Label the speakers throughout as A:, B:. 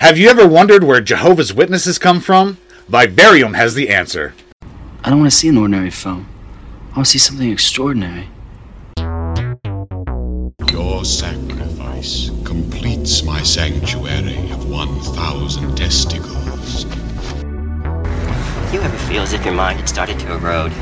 A: Have you ever wondered where Jehovah's Witnesses come from? Vivarium has the answer.
B: I don't want to see an ordinary film. I want to see something extraordinary.
C: Your sacrifice completes my sanctuary of 1,000 testicles.
D: Do you ever feel as if your mind had started to erode?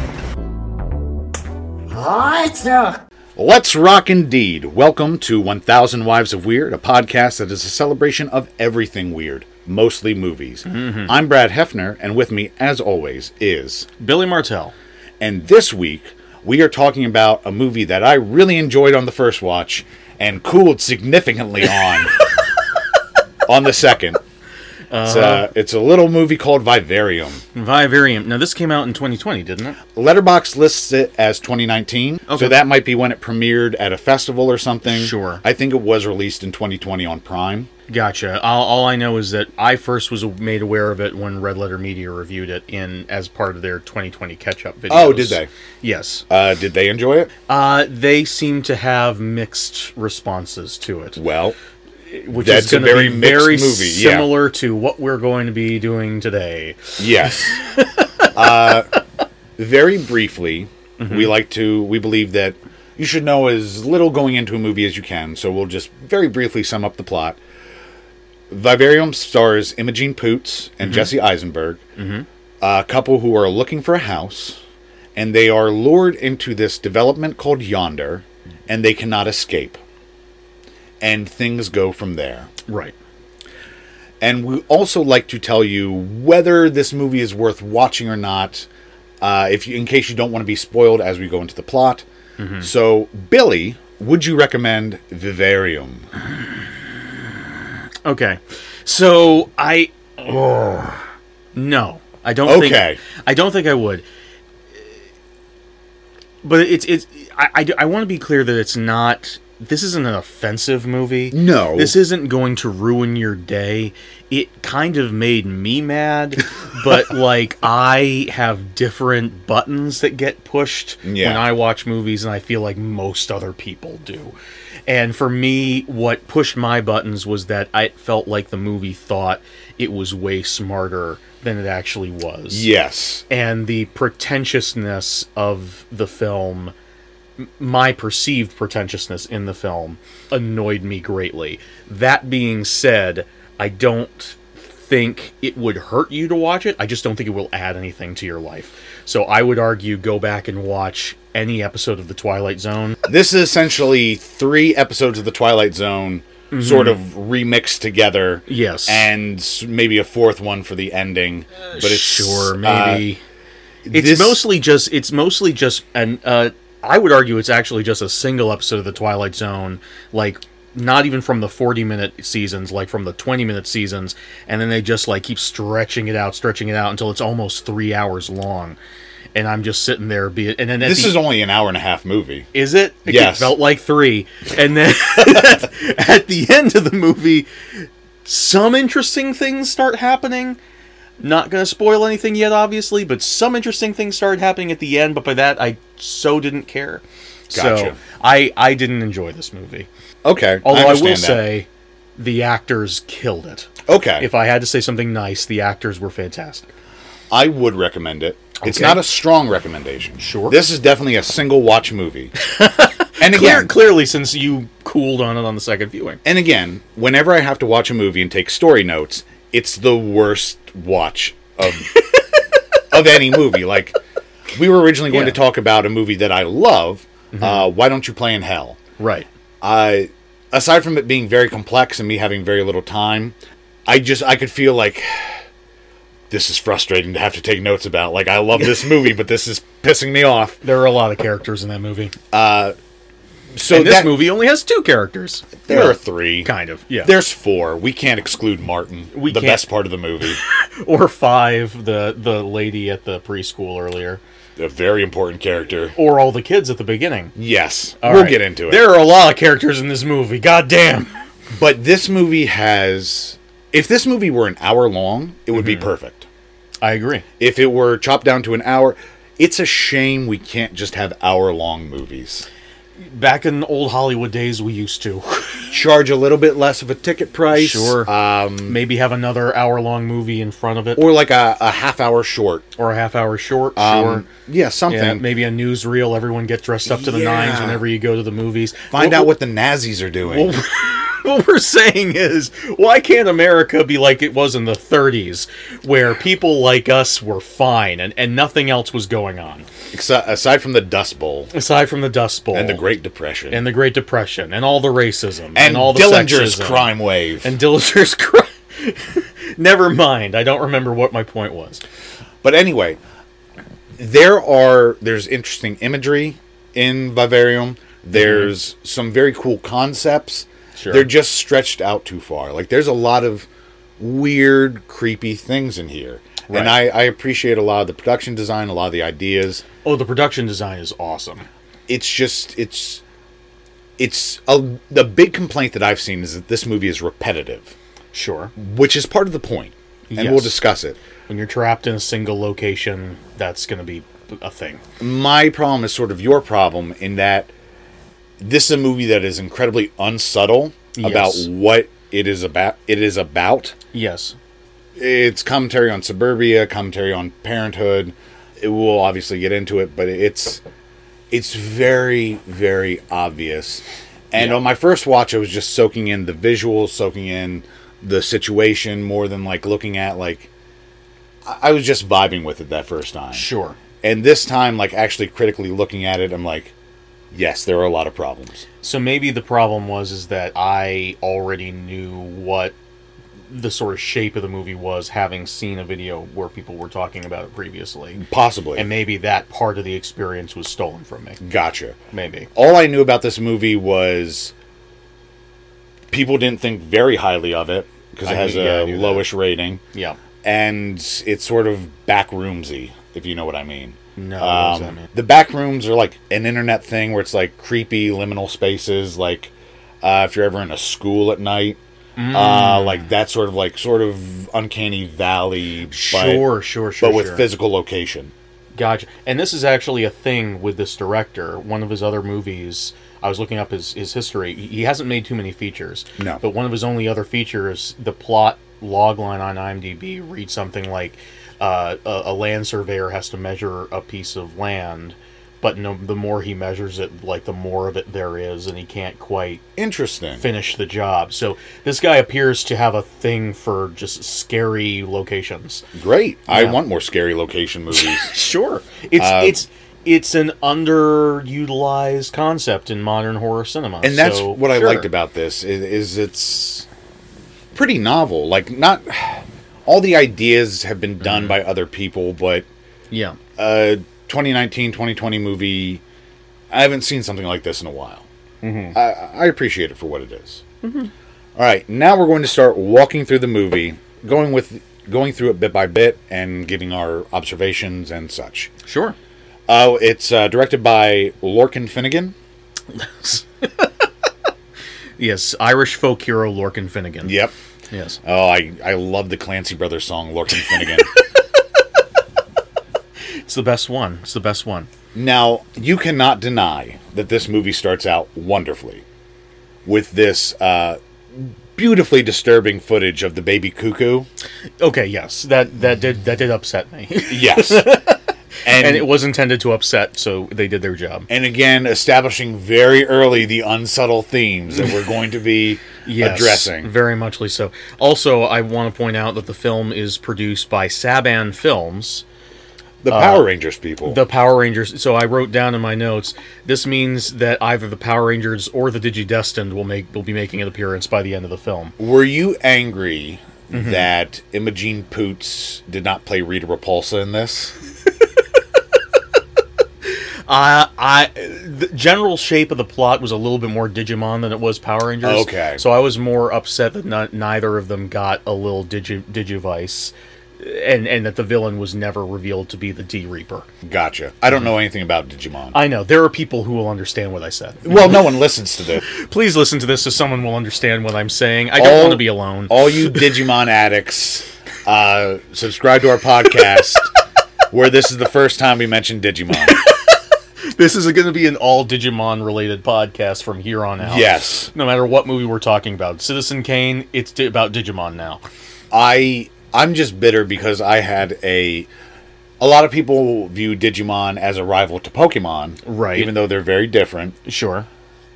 A: Let's rock indeed. Welcome to 1000 Wives of Weird, a podcast that is a celebration of everything weird, mostly movies. I'm Brad Hefner, and with me, as always, is.
E: Billy Martell.
A: And this week, we are talking about a movie that I really enjoyed on the first watch and cooled significantly on on the 2nd It's, a, it's a little movie called Vivarium.
E: Vivarium. Now, this came out in 2020, didn't it?
A: Letterbox lists it as 2019, so
E: Okay.
A: that might be when it premiered at a festival or something.
E: Sure.
A: I think it was released in 2020 on Prime.
E: Gotcha. All, all I know is that I first was made aware of it when Red Letter Media reviewed it in as part of their 2020 catch-up video.
A: Oh, did they?
E: Yes.
A: Uh, did they enjoy it?
E: Uh, they seem to have mixed responses to it,
A: Well,
E: which
A: that's
E: is going
A: a
E: to
A: very
E: be
A: mixed
E: very
A: movie, yeah.
E: similar to what we're going to be doing today.
A: yes. uh, very briefly, we like to we believe that you should know as little going into a movie as you can, so we'll just very briefly sum up the plot. Vivarium stars Imogene Poots and Jesse Eisenberg, a couple who are looking for a house, and they are lured into this development called Yonder, and they cannot escape. And things go from there.
E: Right.
A: And we also like to tell you whether this movie is worth watching or not, uh, if you, in case you don't want to be spoiled as we go into the plot.
E: Mm-hmm.
A: So, Billy, would you recommend Vivarium?
E: Okay. So I Ugh. no, I don't.
A: Okay.
E: Think, I don't think I would. But it's it's I I, want to be clear that it's not. This isn't an offensive movie.
A: No.
E: This isn't going to ruin your day. It kind of made me mad, but like I have different buttons that get pushed
A: Yeah.
E: when I watch movies and I feel like most other people do. And for me, what pushed my buttons was that I it felt like the movie thought it was way smarter than it actually was.
A: Yes.
E: And the pretentiousness of the film, m- my perceived pretentiousness in the film, annoyed me greatly. That being said, I don't think it would hurt you to watch it. I just don't think it will add anything to your life. So I would argue go back and watch any episode of The Twilight Zone.
A: This is essentially three episodes of The Twilight Zone sort of remixed together.
E: Mm-hmm. Yes.
A: And s- maybe a fourth one for the ending. But it's
E: sure
A: uh,
E: maybe it's
A: this-
E: mostly just it's mostly just an uh i would argue it's actually just a single episode of the twilight zone like not even from the 40 minute seasons like from the 20 minute seasons and then they just like keep stretching it out stretching it out until it's almost three hours long and i'm just sitting there be and then at
A: this
E: the
A: is only an hour and a half movie.
E: is it? It
A: Yes.
E: felt like three. And then at the end of the movie, some interesting things start happening. Not going to spoil anything yet, obviously, but some interesting things started happening at the end. But by that, I so didn't care.
A: Gotcha.
E: So I, I didn't enjoy this movie.
A: Okay.
E: Although I, will
A: understand that.
E: say, the actors killed it.
A: Okay.
E: If I had to say something nice, the actors were fantastic.
A: I would recommend it. It's
E: Okay.
A: not a strong recommendation.
E: Sure.
A: This is definitely a single watch movie. and
E: Clear,
A: again,
E: Clearly, since you cooled on it on the second viewing.
A: and again, whenever I have to watch a movie and take story notes, it's the worst watch of of any movie. Like we were originally going
E: Yeah. Mm-hmm.
A: to talk about a movie that I love. Uh, Why don't you play in hell?
E: Right.
A: I aside from it being very complex and me having very little time, I just I could feel like this is frustrating to have to take notes about. Like I love this movie, but this is pissing me off.
E: There are a lot of characters in that movie.
A: Uh, So
E: and this
A: that,
E: movie only has two characters.
A: there
E: Well,
A: are three.
E: kind of, yeah.
A: There's four. We can't exclude Martin,
E: We
A: the
E: can't.
A: best part of the movie.
E: or five. The the lady at the preschool earlier,
A: a very important character.
E: or all the kids at the beginning.
A: Yes,
E: All
A: we'll
E: right.
A: get into it.
E: There are a lot of characters in this movie. God damn.
A: But this movie has. If this movie were an hour long, it would be
E: Mm-hmm.
A: perfect.
E: I agree.
A: If it were chopped down to an hour, it's a shame we can't just have hour long movies.
E: Back in old Hollywood days, we used to.
A: Charge a little bit less of a ticket price.
E: Sure.
A: Um,
E: Maybe have another hour long movie in front of it or,
A: or like a, a half hour short.
E: a half hour short.
A: Um,
E: sure.
A: Yeah,
E: Yeah,
A: something.
E: maybe a newsreel. Everyone get dressed up to the nines
A: Yeah.
E: whenever you go to the movies.
A: Find out what the Nazis are doing.
E: Well, what we're saying is, why can't America be like it was in the 30s, where people like us were fine and, and nothing else was going on
A: Exci- aside from the Dust Bowl
E: aside from the Dust Bowl
A: and the Great Depression
E: and the Great Depression and all the racism and,
A: And
E: all the
A: Dillinger's
E: sexism.
A: crime wave.
E: and Dillinger's crime. Never mind. I don't remember what my point was.
A: But anyway, there are there's interesting imagery in Vivarium. There's some very cool concepts.
E: Sure.
A: They're just stretched out too far. Like there's a lot of weird, creepy things in here.
E: Right.
A: And I, I appreciate a lot of the production design, a lot of the ideas.
E: Oh, the production design is awesome.
A: It's just it's it's a, the big complaint that I've seen is that this movie is repetitive,
E: Sure.
A: which is part of the point, and we'll
E: Yes.
A: discuss it.
E: When you're trapped in a single location, that's going to be a thing.
A: my problem is sort of your problem in that this is a movie that is incredibly unsubtle about
E: Yes.
A: what it is about it is about
E: Yes.
A: it's commentary on suburbia commentary on parenthood it will obviously get into it but it's it's very very obvious and on my first watch i was just soaking in the visuals soaking in the situation more than like looking at like I I was just vibing with it that first time.
E: Sure.
A: And this time, like actually critically looking at it, I'm like, yes, there are a lot of problems.
E: So maybe the problem was is that I already knew what the sort of shape of the movie was, having seen a video where people were talking about it previously,
A: Possibly.
E: and maybe that part of the experience was stolen from me.
A: gotcha.
E: Maybe.
A: All I knew about this movie was people didn't think very highly of it because
E: I
A: it has
E: knew- yeah, I
A: a
E: knew that.
A: lowish rating,
E: Yeah.
A: and it's sort of backroomsy, if you know what I mean.
E: No. what does that
A: Um,
E: mean?
A: the back rooms are like an internet thing where it's like creepy liminal spaces, like uh, if you're ever in a school at night, uh,
E: Mm.
A: like that sort of like sort of uncanny valley, but-
E: Sure, sure,
A: but
E: sure.
A: with
E: sure.
A: physical location.
E: Gotcha. And this is actually a thing with this director. One of his other movies, I was looking up his, his history. He he hasn't made too many features.
A: No.
E: But one of his only other features, the plot logline on IMDb reads something like uh, a, a land surveyor has to measure a piece of land, but no, the more he measures it, like the more of it there is, and he can't quite
A: Interesting.
E: finish the job. So this guy appears to have a thing for just scary locations.
A: Great. I
E: Yeah.
A: want more scary location movies.
E: Sure. It's
A: Um,
E: it's it's an underutilized concept in modern horror cinema.
A: and that's
E: so,
A: what I
E: sure.
A: liked about this is, is it's pretty novel. Like not all the ideas have been done
E: Mm-hmm.
A: by other people, but
E: Yeah.
A: a 2019 2020 movie i haven't seen something like this in a while
E: Mm-hmm.
A: I, I appreciate it for what it is. All right now we're going to start walking through the movie going with going through it bit by bit and giving our observations and such
E: Sure.
A: oh it's uh, directed by lorcan finnegan
E: Yes, Irish folk hero Lorcan Finnegan.
A: yep
E: Yes.
A: oh i i love the clancy brothers song lorcan finnegan
E: It's the best one. It's the best one.
A: Now, you cannot deny that this movie starts out wonderfully with this uh, beautifully disturbing footage of the baby cuckoo.
E: Okay, yes. That that did that did upset me.
A: Yes. and,
E: and
A: and,
E: it was intended to upset, so they did their job.
A: again, establishing very early the unsubtle themes that we're going to be
E: Yes,
A: addressing.
E: Very muchly so. Also, I want to point out that the film is produced by Saban Films.
A: the Power Rangers people.
E: uh, The Power Rangers. So I wrote down in my notes. This means that either the Power Rangers or the Digidestined will make will be making an appearance by the end of the film.
A: Were you angry
E: Mm-hmm.
A: that Imogene Poots did not play Rita Repulsa in this?
E: I, Uh, I, the general shape of the plot was a little bit more Digimon than it was Power Rangers.
A: Okay.
E: So I was more upset that not, neither of them got a little Digi, Digivice, and and that the villain was never revealed to be the D Reaper.
A: Gotcha. I
E: Mm-hmm.
A: don't know anything about Digimon.
E: I know there are people who will understand what I said.
A: well, no one listens to this.
E: Please listen to this so someone will understand what I'm saying. I don't
A: All-
E: want to be alone.
A: all you Digimon addicts, uh,
E: Oh.
A: subscribe to our podcast where this is the first time we mentioned Digimon.
E: this is going to be an all Digimon related podcast from here on out.
A: Yes.
E: No matter what movie we're talking about, Citizen Kane, it's di- about Digimon now.
A: I I'm just bitter because I had a a lot of people view Digimon as a rival to Pokemon,
E: Right.
A: Even though they're very different.
E: Sure.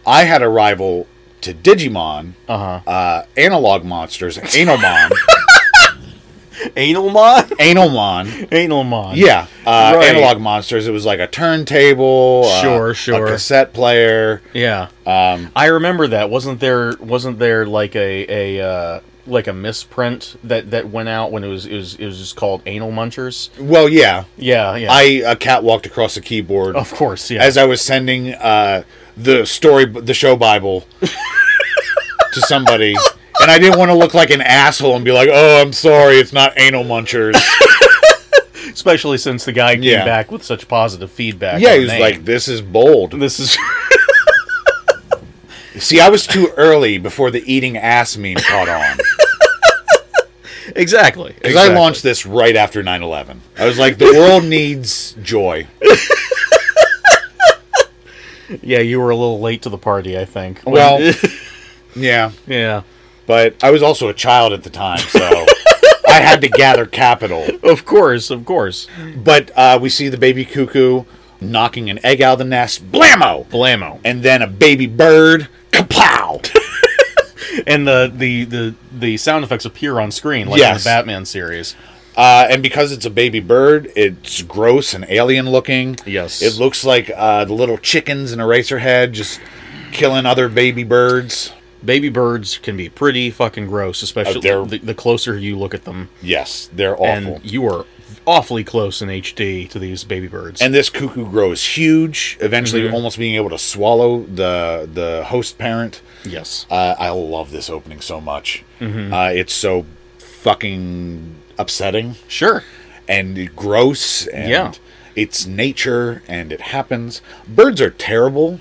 A: I had a rival to Digimon, uh-huh. Analog Monsters, Analmon,
E: Analmon?
A: Analmon.
E: Analmon.
A: Yeah, uh,
E: Right.
A: Analog Monsters. It was like a turntable, uh,
E: Sure, sure.
A: a cassette player.
E: Yeah. Um, I remember that. Wasn't there wasn't there like a a uh, like a misprint that that went out when it was it was it was just called Anal Munchers?
A: Well, yeah,
E: Yeah, yeah.
A: I a cat walked across the keyboard
E: of course, yeah.
A: as I was sending uh, the story, the show Bible to somebody, and I didn't want to look like an asshole and be like, "Oh, I'm sorry, it's not anal munchers."
E: Especially since the guy came
A: Yeah.
E: back with such positive feedback.
A: yeah,
E: on
A: he was
E: the name.
A: like, "This is bold."
E: this is
A: See, I was too early before the eating ass meme caught on.
E: Exactly.
A: Because I launched this right after 9 11. I was like, the world needs joy.
E: Yeah, you were a little late to the party, I think.
A: Well, yeah.
E: yeah.
A: But I was also a child at the time, so I had to gather capital.
E: Of course, of course.
A: But uh, we see the baby cuckoo knocking an egg out of the nest. Blammo!
E: Blammo.
A: And then a baby bird. Kapow!
E: And the, the, the, the sound effects appear on screen, like in
A: Yes.
E: the Batman series.
A: Uh, and because it's a baby bird, it's gross and alien looking.
E: Yes.
A: It looks like uh, the little chickens in Eraserhead just killing other baby birds.
E: Baby birds can be pretty fucking gross, especially
A: Uh, they're-
E: the, the closer you look at them.
A: Yes, they're awful.
E: And you are awfully close in HD to these baby birds.
A: and this cuckoo grows huge, eventually
E: Mm-hmm.
A: almost being able to swallow the the host parent.
E: yes.
A: Uh, I love this opening so much.
E: Mm-hmm.
A: Uh, it's so fucking upsetting
E: Sure.
A: and gross, and
E: Yeah.
A: it's nature, and it happens. Birds are terrible.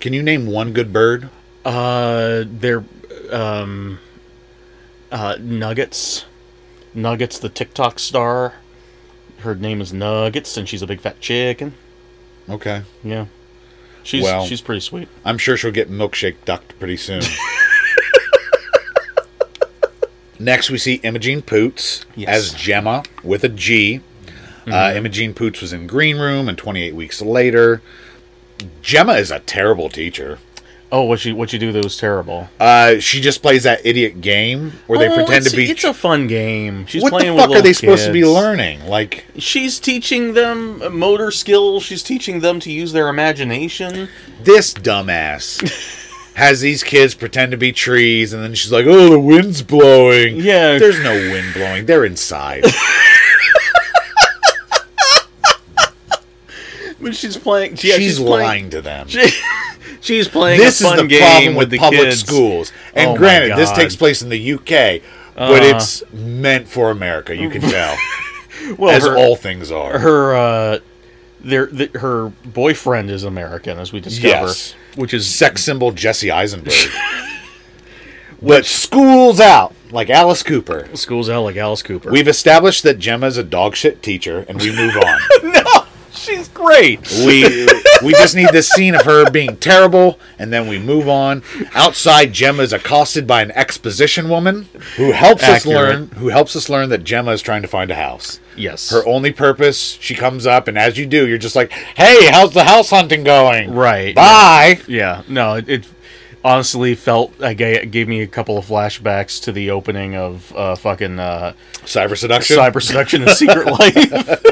A: Can you name one good bird?
E: Uh, they're um, uh, Nuggets. Nuggets, the TikTok star. Her name is Nuggets, and she's a big fat chicken.
A: Okay,
E: Yeah, she's
A: Well.
E: she's pretty sweet.
A: I'm sure she'll get milkshake ducked pretty soon. Next, we see Imogene Poots
E: Yes. Mm-hmm.
A: as Gemma with a G. Uh, Imogene Poots was in Green Room, and 28 weeks later, Gemma is a terrible teacher.
E: Oh, what you what you do that was terrible.
A: Uh, she just plays that idiot game where they
E: Oh,
A: pretend
E: it's,
A: to be.
E: It's a fun game. She's
A: what the
E: playing
A: fuck
E: with
A: are they
E: little
A: supposed to be
E: kids.
A: learning? Like,
E: She's teaching them motor skills. She's teaching them to use their imagination.
A: this dumbass has these kids pretend to be trees, and then she's like, "Oh, the wind's blowing."
E: Yeah.
A: there's no wind blowing. They're inside.
E: But she's playing. yeah,
A: she's,
E: playing-
A: lying to them.
E: she's playing.
A: this
E: a
A: is
E: fun
A: the
E: game
A: problem
E: with
A: with
E: the
A: public
E: kids.
A: schools. And
E: Oh my
A: granted, this
E: God. Uh-huh.
A: takes place in the UK, but it's meant for America. You can tell,
E: Well,
A: as
E: her-
A: all things are.
E: her uh their th- her boyfriend is American as we discover
A: Yes.
E: which is
A: Sex symbol Jesse Eisenberg. but schools out like Alice Cooper.
E: schools out like Alice Cooper.
A: We've established that Gemma's a dog shit teacher, and we move on.
E: she's great.
A: we we just need this scene of her being terrible, and then we move on. Outside, Gemma is accosted by an exposition woman who helps us
E: Accurate.
A: learn who helps us learn that Gemma is trying to find a house.
E: Yes.
A: Her only purpose. She comes up, and as you do, you're just like, "Hey, how's the house hunting going?"
E: Right.
A: Bye.
E: yeah. No, it, it honestly felt like it gave me a couple of flashbacks to the opening of uh fucking uh
A: Cyber seduction.
E: Cyber Seduction and Secret Life.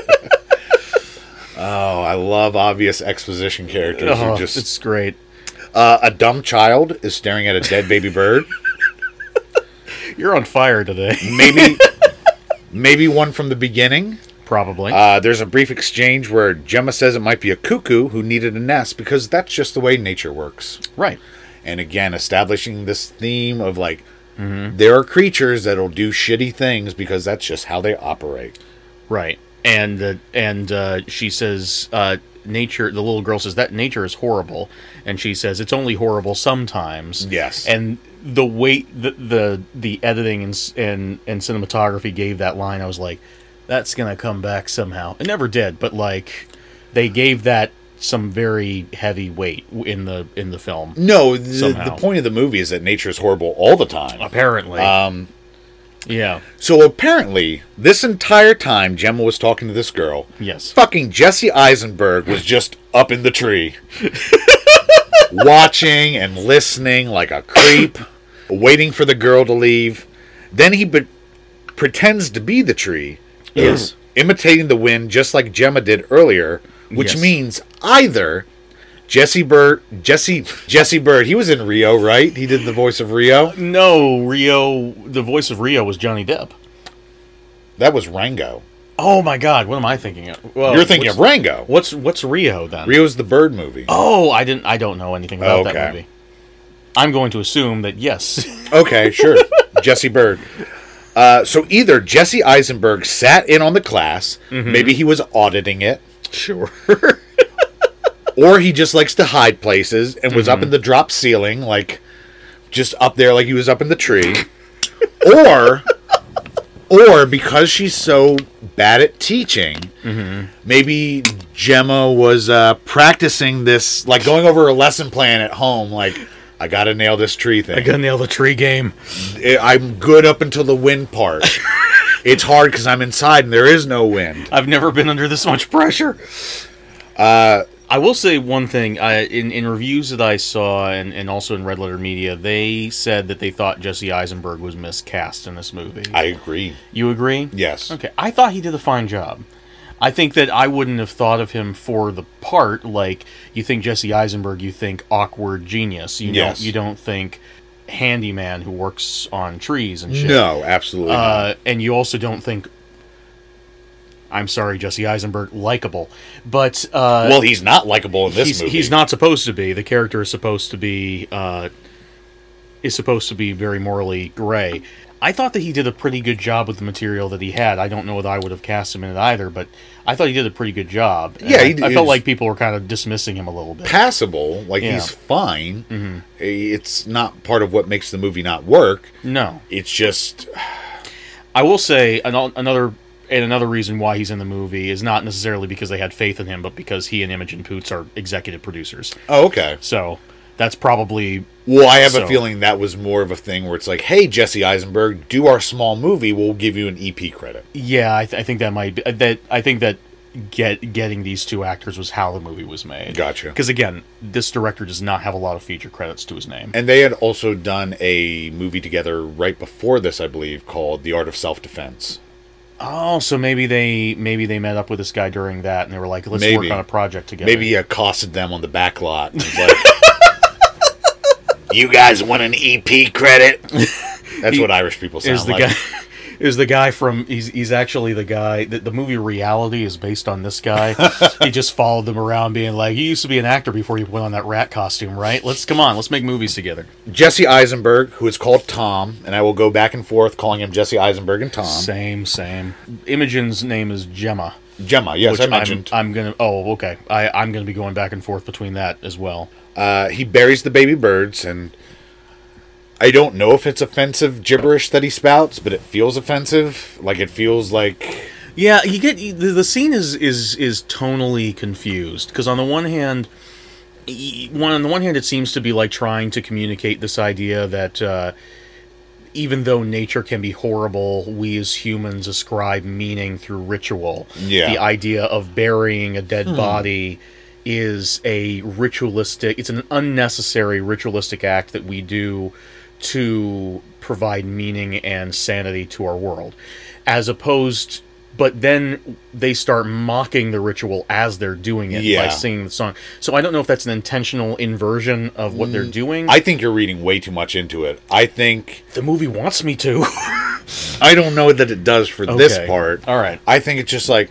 A: Oh, I love obvious exposition characters
E: Oh,
A: who just
E: it's great.
A: uh, a dumb child is staring at a dead baby bird.
E: You're on fire today,
A: Maybe. Maybe one from the beginning.
E: probably.
A: Uh, there's a brief exchange where Gemma says it might be a cuckoo who needed a nest because that's just the way nature works.
E: right.
A: And again, establishing this theme of like, there are creatures that'll do shitty things because that's just how they operate.
E: Right. And the and uh, she says, uh, "Nature." The little girl says that nature is horrible, and she says it's only horrible sometimes.
A: Yes.
E: And the weight, the the, the editing and, s- and and cinematography gave that line. I was like, that's gonna come back somehow. It never did, but like, they gave that some very heavy weight w- in the in the film.
A: No, the,
E: Somehow.
A: the point of the movie is that nature is horrible all the time.
E: Apparently,
A: Um,
E: Uh, yeah,
A: so apparently, this entire time Gemma was talking to this girl,
E: yes,
A: fucking Jesse Eisenberg was just up in the tree, watching and listening like a creep, waiting for the girl to leave. Then he be- pretends to be the tree,
E: Yes.
A: imitating the wind just like Gemma did earlier, which
E: Yes.
A: means either Jesse Bird, Jesse Jesse Bird, he was in Rio, right? He did the voice of Rio.
E: No, Rio. The voice of Rio was Johnny Depp.
A: That was Rango.
E: Oh my God, what am I thinking of? Well,
A: You're thinking of
E: what's-
A: Rango.
E: What's what's Rio then?
A: Rio's the bird movie.
E: Oh, I didn't. I don't know anything about that
A: Okay.
E: movie. I'm going to assume that yes.
A: Okay, sure. Jesse Bird. Uh, so either Jesse Eisenberg sat in on the class, maybe he was auditing it,
E: sure.
A: or he just likes to hide places and was up in the drop ceiling, like just up there, like he was up in the tree, or or because she's so bad at teaching, maybe Gemma was uh, practicing this, like going over her lesson plan at home, like. I gotta nail this tree thing.
E: Gonna nail the tree game.
A: I'm good up until the wind part. it's hard because I'm inside and there is no wind.
E: I've never been under this much pressure. Uh, I will say one thing. I, in in reviews that I saw, and, and also in Red Letter Media, they said that they thought Jesse Eisenberg was miscast in this movie.
A: I agree.
E: you agree?
A: Yes.
E: Okay, I thought he did a fine job. I think that I wouldn't have thought of him for the part. Like you think Jesse Eisenberg, you think awkward genius. You
A: Yes.
E: don't you don't think handyman who works on trees and shit.
A: No, absolutely. not.
E: Uh, and you also don't think. I'm sorry, Jesse Eisenberg, likable, but uh,
A: well, he's not likable in this
E: he's
A: movie.
E: he's not supposed to be. The character is supposed to be uh, is supposed to be very morally gray. I thought that he did a pretty good job with the material that he had. I don't know that I would have cast him in it either, but I thought he did a pretty good job. And
A: Yeah,
E: I,
A: he d-
E: I
A: he
E: felt
A: was-
E: like people were kind of dismissing him a little bit.
A: passable. Like
E: Yeah.
A: he's fine. It's not part of what makes the movie not work.
E: No,
A: It's just
E: I will say an, another and another reason why he's in the movie is not necessarily because they had faith in him, but because he and Imogen Poots are executive producers.
A: oh, okay.
E: So that's probably
A: Well, I have
E: So-
A: a feeling that was more of a thing where it's like, hey, Jesse Eisenberg, do our small movie. We'll give you an EP credit.
E: yeah. I, th- I think that might be, uh, that I think that get getting these two actors was how the movie was made.
A: Gotcha.
E: Because again, this director does not have a lot of feature credits to his name.
A: And they had also done a movie together right before this, I believe, called The Art of Self Defense.
E: Oh, so maybe they maybe they met up with this guy during that, and they were like, "Let's
A: Maybe.
E: work on a project together."
A: Maybe he accosted them on the back lot. and was like, you guys want an EP credit? That's what Irish people sound
E: is the
A: like.
E: guy is the guy from he's he's actually the guy that the movie reality is based on this guy he just followed them around being like you used to be an actor before you went on that rat costume right let's come on let's make movies together
A: Jesse Eisenberg, who is called Tom, and I will go back and forth calling him Jesse Eisenberg and Tom.
E: same same imogen's name is gemma
A: Gemma, yes,
E: which
A: I
E: I'm-
A: mentioned.
E: I'm, gonna oh okay i i'm gonna be going back and forth between that as well
A: uh, he buries the baby birds, and I don't know if it's offensive gibberish that he spouts, but it feels offensive. Like it feels like
E: Yeah, you get the, the scene is is is tonally confused because on the one hand, e- one on the one hand, it seems to be like trying to communicate this idea that uh, even though nature can be horrible, we as humans ascribe meaning through ritual.
A: Yeah.
E: the idea of burying a dead body is a ritualistic. It's an unnecessary ritualistic act that we do to provide meaning and sanity to our world, as opposed. But then they start mocking the ritual as they're doing it by
A: Yeah.
E: singing the song. So I don't know if that's an intentional inversion of what they're doing.
A: I think you're reading way too much into it. I think
E: Mm. the movie wants me to.
A: I don't know that it does for this
E: Okay.
A: part.
E: All right.
A: I think it's just like,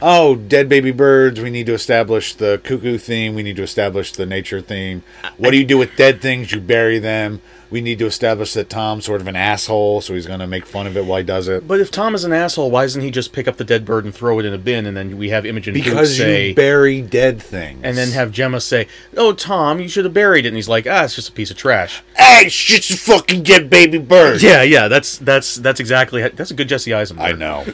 A: oh, dead baby birds. We need to establish the cuckoo theme. We need to establish the nature theme. What do you do with dead things? You bury them. We need to establish that Tom's sort of an asshole, so he's going to make fun of it while he does it.
E: But if Tom is an asshole, why doesn't he just pick up the dead bird and throw it in a bin, and then we have Imogen Poots
A: Because
E: say,
A: you bury dead things,
E: and then have Gemma say, "Oh, Tom, you should have buried it," and he's like, "Ah, it's just a piece of trash."
A: hey, it's just a fucking dead baby bird.
E: Yeah, yeah, that's that's that's exactly how, that's a good Jesse Eisenberg.
A: I know.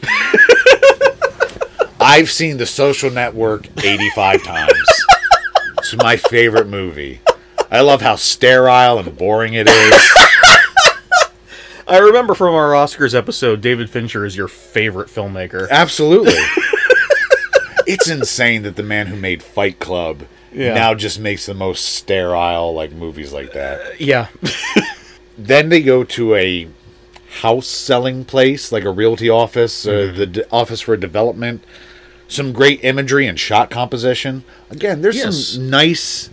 A: I've seen The Social Network eighty-five times. It's my favorite movie. I love how sterile and boring it is.
E: I remember from our Oscars episode, David Fincher is your favorite filmmaker.
A: Absolutely. it's insane that the man who made Fight Club
E: Yeah.
A: now just makes the most sterile like movies like that.
E: Uh, Yeah.
A: then they go to a house selling place, like a realty office,
E: Mm-hmm.
A: uh, the d- office for development. Some great imagery and shot composition. Again, there's
E: Yes.
A: some nice.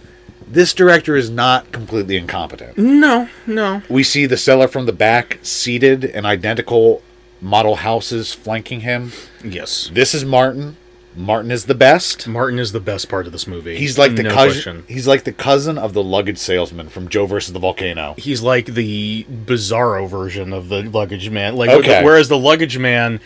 A: This director is not completely incompetent.
E: No, no.
A: We see the seller from the back, seated in identical model houses flanking him.
E: Yes.
A: This is Martin. Martin is the best.
E: Martin is the best part of this movie.
A: He's like the
E: no
A: cousin.
E: question.
A: He's like the cousin of the luggage salesman from Joe versus the volcano.
E: He's like the bizarro version of the luggage man. Like
A: Okay.
E: whereas the luggage man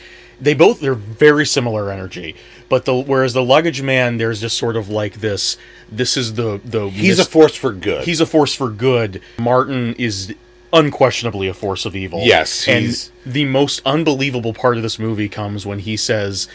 E: they both they're very similar energy. But the whereas the luggage man there's just sort of like this this is the the
A: He's
E: mis-
A: a force for good.
E: he's a force for good. Martin is unquestionably a force of evil.
A: Yes, he's-
E: and the most unbelievable part of this movie comes when he says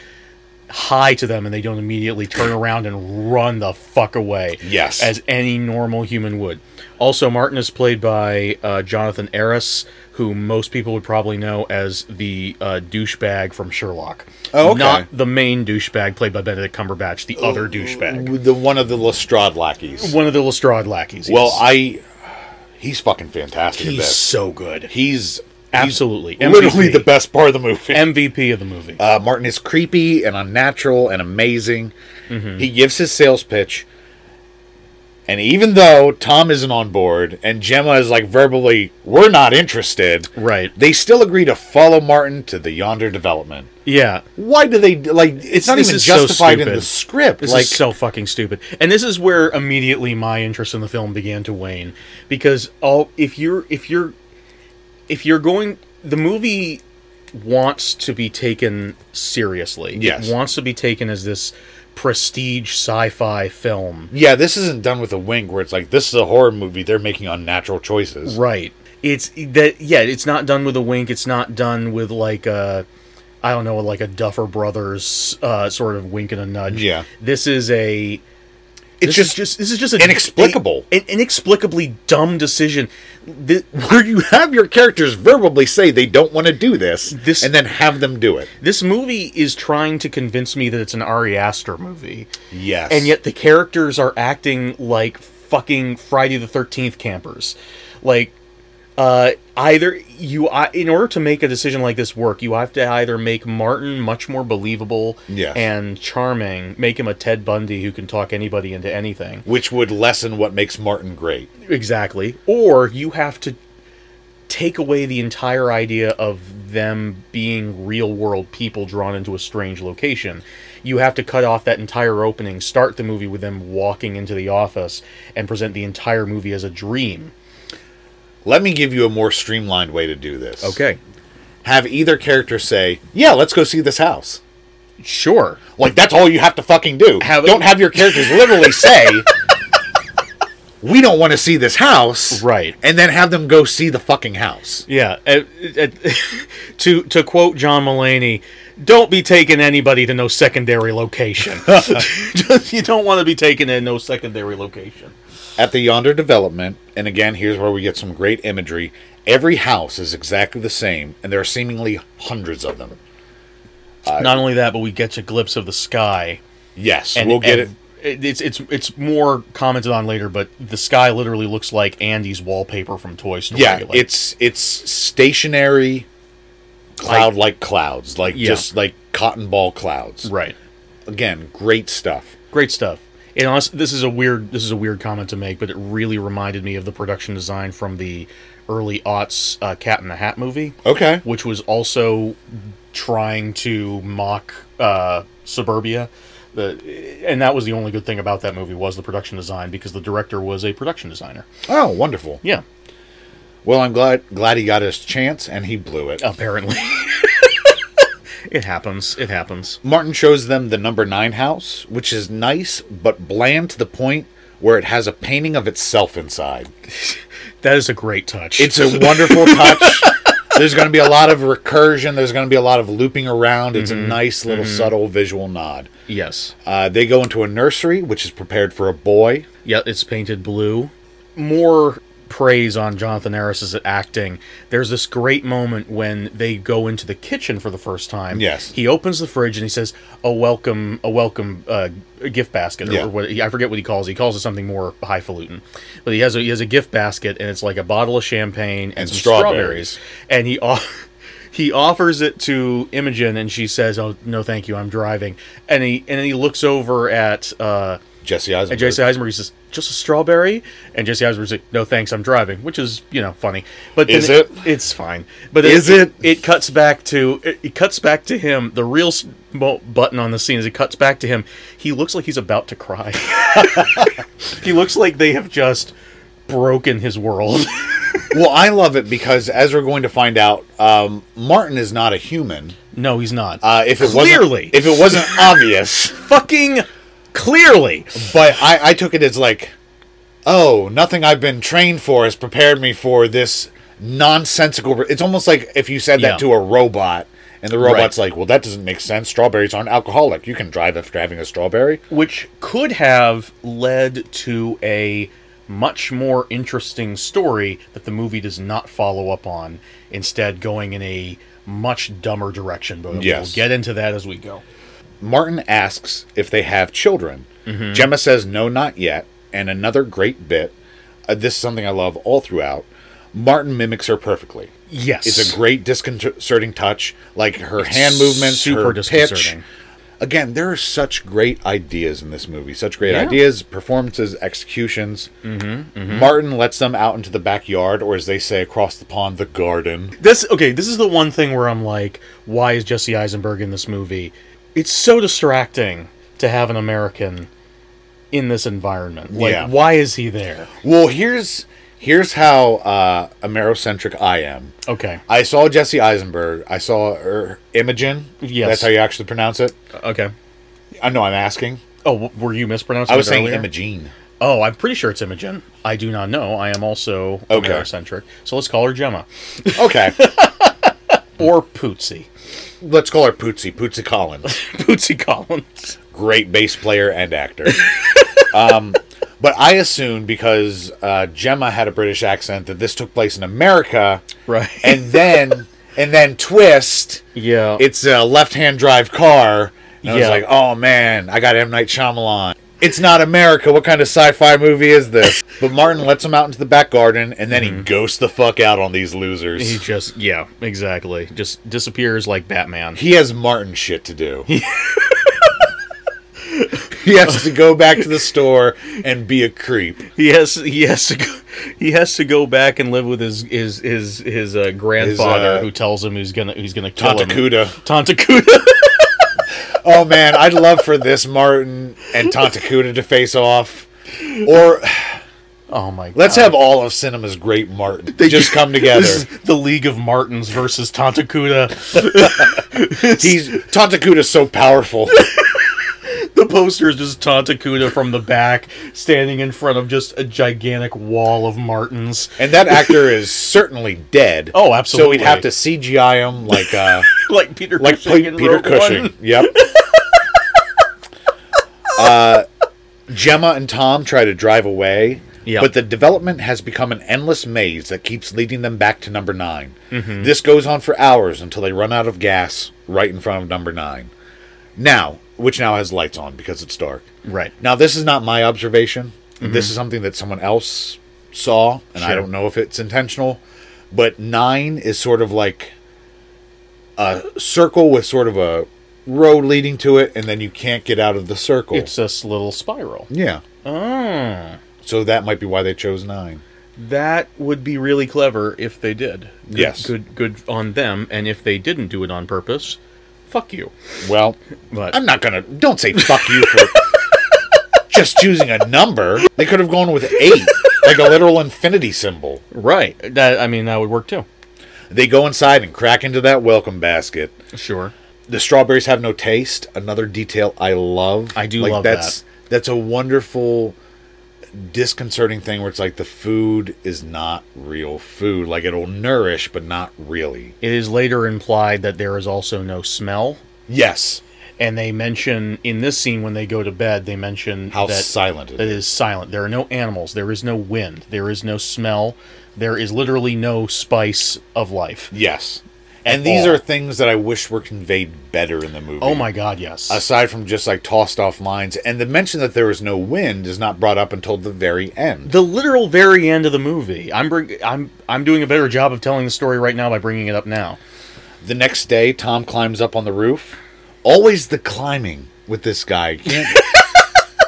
E: hi to them and they don't immediately turn around and run the fuck away.
A: Yes.
E: as any normal human would. Also, Martin is played by uh, Jonathan Harris, who most people would probably know as the uh, douchebag from Sherlock.
A: Oh, okay.
E: Not the main douchebag played by Benedict Cumberbatch, the other douchebag.
A: the one of the Lestrade lackeys.
E: One of the Lestrade lackeys.
A: Well,
E: yes.
A: I he's fucking fantastic at
E: He's
A: this.
E: so good.
A: He's
E: Absolutely.
A: he's literally
E: MVP.
A: the best part of the movie.
E: MVP of the movie.
A: uh, Martin is creepy and unnatural and amazing.
E: Mm-hmm.
A: He gives his sales pitch, and even though Tom isn't on board and Gemma is like verbally, "We're not interested,"
E: right.
A: they still agree to follow Martin to the yonder development.
E: Yeah.
A: Why do they like? It's not
E: This
A: even
E: is so
A: justified in
E: stupid.
A: the script.
E: This
A: like
E: is so fucking stupid. And this is where immediately my interest in the film began to wane because all if you're if you're if you're going the movie wants to be taken seriously.
A: Yes.
E: It wants to be taken as this prestige sci-fi film.
A: yeah, this isn't done with a wink where it's like this is a horror movie. They're making unnatural choices.
E: Right. It's that yeah, it's not done with a wink, it's not done with like a I don't know, like a Duffer Brothers uh, sort of wink and a nudge.
A: Yeah.
E: This is a
A: It's
E: this
A: just
E: is just this is just a,
A: inexplicable.
E: a- an inexplicably dumb decision. This,
A: where you have your characters verbally say they don't want to do this,
E: This-
A: and then have them do it.
E: this movie is trying to convince me that it's an Ari Aster movie,
A: Yes.
E: and yet the characters are acting like fucking Friday the Thirteenth campers. Like, uh, either you, I, in order to make a decision like this work, you have to either make Martin much more believable
A: Yes.
E: and charming, make him a Ted Bundy who can talk anybody into anything,
A: which would lessen what makes Martin great.
E: Exactly. Or you have to take away the entire idea of them being real world people drawn into a strange location. You have to cut off that entire opening, start the movie with them walking into the office, and present the entire movie as a dream.
A: Let me give you a more streamlined way to do this. Have either character say, "Yeah, let's go see this house."
E: Sure.
A: Like that's all you have to fucking do.
E: Have-
A: don't have your characters literally say, "We don't want to see this house."
E: Right.
A: And then have them go see the fucking house.
E: Yeah. uh, uh, to to quote John Mulaney, don't be taking anybody to no secondary location. you don't want to be taken in no secondary location.
A: At the Yonder development, and again, here's where we get some great imagery. Every house is exactly the same, and there are seemingly hundreds of them.
E: Not only that, but we get a glimpse of the sky.
A: Yes, we'll get it.
E: it. It's it's it's more commented on later, but the sky literally looks like Andy's wallpaper from Toy Story.
A: Yeah,
E: Like,
A: it's it's stationary cloud like clouds, like
E: Yeah.
A: just like cotton ball clouds.
E: right.
A: Again, great stuff.
E: Great stuff. And honest, this is a weird this is a weird comment to make, but it really reminded me of the production design from the early aughts uh, Cat in the Hat movie,
A: Okay.
E: which was also trying to mock uh, suburbia. The, and that was the only good thing about that movie was the production design because the director was a production designer.
A: Oh, wonderful.
E: Yeah,
A: Well, I'm glad glad he got his chance and he blew
E: Oh.
A: it.
E: apparently. it happens. It happens.
A: Martin shows them the number 9 house, which is nice but bland to the point where it has a painting of itself inside.
E: That is a great touch.
A: It's a wonderful touch. There's going to be a lot of recursion, there's going to be a lot of looping around. It's
E: Mm-hmm.
A: a nice little subtle visual nod.
E: yes.
A: Uh, they go into a nursery, which is prepared for a boy.
E: Yeah, it's painted blue. More praise on Jonathan Harris's acting. There's this great moment when they go into the kitchen for the first time.
A: Yes.
E: He opens the fridge and he says, "A welcome, a welcome uh, gift basket, or,
A: Yeah.
E: what I forget what he calls. It. He calls it something more highfalutin, but he has a he has a gift basket and it's like a bottle of champagne and,
A: And
E: some
A: strawberries.
E: strawberries. And he off- he offers it to Imogen and she says, "Oh no, thank you, I'm driving." And he and then he looks over at. Uh,
A: Jesse Eisenberg.
E: and Jesse Eisenberg says, "Just a strawberry," and Jesse Eisenberg says, "No, thanks, I'm driving," which is you know funny. But then
A: Is it?
E: It's fine. But then
A: Is it?
E: It cuts back to it, it cuts back to him. The real s- mo- button on the scene is it cuts back to him. He looks like he's about to cry. he looks like they have just broken his world.
A: well, I love it because as we're going to find out, um, Martin is not a human.
E: no, he's not.
A: Uh, if it
E: Clearly.
A: wasn't, if it wasn't obvious,
E: Fucking clearly.
A: but I, I took it as like, oh, nothing I've been trained for has prepared me for this nonsensical. It's almost like if you said that
E: Yeah.
A: to a robot, and the robot's like, well, that doesn't make sense. Strawberries aren't alcoholic. You can drive after having a strawberry.
E: which could have led to a much more interesting story that the movie does not follow up on, instead going in a much dumber direction. But
A: Yes.
E: we'll get into that as we go.
A: Martin asks if they have children. Gemma says, no, not yet. And another great bit. Uh, this is something I love all throughout. Martin mimics her perfectly.
E: Yes,
A: It's a great disconcerting touch, like her hand movements,
E: super
A: her pitch.
E: disconcerting.
A: Again, there are such great ideas in this movie, such great
E: Yeah. Mm-hmm,
A: ideas, performances, executions. Martin lets them out into the backyard, or as they say across the pond, the garden.
E: This okay. This is the one thing where I'm like, why is Jesse Eisenberg in this movie? It's so distracting to have an American in this environment. Like,
A: Yeah.
E: why is he there?
A: Well, here's here's how uh, Amerocentric I am.
E: Okay,
A: I saw Jesse Eisenberg. I saw er, Imogen.
E: Yes.
A: that's how you actually pronounce it.
E: okay.
A: I know I'm asking.
E: Oh, w- were you mispronouncing?
A: I was
E: it
A: saying
E: earlier?
A: Imogene.
E: Oh, I'm pretty sure it's Imogen. I do not know. I am also
A: Okay.
E: Amerocentric. So let's call her Gemma.
A: Okay,
E: Or Pootsie.
A: let's call her Pootsie. Pootsie Collins.
E: Pootsie Collins.
A: great bass player and actor. um, but I assume because uh, Gemma had a British accent that this took place in America,
E: Right.
A: And then and then twist,
E: Yeah.
A: it's a left-hand drive car. And I was
E: Yeah.
A: like, oh man, I got M Night Shyamalan. It's not America. What kind of sci-fi movie is this? But Martin lets him out into the back garden, and then he ghosts the fuck out on these losers.
E: Mm-hmm. he
A: He,
E: just yeah, exactly. Just disappears like Batman.
A: has Martin shit to do. he has to go back to the store and be a creep.
E: He has he has to go, he has to go back and live with his his his his uh, grandfather
A: uh,
E: who tells him who's gonna who's gonna kill
A: Tanta
E: him.
A: Cuda.
E: Tanta Cuda.
A: Oh man, I'd love for this Martin and Tanta Cuda to face off. Or
E: Oh my god.
A: let's have all of cinema's great Martin just come together.
E: this is the League of Martins versus Tanta Cuda.
A: He's Tanta Cuda's so powerful.
E: The poster is just Tanta Cuda from the back, standing in front of just a gigantic wall of Martins.
A: And that actor is certainly dead.
E: Oh,
A: So
E: absolutely.
A: we'd have to CGI him like uh
E: like Peter
A: like Pe-
E: Cushing in
A: Peter
E: Rogue
A: Cushing.
E: One.
A: Yep. uh, Gemma and Tom try to drive away,
E: Yeah.
A: but the development has become an endless maze that keeps leading them back to number 9
E: Mm-hmm.
A: This goes on for hours until they run out of gas right in front of number nine. Now, which now has lights on because it's dark.
E: Right.
A: Now, this is not my observation. This is something that someone else saw, and I
E: Mm-hmm. Sure.
A: don't know if it's intentional. But nine is sort of like a circle with sort of a road leading to it, and then you can't get out of the circle.
E: It's Oh. this little spiral.
A: yeah. So that might be why they chose nine.
E: That would be really clever if they did. Good,
A: Yes.
E: Good good on them, and if they didn't do it on purpose, fuck you.
A: Well,
E: But
A: I'm not gonna. Don't say fuck you for just choosing a number. They could have gone with eight, like a literal infinity symbol.
E: right. That I mean that would work too.
A: They go inside and crack into that welcome basket.
E: Sure.
A: the strawberries have no taste. Another detail I love.
E: I do love
A: that's, that. That's a wonderful, disconcerting thing where it's like the food is not real food. Like it'll nourish, but not really.
E: It is later implied that there is also no smell.
A: Yes,
E: And they mention in this scene when they go to bed, they mention
A: How
E: that
A: silent it
E: that it is silent. There are no animals. There is no wind. There is no smell. There is literally no spice of life.
A: Yes.
E: At
A: And these
E: all.
A: are things that I wish were conveyed better in the movie.
E: Oh my God! Yes.
A: Aside from just like tossed off lines, and the mention that there is no wind is not brought up until the very end.
E: the literal very end of the movie. I'm bring, I'm I'm doing a better job of telling the story right now by bringing it up now.
A: The next day, Tom climbs up on the roof. Always the climbing with this guy. He Can't,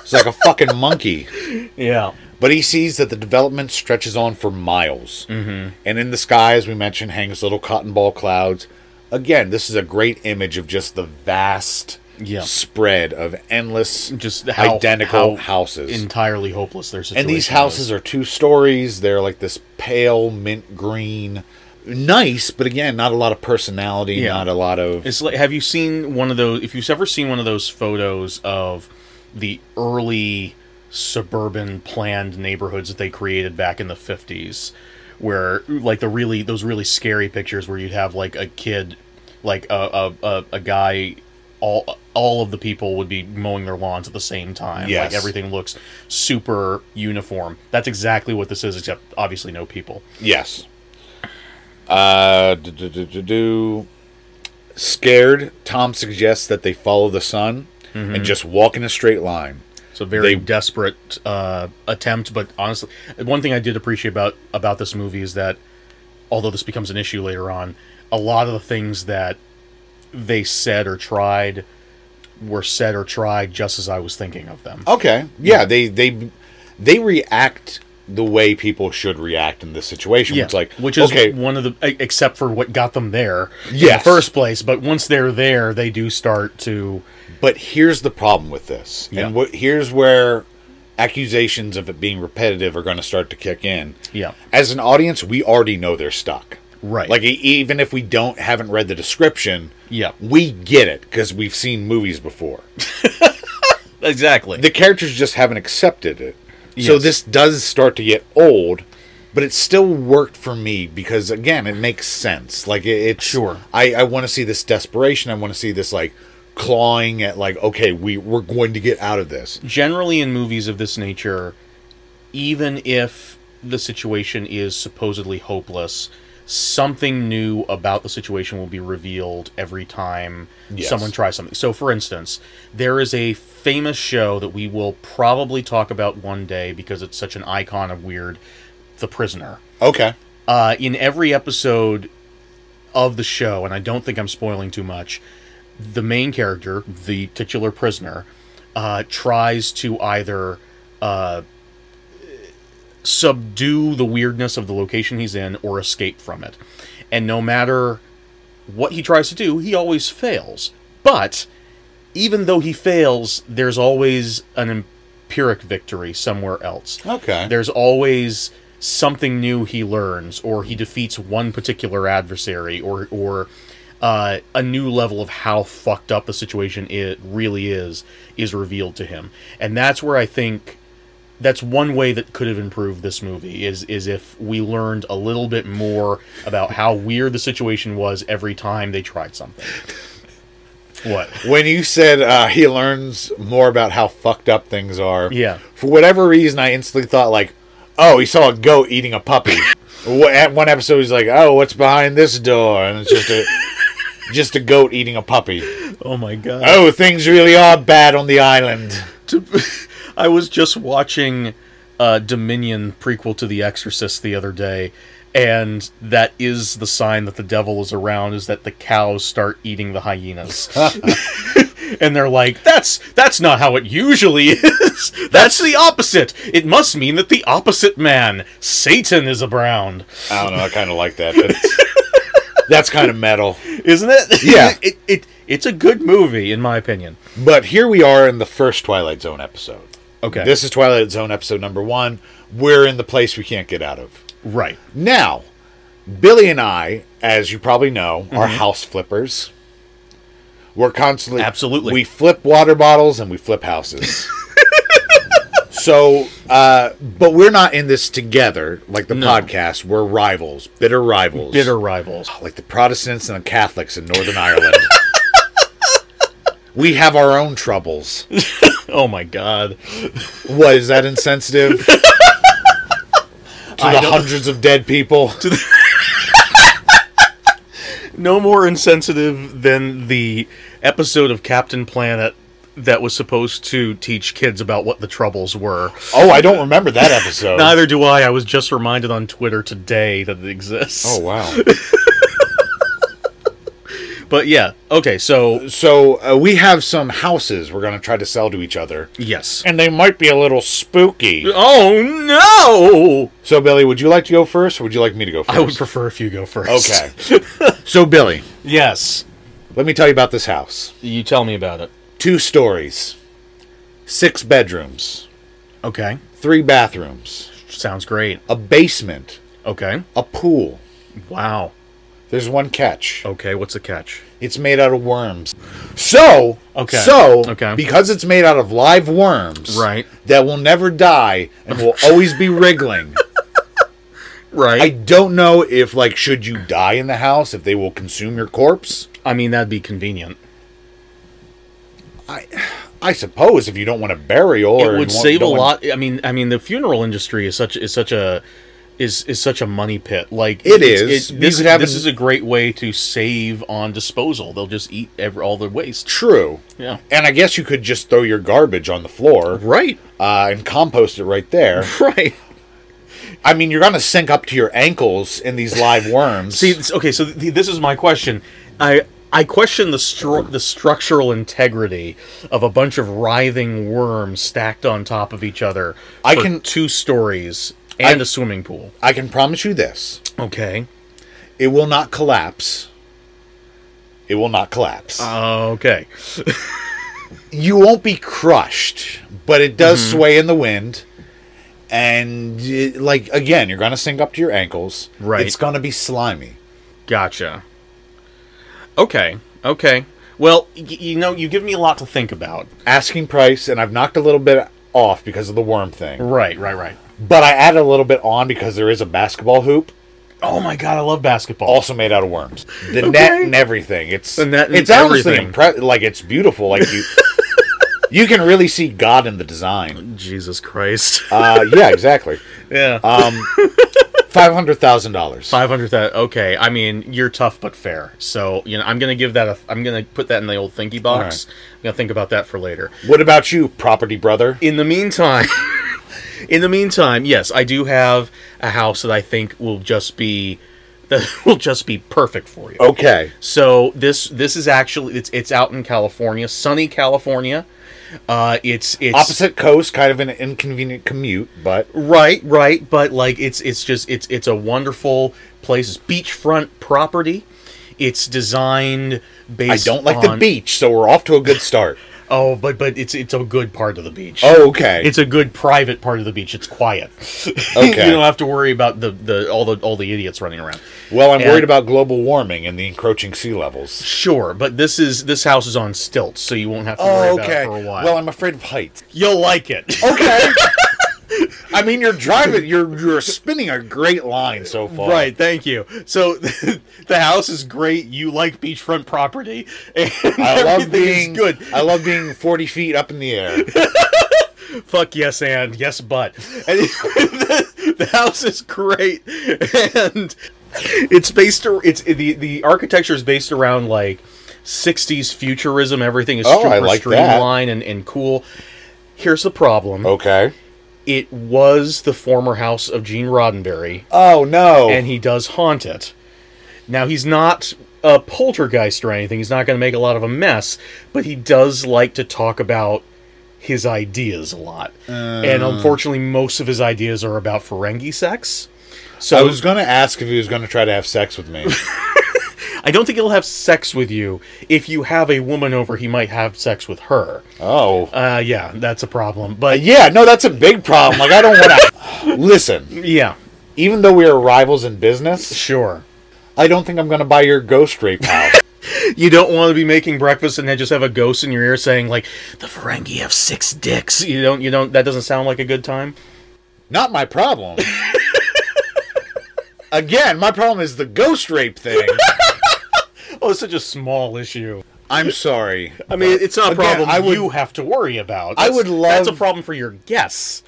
A: it's like a fucking monkey.
E: Yeah.
A: But he sees that the development stretches on for miles. Mm-hmm. And in the sky, as we mentioned, hangs little cotton ball clouds. Again, this is a great image of just the vast
E: Yeah.
A: spread of endless,
E: Just how
A: identical
E: how
A: houses.
E: Entirely hopeless. Their situation.
A: and these
E: is.
A: houses are two stories. They're like this pale mint green. Nice, but again, not a lot of personality,
E: Yeah.
A: not a lot of.
E: It's like have you seen one of those? If you've ever seen one of those photos of the early suburban planned neighborhoods that they created back in the fifties, where like the really those really scary pictures where you'd have like a kid, like a a, a, a guy. All, all of the people would be mowing their lawns at the same time.
A: Yes.
E: Like everything looks super uniform. That's exactly what this is, except obviously no people.
A: Yes. Uh, do, do, do, do, do. Scared, Tom suggests that they follow the sun
E: Mm-hmm.
A: and just walk in a straight line.
E: It's a very
A: They-
E: desperate uh, attempt, but honestly, one thing I did appreciate about about this movie is that, although this becomes an issue later on, a lot of the things that they said or tried were said or tried just as I was thinking of them.
A: Okay. Yeah, they they they react the way people should react in this situation. It's like
E: which is
A: okay,
E: one of the e- except for what got them there in the
A: Yes.
E: first place. But once they're there, they do start to
A: but here's the problem with this,
E: Yeah.
A: and what here's where accusations of it being repetitive are going to start to kick in.
E: yeah
A: As an audience, we already know they're stuck.
E: right
A: Like e- even if we don't haven't read the description,
E: yeah
A: we get it because we've seen movies before.
E: exactly
A: The characters just haven't accepted it. So
E: Yes.
A: this does start to get old, but it still worked for me because again, it makes sense. Like it, it's
E: Sure.
A: I, I want to see this desperation. I want to see this like clawing at like okay, we we're going to get out of this.
E: generally in movies of this nature, even if the situation is supposedly hopeless, something new about the situation will be revealed every time
A: Yes.
E: someone tries something. So, for instance, there is a famous show that we will probably talk about one day because it's such an icon of weird The Prisoner
A: Okay.
E: uh, in every episode of the show, and I don't think I'm spoiling too much, the main character, the titular prisoner, uh, tries to either uh, subdue the weirdness of the location he's in or escape from it. And no matter what he tries to do, he always fails. But even though he fails, there's always an empiric victory somewhere else.
A: Okay.
E: There's always something new he learns, or he defeats one particular adversary, or or uh, a new level of how fucked up the situation it really is is revealed to him, and that's where I think that's one way that could have improved this movie is is if we learned a little bit more about how weird the situation was every time they tried something. What?
A: when you said uh, he learns more about how fucked up things are,
E: Yeah.
A: For whatever reason, I instantly thought like, oh, he saw a goat eating a puppy. Wha- At one episode, he's like, oh, what's behind this door? And it's just a just a goat eating a puppy.
E: Oh my god.
A: Oh, things really are bad on the island.
E: I was just watching uh, Dominion prequel to The Exorcist the other day, and that is the sign that the devil is around is that the cows start eating the hyenas. and they're like, "That's that's not how it usually is. That's the opposite. It must mean that the opposite man, Satan, is around,
A: I don't know. I kind of like that. But it's- that's kind of metal.
E: isn't it?
A: Yeah.
E: it, it it's a good movie in my opinion.
A: But here we are in the first Twilight Zone episode.
E: Okay,
A: This is Twilight Zone episode number one. We're in the place we can't get out of.
E: right?
A: Now, Billy and I, as you probably know, are
E: Mm-hmm.
A: house flippers. We're constantly
E: Absolutely.
A: we flip water bottles and we flip houses. so, uh, but we're not in this together like the podcast. We're rivals, bitter rivals,
E: Bitter rivals.
A: like the Protestants and the Catholics in Northern Ireland. we have our own troubles.
E: Oh my god.
A: What is that insensitive? to the
E: don't-
A: hundreds of dead people.
E: No more insensitive than the episode of Captain Planet that was supposed to teach kids about what the troubles were.
A: oh, I don't remember that episode.
E: Neither do I. I was just reminded on Twitter today that it exists.
A: oh wow.
E: But yeah, okay, so
A: So uh, we have some houses we're gonna try to sell to each other,
E: yes.
A: and they might be a little spooky.
E: Oh no!
A: So Billy, would you like to go first, or would you like me to go first?
E: I would prefer if you go first.
A: Okay. so Billy,
E: Yes.
A: let me tell you about this house.
E: You tell me about it.
A: Two stories, six bedrooms,
E: Okay.
A: three bathrooms,
E: Sounds great.
A: a basement,
E: Okay.
A: a pool.
E: Wow.
A: There's one catch.
E: Okay, what's the catch?
A: It's made out of worms. So,
E: Okay.
A: so
E: Okay.
A: because it's made out of live worms,
E: Right.
A: that will never die and will always be wriggling. I
E: Right.
A: don't know if like should you die in the house if they will consume your corpse.
E: I, mean, that'd be convenient.
A: I suppose if you don't want a burial, or
E: it would
A: you want-
E: save a
A: don't want-
E: lot. I mean, I mean, the funeral industry is such is such a is is such a money pit. Like
A: It
E: it's-
A: is.
E: It,
A: We
E: this
A: could have
E: this
A: an-
E: is a great way to save on disposal. They'll just eat every, all the waste.
A: True.
E: Yeah.
A: And I guess you could just throw your garbage on the floor
E: Right.
A: uh, and compost it right there.
E: Right.
A: I mean, you're gonna sink up to your ankles in these live worms.
E: See, this- okay, so th- this is my question. I I question the stru- the structural integrity of a bunch of writhing worms stacked on top of each other.
A: I
E: for
A: can-
E: two stories and
A: I-
E: a swimming pool.
A: I can promise you this:
E: Okay.
A: it will not collapse. It will not
E: Ah,
A: collapse.
E: Uh, Okay.
A: you won't be crushed, but it does
E: Mm-hmm.
A: sway in the wind. And it, like again, you're gonna sink up to your ankles.
E: Right.
A: It's gonna be slimy.
E: Gotcha. Okay. Okay. Well, y- you know, you give me a lot to think about.
A: Asking price, and I've knocked a little bit off because of the worm thing,
E: Right, right, right.
A: but I added a little bit on because there is a basketball hoop
E: Oh my god, I love basketball.
A: also made out of worms. The net and everything. It's
E: The net and
A: it's honestly
E: everything.
A: impre- like it's beautiful. Like you you can really see God in the design.
E: Jesus Christ.
A: Uh, yeah, exactly.
E: yeah.
A: Um, five hundred thousand dollars.
E: Five hundred thousand. Okay, I mean you're tough but fair. So you know I'm gonna give that. A, I'm gonna put that in the old thinky box. I'm gonna think about that for later.
A: What about you, property brother?
E: In the meantime, in the meantime, yes, I do have a house that I think will just be that will just be perfect for you.
A: Okay.
E: So this this is actually it's it's out in California, sunny California. Uh, it's it's
A: Opposite coast, kind of an inconvenient commute, but
E: Right, right, but like it's it's just it's it's a wonderful place. It's beachfront property. It's designed
A: I
E: based.
A: don't like the
E: on-
A: beach, so we're off to a good start.
E: Oh, but but it's it's a good part of the beach.
A: Oh, okay.
E: It's a good private part of the beach. It's quiet. you
A: Okay.
E: don't have to worry about the, the all the all the idiots running around.
A: well, I'm
E: and-
A: worried about global warming and the encroaching sea levels.
E: Sure, but this is this house is on stilts, so you won't have to worry about it for a while.
A: Well, I'm afraid of heights.
E: you'll like it.
A: Okay. I mean, you're driving. You're you're spinning a great line so far.
E: Right, thank you. So the house is great. You like beachfront property. And
A: I love
E: everything is
A: being
E: good.
A: I love being 40 feet up in the air.
E: fuck yes and yes but and the, the house is great and it's based ar- it's the the architecture is based around like 60s futurism everything is
A: Oh,
E: super
A: I like that.
E: streamlined and, and cool here's the problem
A: Okay.
E: it was the former house of gene roddenberry
A: Oh no.
E: and he does haunt it. Now he's not a poltergeist or anything. He's not going to make a lot of a mess, but he does like to talk about his ideas a lot.
A: Uh.
E: and unfortunately, most of his ideas are about Ferengi sex. So
A: I was gonna ask if he was gonna try to have sex with me.
E: I don't think he'll have sex with you. If you have a woman over, he might have sex with her.
A: Oh.
E: Uh, yeah, that's a problem. But
A: yeah, no, that's a big problem. Like I don't wanna Listen,
E: yeah,
A: even though we are rivals in business,
E: sure.
A: I don't think I'm gonna buy your ghost rape house.
E: You don't want to be making breakfast and then just have a ghost in your ear saying like, "The Ferengi have six dicks." You don't. You don't. That doesn't sound like a good time.
A: Not my problem. Again, my problem is the ghost rape thing.
E: Oh, it's such a small issue.
A: I'm sorry.
E: I mean, it's not a
A: Again,
E: problem
A: I would-
E: you have to worry about.
A: I would love-
E: That's a problem for your guests.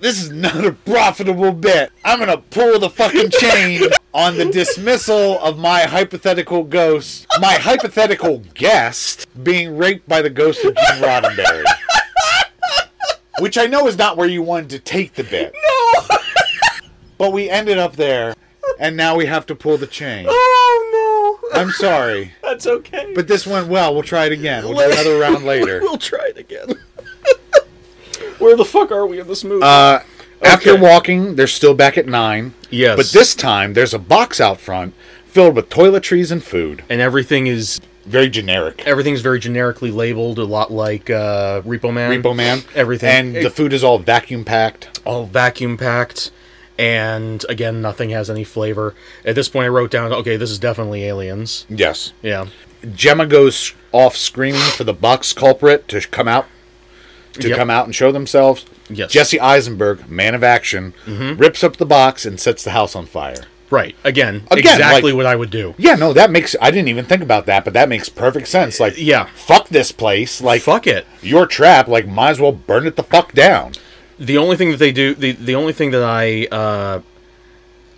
A: This is not a profitable bet. I'm gonna pull the fucking chain on the dismissal of my hypothetical ghost, my hypothetical guest being raped by the ghost of Gene Roddenberry. Which I know is not where you wanted to take the bet. No! But we ended up there, and now we have to pull the chain.
E: Oh no,
A: I'm sorry.
E: that's okay.
A: But this went well. We'll try it again. We'll do another round later.
E: we'll try it again. Where the fuck are we in this movie?
A: After
E: Okay.
A: walking, they're still back at nine.
E: Yes.
A: But this time, there's a box out front filled with toiletries and food.
E: and everything is
A: Very generic.
E: everything's very generically labeled, a lot like uh, Repo Man.
A: Repo Man.
E: Everything.
A: And the food is all vacuum packed.
E: all vacuum packed and again nothing has any flavor at this point i wrote down okay this is definitely aliens
A: Yes.
E: yeah
A: Gemma goes off screaming for the box culprit to come out. To
E: Yep.
A: come out and show themselves.
E: Yes. Mm-hmm.
A: Jesse Eisenberg, man of action, rips up the box and sets the house on fire.
E: right again,
A: Again,
E: exactly
A: like-
E: what i would do
A: Yeah, no, that makes. I didn't even think about that, but that makes perfect sense. Like,
E: Yeah.
A: fuck this place. Like,
E: fuck it
A: your trap, like, might as well burn it the fuck down.
E: the only thing that they do the, the only thing that i uh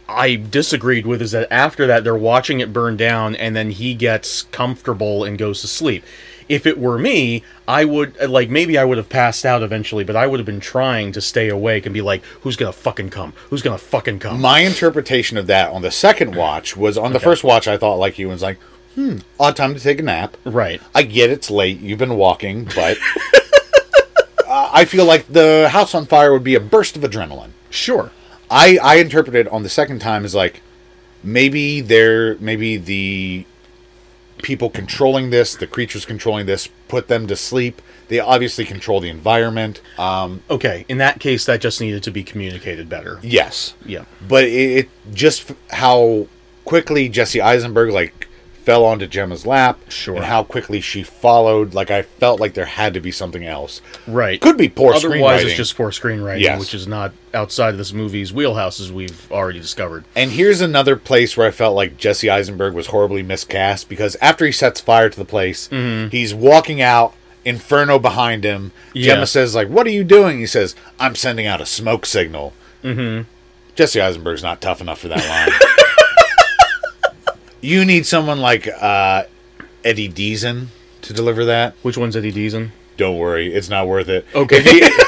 E: i disagreed with is that after that they're watching it burn down and then he gets comfortable and goes to sleep if it were me i would uh, like maybe i would have passed out eventually but i would have been trying to stay awake and be like who's gonna fucking come who's gonna fucking come
A: My interpretation of that on the second watch was on the first watch, I thought, like you, and was like, hmm, odd time to take a nap.
E: right
A: I get it's late, you've been walking, but uh, I feel like the house on fire would be a burst of adrenaline.
E: Sure.
A: I, I interpreted on the second time as like maybe they're maybe the people controlling this, the creatures controlling this, put them to sleep. They obviously control the environment. Um,
E: Okay. In that case, that just needed to be communicated better.
A: yes,
E: Yeah.
A: but it, it just f- how quickly Jesse Eisenberg like fell onto Gemma's lap,
E: Sure.
A: and how quickly she followed. Like I felt like there had to be something else.
E: Right.
A: Could be poor
E: Otherwise,
A: screenwriting.
E: it's just poor screenwriting,
A: Yes.
E: which is not outside of this movie's wheelhouse, as we've already discovered.
A: And here's another place where I felt like Jesse Eisenberg was horribly miscast because after he sets fire to the place, he's walking out, Inferno behind him.
E: Yeah.
A: Gemma says, like, what are you doing? He says, I'm sending out a smoke signal. Mm-hmm. Jesse Eisenberg's not tough enough for that line. you need someone like uh, Eddie Deason to deliver that.
E: Which one's Eddie Deason?
A: Don't worry, it's not worth it.
E: Okay.
A: If you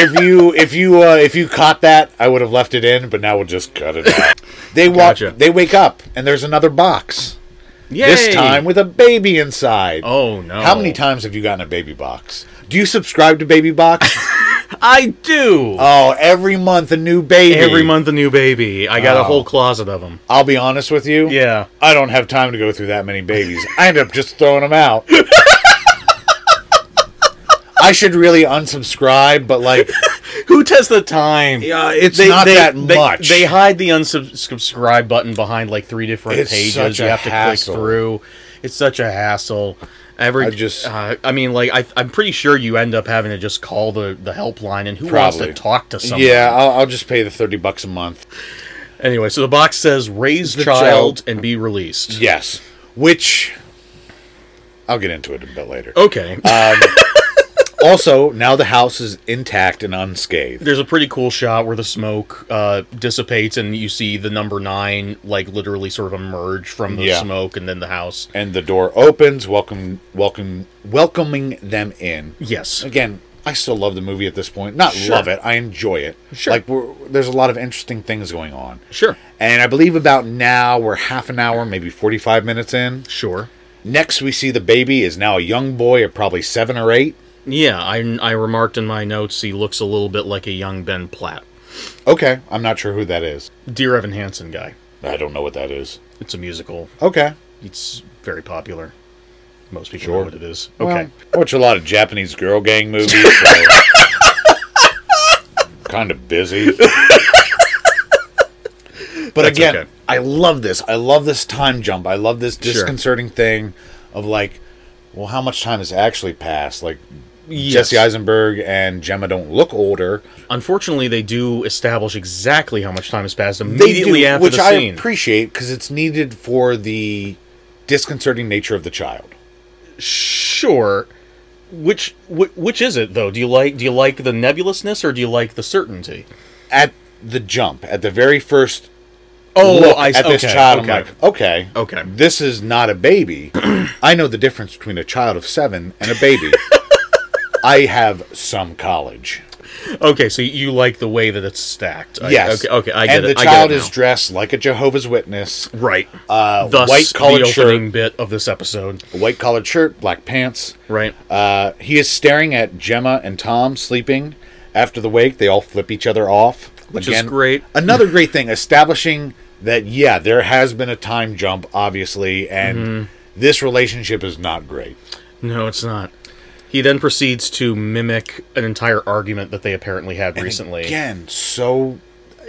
A: if you if you, uh, if you caught that, I would have left it in, but now we'll just cut it out. They walk.
E: Gotcha.
A: They wake up and there's another box.
E: Yay!
A: This time with a baby inside.
E: Oh no!
A: How many times have you gotten a baby box? Do you subscribe to baby box?
E: I do.
A: oh, every month a new baby.
E: Every month, a new baby. I got
A: Oh.
E: a whole closet of them.
A: I'll be honest with you.
E: Yeah.
A: I don't have time to go through that many babies. I end up just throwing them out. I should really unsubscribe, but like
E: Who tests the time?
A: Yeah, it's not that
E: they,
A: much.
E: They hide the unsubscribe button behind like three different
A: It's
E: pages.
A: such
E: you
A: a
E: have to
A: hassle.
E: click through. It's such a hassle. Every
A: I just-
E: uh, I mean, like I, I'm pretty sure you end up having to just call the the helpline, and who
A: Probably.
E: wants to talk to someone?
A: Yeah, I'll, I'll just pay the thirty bucks a month.
E: Anyway, so the box says "raise
A: The
E: child,
A: child.
E: and be released."
A: Yes, which I'll get into it a bit later.
E: Okay.
A: Also, now the house is intact and unscathed.
E: There's a pretty cool shot where the smoke uh, dissipates, and you see the number nine like literally sort of emerge from the
A: Yeah.
E: smoke, and then the house.
A: And the door opens, welcome, welcome, welcoming them in.
E: Yes.
A: Again, I still love the movie at this point. Not
E: Sure.
A: love it, I enjoy it.
E: Sure.
A: Like we're, there's a lot of interesting things going on.
E: Sure.
A: And I believe about now we're half an hour, maybe 45 minutes in.
E: Sure.
A: Next, we see the baby is now a young boy of probably seven or eight.
E: Yeah, I, I remarked in my notes he looks a little bit like a young Ben Platt.
A: Okay, I'm not sure who that is.
E: Dear Evan Hansen guy.
A: I don't know what that is.
E: It's a musical.
A: Okay.
E: It's very popular. Most people
A: Sure.
E: know what it is.
A: Okay.
E: Okay.
A: I watch a lot of Japanese girl gang movies, so kind of busy. But
E: That's
A: again,
E: okay.
A: I love this. I love this time jump. I love this disconcerting thing of like, well, how much time has actually passed? Like
E: Yes.
A: Jesse Eisenberg and Gemma don't look older.
E: Unfortunately, they do establish exactly how much time has passed immediately after
A: which
E: the
A: I
E: scene.
A: appreciate because it's needed for the disconcerting nature of the child.
E: Sure. Which wh- which is it though? Do you like do you like the nebulousness or do you like the certainty?
A: At the jump, at the very first
E: Oh,
A: look
E: I
A: at this
E: okay,
A: child,
E: okay.
A: I'm like, okay,
E: Okay.
A: this is not a baby. I know the difference between a child of seven and a baby. I have some college.
E: Okay, so you like the way that it's stacked. I-
A: Yes.
E: okay, okay, I get
A: and
E: it.
A: the
E: I get
A: child
E: it
A: is
E: now.
A: dressed like a Jehovah's Witness.
E: right.
A: Uh,
E: Thus,
A: white collared
E: the opening
A: shirt,
E: bit of this episode.
A: white collared shirt, black pants.
E: Right.
A: Uh, he is staring at Gemma and Tom sleeping. After the wake, they all flip each other off.
E: Which is great.
A: Another great thing, establishing that yeah, there has been a time jump, obviously, and
E: Mm-hmm.
A: this relationship is not great.
E: No, it's not. He then proceeds to mimic an entire argument that they apparently had recently.
A: Again, so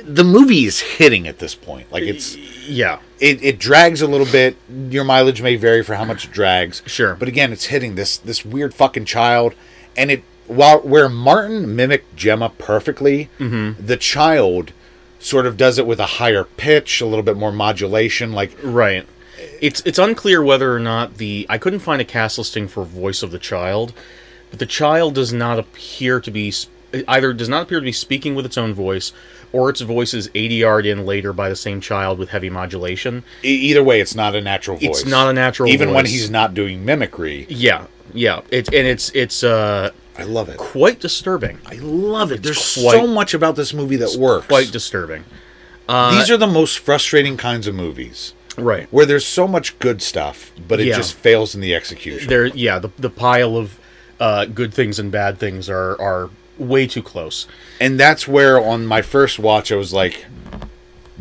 A: the movie is hitting at this point. Like it's
E: Yeah.
A: it, it drags a little bit. Your mileage may vary for how much it drags.
E: Sure.
A: But again, it's hitting this this weird fucking child, and it while where Martin mimicked Gemma perfectly, the child sort of does it with a higher pitch, a little bit more modulation. Like
E: Right. It's it's unclear whether or not the I couldn't find a cast listing for voice of the child, but the child does not appear to be s- either does not appear to be speaking with its own voice or its voice is ADR'd in later by the same child with heavy modulation.
A: e- either way, it's not a natural voice.
E: It's not a natural
A: Even when
E: voice.
A: he's not doing mimicry,
E: Yeah. Yeah. It's and it's it's uh
A: I love it.
E: quite disturbing.
A: I love it. There's so
E: quite-
A: much about this movie that works. Uh,
E: Quite disturbing.
A: These are the most frustrating kinds of movies.
E: Right.
A: Where there's so much good stuff, but it
E: Yeah.
A: just fails in the execution.
E: there yeah the, the pile of uh, good things and bad things are are way too close
A: and that's where on my first watch i was like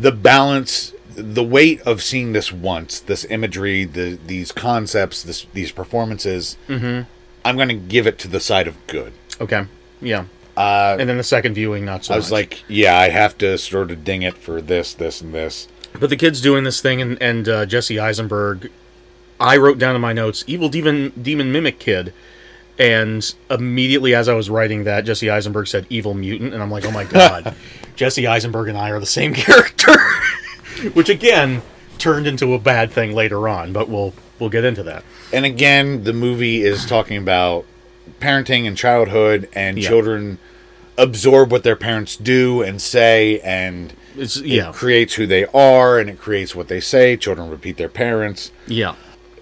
A: the balance the weight of seeing this once this imagery the these concepts this these performances i'm gonna give it to the side of good
E: okay yeah uh, and then the second viewing not so
A: i was
E: much.
A: like yeah i have to sort of ding it for this this and this
E: but the kid's doing this thing and, and uh, jesse eisenberg i wrote down in my notes evil demon demon mimic kid and immediately as i was writing that jesse eisenberg said evil mutant and i'm like oh my god jesse eisenberg and i are the same character which again turned into a bad thing later on but we'll we'll get into that
A: and again the movie is talking about parenting and childhood and
E: Yeah.
A: children absorb what their parents do and say and
E: it's
A: it
E: yeah
A: creates who they are and it creates what they say children repeat their parents
E: yeah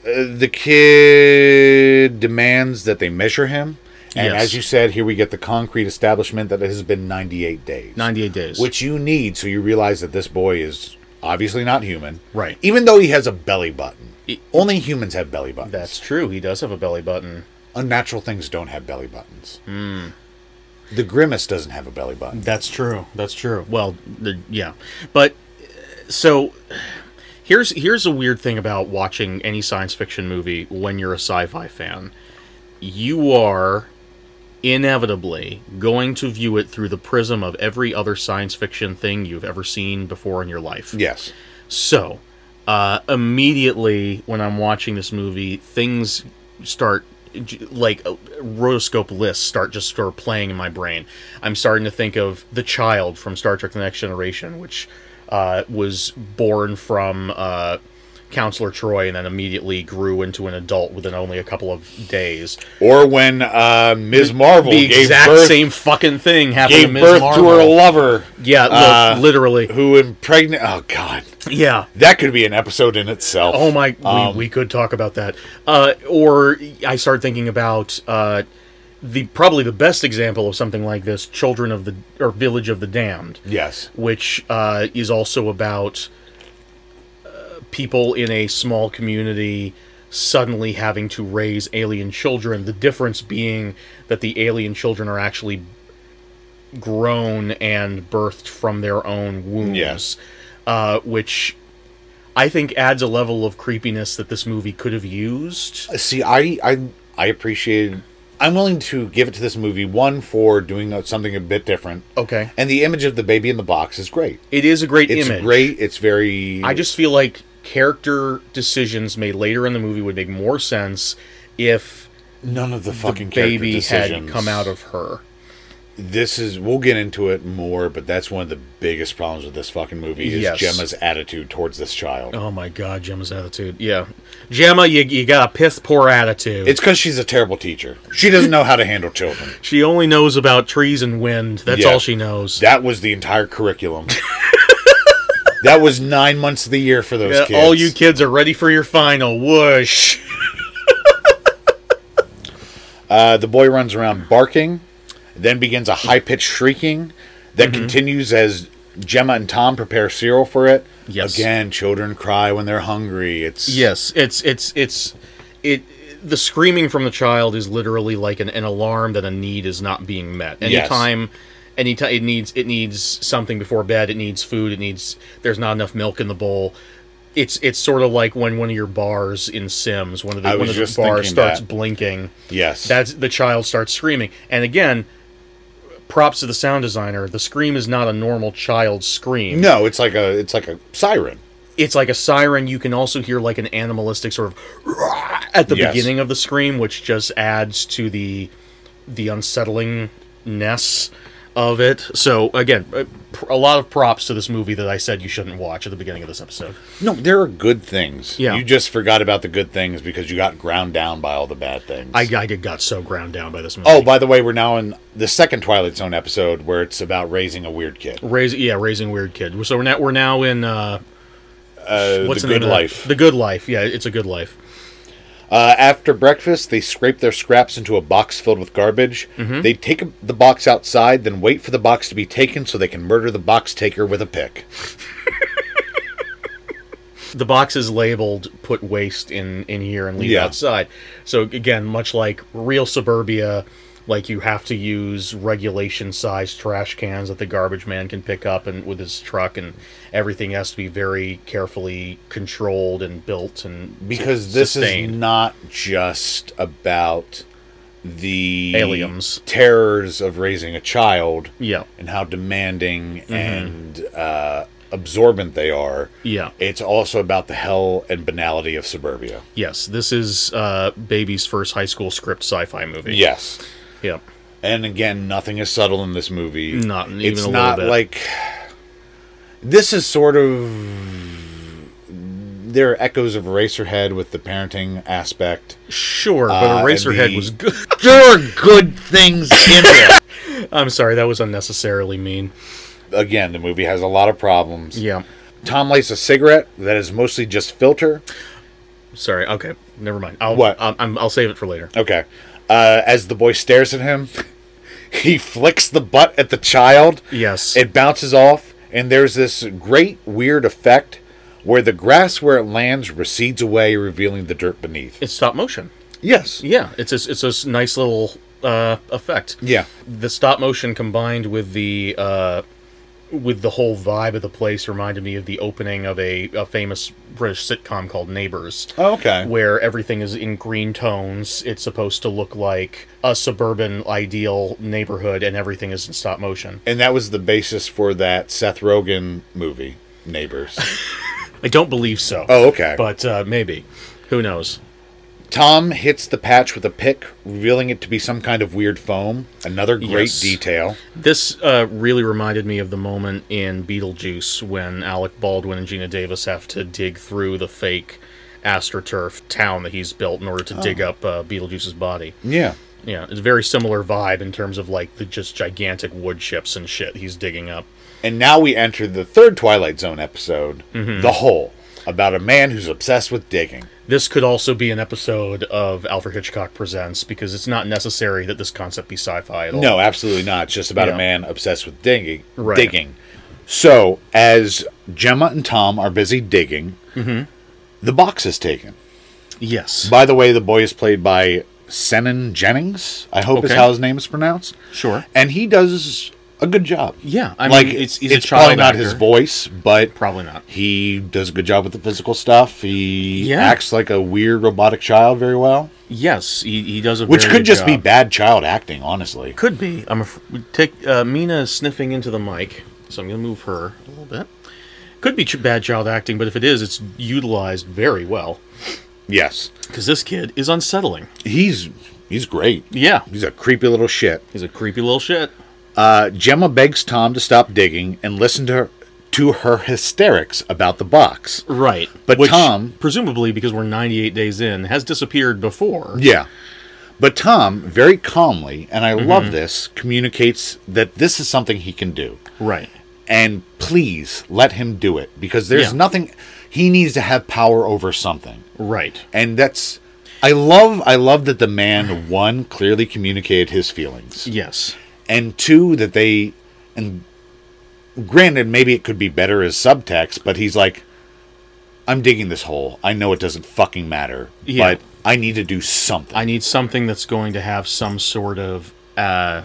A: the kid demands that they measure him. And
E: Yes.
A: as you said, here we get the concrete establishment that it has been 98 days.
E: 98 days.
A: Which you need so you realize that this boy is obviously not human.
E: Right.
A: Even though he has a belly button. Only humans have belly buttons.
E: that's true. He does have a belly button.
A: Unnatural things don't have belly buttons.
E: Hmm.
A: The Grimace doesn't have a belly button.
E: That's true. That's true. Well, the, yeah. But uh, so here's here's a weird thing about watching any science fiction movie when you're a sci-fi fan. You are inevitably going to view it through the prism of every other science fiction thing you've ever seen before in your life.
A: Yes.
E: So, uh, immediately when I'm watching this movie, things start j- like uh, rotoscope lists start just sort of playing in my brain. I'm starting to think of the child from Star Trek: The Next Generation, which uh, was born from. Uh, Counselor Troy, and then immediately grew into an adult within only a couple of days.
A: Or when uh, Ms. Marvel
E: The
A: gave
E: exact
A: birth,
E: same fucking thing happened to
A: gave
E: Ms.
A: birth
E: Marvel.
A: to her lover
E: yeah, li-
A: uh,
E: literally.
A: who impregnate. Oh, God.
E: Yeah,
A: That could be an episode in itself.
E: Oh my, we, we could talk about that. Uh, or I start thinking about uh, the probably the best example of something like this: Children of the or Village of the Damned,
A: Yes.
E: which uh, is also about uh, people in a small community suddenly having to raise alien children. The difference being that the alien children are actually grown and birthed from their own wombs,
A: Yes.
E: uh, which I think adds a level of creepiness that this movie could have used.
A: See, I I I appreciate. I'm willing to give it to this movie one for doing something a bit different.
E: Okay,
A: And the image of the baby in the box is great.
E: it is a great
A: It's
E: image.
A: great. It's very.
E: I just feel like character decisions made later in the movie would make more sense if
A: none of the fucking
E: baby
A: character
E: had
A: decisions
E: come out of her.
A: this is we'll get into it more, but that's one of the biggest problems with this fucking movie is
E: Yes.
A: Gemma's attitude towards this child.
E: Oh my God, Gemma's attitude. Yeah, Gemma, you, you got a piss poor attitude.
A: It's because she's a terrible teacher. She doesn't know how to handle children.
E: she only knows about trees and wind. That's
A: Yeah.
E: all she knows.
A: That was the entire curriculum. that was nine months of the year for those
E: Yeah,
A: kids.
E: all you kids are ready for your final. Whoosh.
A: Uh, the boy runs around barking, then begins a high pitched shrieking that
E: Mm-hmm.
A: continues as Gemma and Tom prepare cereal for it.
E: Yes.
A: Again, children cry when they're hungry. It's
E: Yes, it's it's it's it. The screaming from the child is literally like an, an alarm that a need is not being met.
A: Yes.
E: Anytime, anytime it needs it needs something before bed. It needs food. It needs there's not enough milk in the bowl. It's it's sort of like when one of your bars in Sims, one of
A: I
E: the one
A: was
E: of the
A: just
E: bars
A: thinking
E: starts
A: that.
E: blinking.
A: yes.
E: That's the child starts screaming. And again, props to the sound designer. The scream is not a normal child scream
A: no. It's like a it's like a siren.
E: it's like a siren. You can also hear like an animalistic sort of "Rah!" at the
A: Yes.
E: beginning of the scream, which just adds to the the unsettlingness of it. So again, uh, pr- a lot of props to this movie that I said you shouldn't watch at the beginning of this episode.
A: No, there are good things.
E: Yeah.
A: You just forgot about the good things because you got ground down by all the bad things.
E: I, I did- got so ground down by this movie.
A: Oh, by the way, we're now in the second Twilight Zone episode where it's about raising a weird kid.
E: raising yeah, raising weird kid. So we're now we're now in uh,
A: Uh,
E: what's
A: the
E: name
A: good
E: of that?
A: life.
E: The good life. Yeah, it's a good life.
A: Uh, after breakfast, they scrape their scraps into a box filled with garbage.
E: Mm-hmm.
A: They take a- the box outside, then wait for the box to be taken so they can murder the box taker with a pick.
E: the box is labeled put waste in in here and leave
A: Yeah.
E: outside so again much like real suburbia like you have to use regulation sized trash cans that the garbage man can pick up and with his truck and everything has to be very carefully controlled and built and
A: Because this
E: sustained.
A: is not just about the
E: Aliens.
A: terrors of raising a child
E: yeah
A: and how demanding and uh, absorbent they are.
E: Mm-hmm. yeah
A: It's also about the hell and banality of suburbia.
E: yes this is uh baby's first high school script sci-fi movie
A: Yes.
E: yeah
A: And again, nothing is subtle in this movie.
E: Not even
A: it's
E: a little
A: not
E: bit.
A: like this is sort of there are echoes of Eraserhead with the parenting aspect.
E: sure
A: Uh,
E: but
A: and
E: eraserhead
A: the-
E: was good
A: There are good things in there.
E: i'm sorry that was unnecessarily mean
A: Again, the movie has a lot of problems.
E: yeah
A: Tom lights a cigarette that is mostly just filter.
E: sorry okay never mind i'll
A: What?
E: I'll, I'm, I'll save it for later
A: Okay. Uh, as the boy stares at him, he flicks the butt at the child.
E: Yes.
A: It bounces off, and there's this great weird effect where the grass where it lands recedes away, revealing the dirt beneath.
E: it's stop motion.
A: Yes.
E: Yeah, it's a, it's a s- nice little uh, effect.
A: Yeah.
E: The stop motion combined with the uh, with the whole vibe of the place reminded me of the opening of a, a famous British sitcom called Neighbours.
A: Oh, okay.
E: Where everything is in green tones. It's supposed to look like a suburban ideal neighborhood, and everything is in stop motion.
A: And that was the basis for that Seth Rogen movie, Neighbors.
E: I don't believe so.
A: Oh, okay.
E: But uh, maybe. Who knows?
A: Tom hits the patch with a pick, revealing it to be some kind of weird foam. Another great
E: Yes.
A: detail.
E: This uh, really reminded me of the moment in Beetlejuice when Alec Baldwin and Gina Davis have to dig through the fake astroturf town that he's built in order to dig
A: Oh.
E: up uh, Beetlejuice's body.
A: Yeah.
E: Yeah, it's a very similar vibe in terms of like the just gigantic wood chips and shit he's digging up.
A: And now we enter the third Twilight Zone episode,
E: Mm-hmm.
A: The Hole, about a man who's obsessed with digging.
E: This could also be an episode of Alfred Hitchcock Presents because it's not necessary that this concept be sci-fi at all.
A: No, absolutely not. It's just about
E: Oh. Yeah.
A: a man obsessed with digging.
E: Right.
A: Digging. So, as Gemma and Tom are busy digging,
E: Mm-hmm.
A: the box is taken.
E: Yes.
A: By the way, the boy is played by Senan Jennings. I hope is
E: Okay.
A: how his name is pronounced.
E: Sure.
A: And he does a good job.
E: Yeah, I mean,
A: like
E: it's-
A: it's
E: he's a
A: it's probably
E: child
A: not
E: actor.
A: his voice, but
E: Probably not.
A: he does a good job with the physical stuff. He
E: Yeah.
A: acts like a weird robotic child very well,
E: Yes, he, he does a
A: which
E: very
A: could
E: good
A: just be
E: job.
A: bad child acting, honestly.
E: Could be. I'm af- take uh, Mina is sniffing into the mic, so I'm gonna move her a little bit. Could be ch- bad child acting, but if it is, it's utilized very well
A: Yes,
E: because this kid is unsettling.
A: he's he's great.
E: Yeah,
A: He's a creepy little shit.
E: he's a creepy little shit.
A: Uh, Gemma begs Tom to stop digging and listen to her, to her hysterics about the box.
E: Right.
A: But Tom-
E: presumably because we're 98 days in, has disappeared before.
A: Yeah. But Tom, very calmly, and I
E: Mm-hmm.
A: love this, communicates that this is something he can do.
E: Right.
A: And please let him do it because there's
E: Yeah.
A: nothing he needs to have power over something.
E: Right.
A: And that's I love I love that the man one clearly communicated his feelings
E: Yes.
A: and two that they and granted maybe it could be better as subtext but he's like i'm digging this hole i know it doesn't fucking matter
E: Yeah.
A: but i need to do something
E: I need something that's going to have some sort of uh,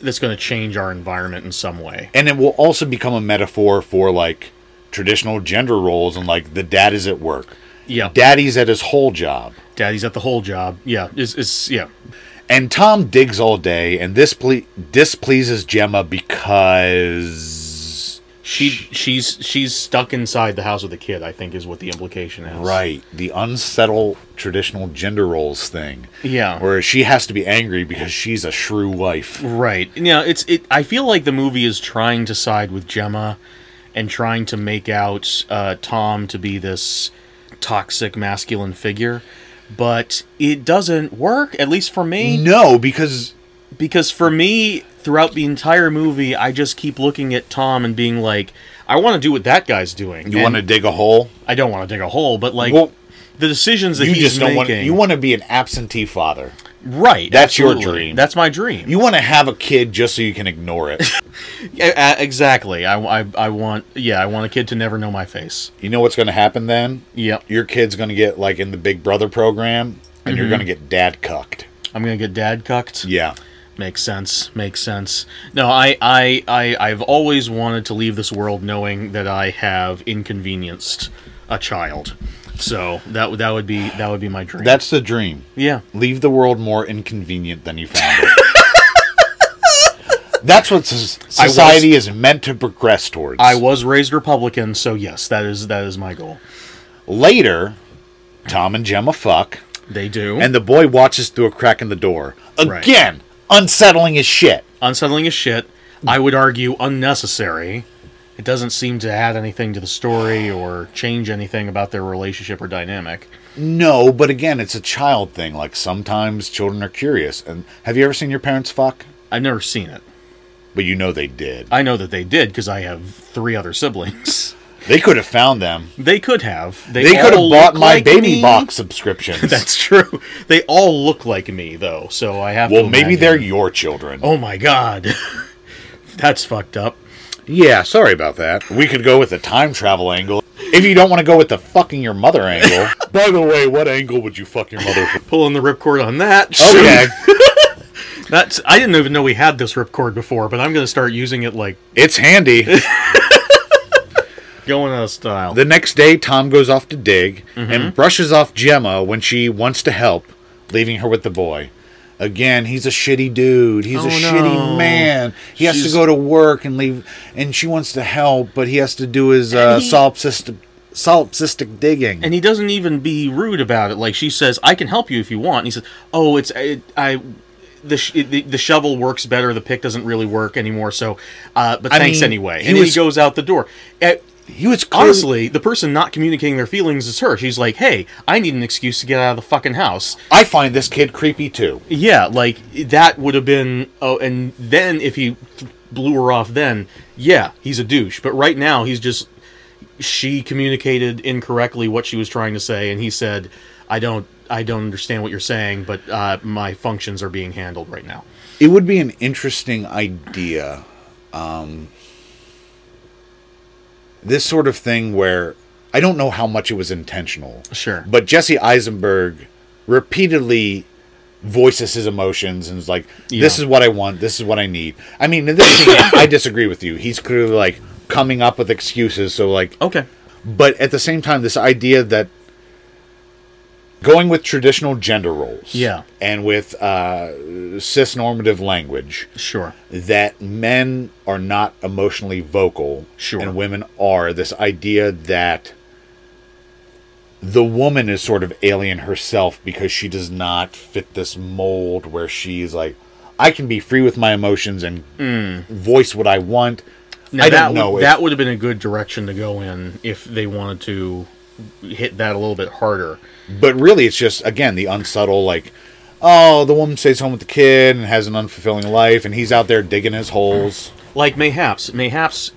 E: that's going to change our environment in some way.
A: and it will also become a metaphor for like traditional gender roles and like the dad is at work
E: Yeah.
A: daddy's at his whole job
E: Daddy's at the whole job. Yeah. Is is yeah.
A: and tom digs all day and this ple- displeases gemma because
E: She she's she's stuck inside the house with the kid. I think is what the implication is.
A: Right. The unsettled traditional gender roles thing.
E: Yeah.
A: Where she has to be angry because she's a shrew wife.
E: Right. Yeah, it's it I feel like the movie is trying to side with Gemma and trying to make out uh, Tom to be this toxic masculine figure, but it doesn't work at least for me
A: No, because
E: because for me throughout the entire movie I just keep looking at Tom and being like I want to do what that guy's doing.
A: you
E: And
A: want to dig a hole.
E: I don't want to dig a hole, but like
A: Well,
E: the decisions that
A: You
E: he's
A: just don't want
E: making
A: you want to be an absentee father.
E: right.
A: that's your
E: absolutely.
A: dream.
E: That's my dream.
A: You want to have a kid just so you can ignore it.
E: Yeah, uh, exactly. I, I, I want yeah, I want a kid to never know my face.
A: you know what's going to happen then?
E: Yep.
A: Your kid's going to get like in the Big Brother program and
E: Mm-hmm.
A: you're going to get dad cucked.
E: I'm gonna get dad cucked.
A: Yeah.
E: Makes sense. Makes sense. No, I, I, I, I've always wanted to leave this world knowing that I have inconvenienced a child. So that would- that would be that would be my dream.
A: That's the dream.
E: yeah.
A: Leave the world more inconvenient than you found it. That's what s-
E: I was-
A: society is meant to progress towards.
E: I was raised Republican, so yes, that is that is my goal.
A: Later, Tom and Gemma fuck,
E: They do.
A: and the boy watches through a crack in the door.
E: Right.
A: Again, unsettling as shit.
E: unsettling as shit. I would argue unnecessary. It doesn't seem to add anything to the story or change anything about their relationship or dynamic.
A: No, but again, it's a child thing. Like sometimes children are curious. And have you ever seen your parents fuck?
E: I've never seen it.
A: But you know they did.
E: I know that they did because I have three other siblings.
A: They could have found them.
E: They could have.
A: They could have
E: all
A: bought
E: look
A: my
E: like
A: baby
E: me.
A: box subscriptions.
E: That's true. They all look like me though, so I have.
A: well,
E: to
A: maybe
E: imagine-
A: they're your children.
E: Oh my god, that's fucked up.
A: Yeah, sorry about that. We could go with the time travel angle. If you don't want to go with the fucking your mother angle. By the way, what angle would you fuck your mother for?
E: Pulling the ripcord on that.
A: Oh yeah.
E: that's. I didn't even know we had this ripcord before, but I'm gonna start using it like
A: It's handy.
E: going out of style.
A: The next day, Tom goes off to dig and brushes off Gemma when she wants to help, leaving her with the boy. Again, he's a shitty dude. He's
E: Oh,
A: a
E: no.
A: shitty man. He has
E: She's-
A: to go to work and leave, and she wants to help, but he has to do his uh, solipsistic, solipsistic digging.
E: and he doesn't even be rude about it. Like she says, "I can help you if you want." And he says, "Oh, it's I, I the, sh- the the shovel works better. The pick doesn't really work anymore. So, uh, but
A: I
E: thanks
A: mean,
E: anyway."
A: he
E: And then he
A: was-
E: goes out the door. Uh,
A: he was clearly-
E: honestly, the person not communicating their feelings is her. She's like, "Hey, I need an excuse to get out of the fucking house."
A: I find this kid creepy too.
E: Yeah, like that would have been. Oh, and then if he th- blew her off, then yeah, he's a douche. But right now, he's just. She communicated incorrectly what she was trying to say, and he said, "I don't, I don't understand what you're saying, but uh, my functions are being handled right now."
A: It would be an interesting idea. Um, this sort of thing where I don't know how much it was intentional.
E: Sure.
A: But Jesse Eisenberg repeatedly voices his emotions and is like, this
E: Yeah.
A: is what I want. This is what I need. I mean, in this scene, I disagree with you. He's clearly like coming up with excuses. So, like,
E: Okay.
A: but at the same time, this idea that going with traditional gender roles
E: Yeah.
A: and with uh, cis normative language
E: Sure.
A: that men are not emotionally vocal
E: Sure.
A: and women are this idea that the woman is sort of alien herself because she does not fit this mold where she's like I can be free with my emotions and voice what I want.
E: Mm. Now,
A: I
E: that
A: don't know
E: Would,
A: if-
E: that would have been a good direction to go in if they wanted to hit that a little bit harder.
A: But really, it's just again the unsubtle like, oh, the woman stays home with the kid and has an unfulfilling life, and he's out there digging his holes.
E: Like mayhaps, mayhaps,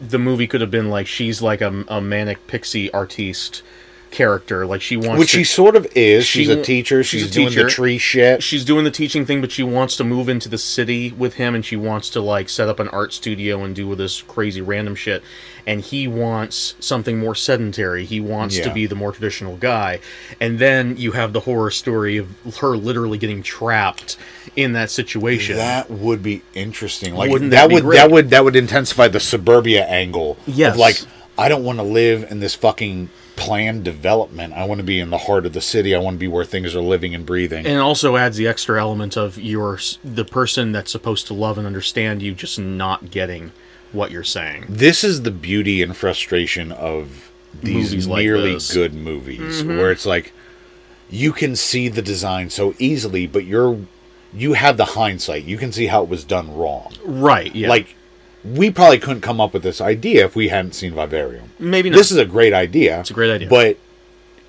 E: the movie could have been like she's like a, a manic pixie artiste character. Like she wants
A: Which
E: to,
A: she sort of is.
E: She
A: She's
E: wa-
A: a teacher.
E: she's
A: She's,
E: a
A: doing
E: teacher.
A: the tree shit.
E: she's doing the teaching thing, but she wants to move into the city with him, and she wants to like set up an art studio and do this crazy random shit. And he wants something more sedentary. He wants to
A: Yeah.
E: be the more traditional guy. And then you have the horror story of her literally getting trapped in that situation.
A: That would be interesting. Like
E: Wouldn't that
A: that,
E: be
A: would
E: great?
A: that would that would intensify the suburbia angle.
E: Yes.
A: Of like I don't want to live in this fucking planned development. I want to be in the heart of the city. I want to be where things are living and breathing.
E: and it also adds the extra element of your the person that's supposed to love and understand you just not getting what you're saying.
A: this is the beauty and frustration of
E: Movies
A: these
E: like
A: merely
E: this.
A: good movies where it's like you can see the design so easily but you're you have the hindsight you can see how it was done wrong
E: Right. Yeah.
A: like we probably couldn't come up with this idea if we hadn't seen vivarium
E: maybe not.
A: this is a great idea it's
E: a great idea.
A: but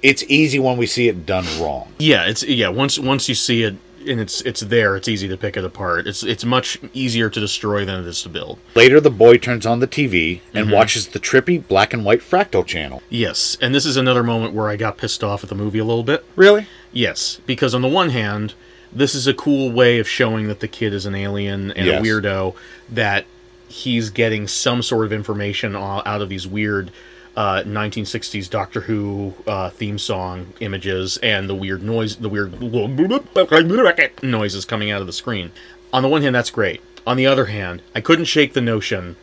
A: it's easy when we see it done wrong
E: Yeah, it's yeah. Once once you see it and it's it's there, it's easy to pick it apart. It's it's much easier to destroy than it is to build.
A: later the boy turns on the tv
E: Mm-hmm.
A: and watches the trippy black and white fractal channel
E: Yes, and this is another moment where I got pissed off at the movie a little bit.
A: really
E: Yes, because on the one hand, this is a cool way of showing that the kid is an alien and
A: Yes.
E: a weirdo that he's getting some sort of information o- out of these weird uh, 1960s Doctor Who uh, theme song images and the weird noise, the weird noises coming out of the screen. On the one hand, that's great. On the other hand, I couldn't shake the notion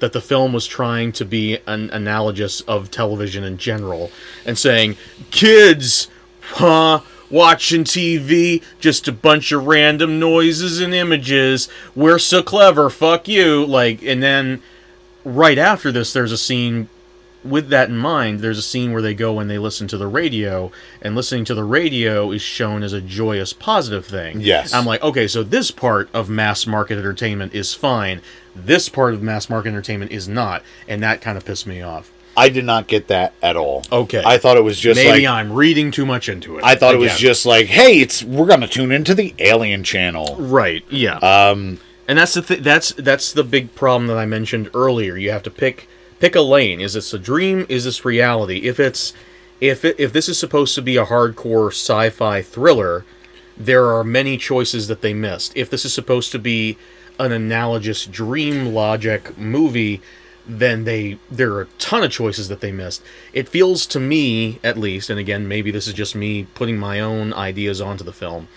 E: that the film was trying to be an analogous of television in general and saying, kids, huh, watching TV, just a bunch of random noises and images. We're so clever, fuck you. Like, and then right after this, there's a scene with that in mind. There's a scene where they go and they listen to the radio, and listening to the radio is shown as a joyous, positive thing.
A: Yes.
E: I'm like, okay, so this part of mass market entertainment is fine. This part of mass market entertainment is not, and that kind of pissed me off.
A: i did not get that at all
E: Okay.
A: i thought it was just like
E: Maybe I'm reading too much into it.
A: I thought it was
E: Again.
A: just like, hey, it's we're gonna tune into the Alien Channel.
E: Right. Yeah. Um, and that's the th- that's that's the big problem that I mentioned earlier. You have to pick pick a lane. Is this a dream? Is this reality? If it's if it, if this is supposed to be a hardcore sci-fi thriller, there are many choices that they missed. If this is supposed to be an analogous dream logic movie, then they there are a ton of choices that they missed. It feels to me, at least, and again, maybe this is just me putting my own ideas onto the film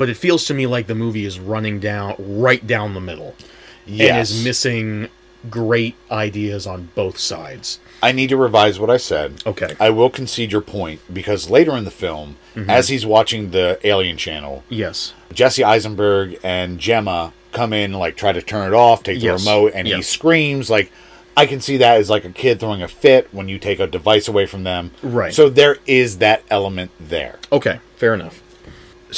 E: but it feels to me like the movie is running down right down the middle and is missing great ideas on both sides.
A: I need to revise what I said.
E: Okay.
A: I will concede your point because later in the film,
E: Mm-hmm.
A: as he's watching the Alien Channel,
E: Yes.
A: Jesse Eisenberg and Gemma come in like try to turn it off, take the
E: Yes.
A: remote, and he
E: Yes.
A: screams like. I can see that as like a kid throwing a fit when you take a device away from them.
E: Right.
A: So there is that element there.
E: Okay. Fair enough.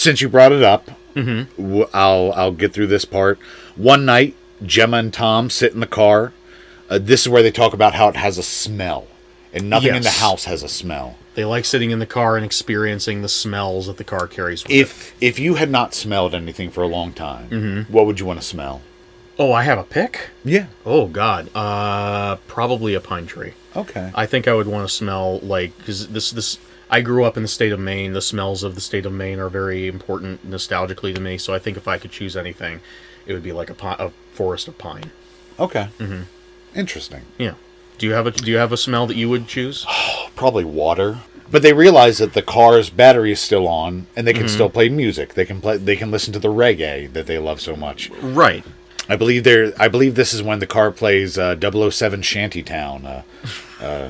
A: since you brought it up, w- I'll I'll get through this part. One night, Gemma and Tom sit in the car. Uh, this is where they talk about how it has a smell, and nothing in the
E: Yes.
A: house has a smell.
E: They like sitting in the car and experiencing the smells that the car carries with it.
A: If if you had not smelled anything for a long time, what would you want to smell?
E: Oh, I have a pick?
A: Mm-hmm. Yeah.
E: Oh god. Uh probably a pine tree.
A: Okay.
E: I think I would want to smell like because this this I grew up in the state of Maine. The smells of the state of Maine are very important nostalgically to me. So I think if I could choose anything, it would be like a, pi- a forest of pine.
A: Okay. Interesting.
E: Yeah. Do you have a Do you have a smell that you would choose?
A: Probably water. But they realize that the car's battery is still on, and they can still play music. They can play. They can listen to the reggae that they love so much.
E: right.
A: I believe there. I believe this is when
E: oh
A: the car plays uh, 007 Shantytown. Uh,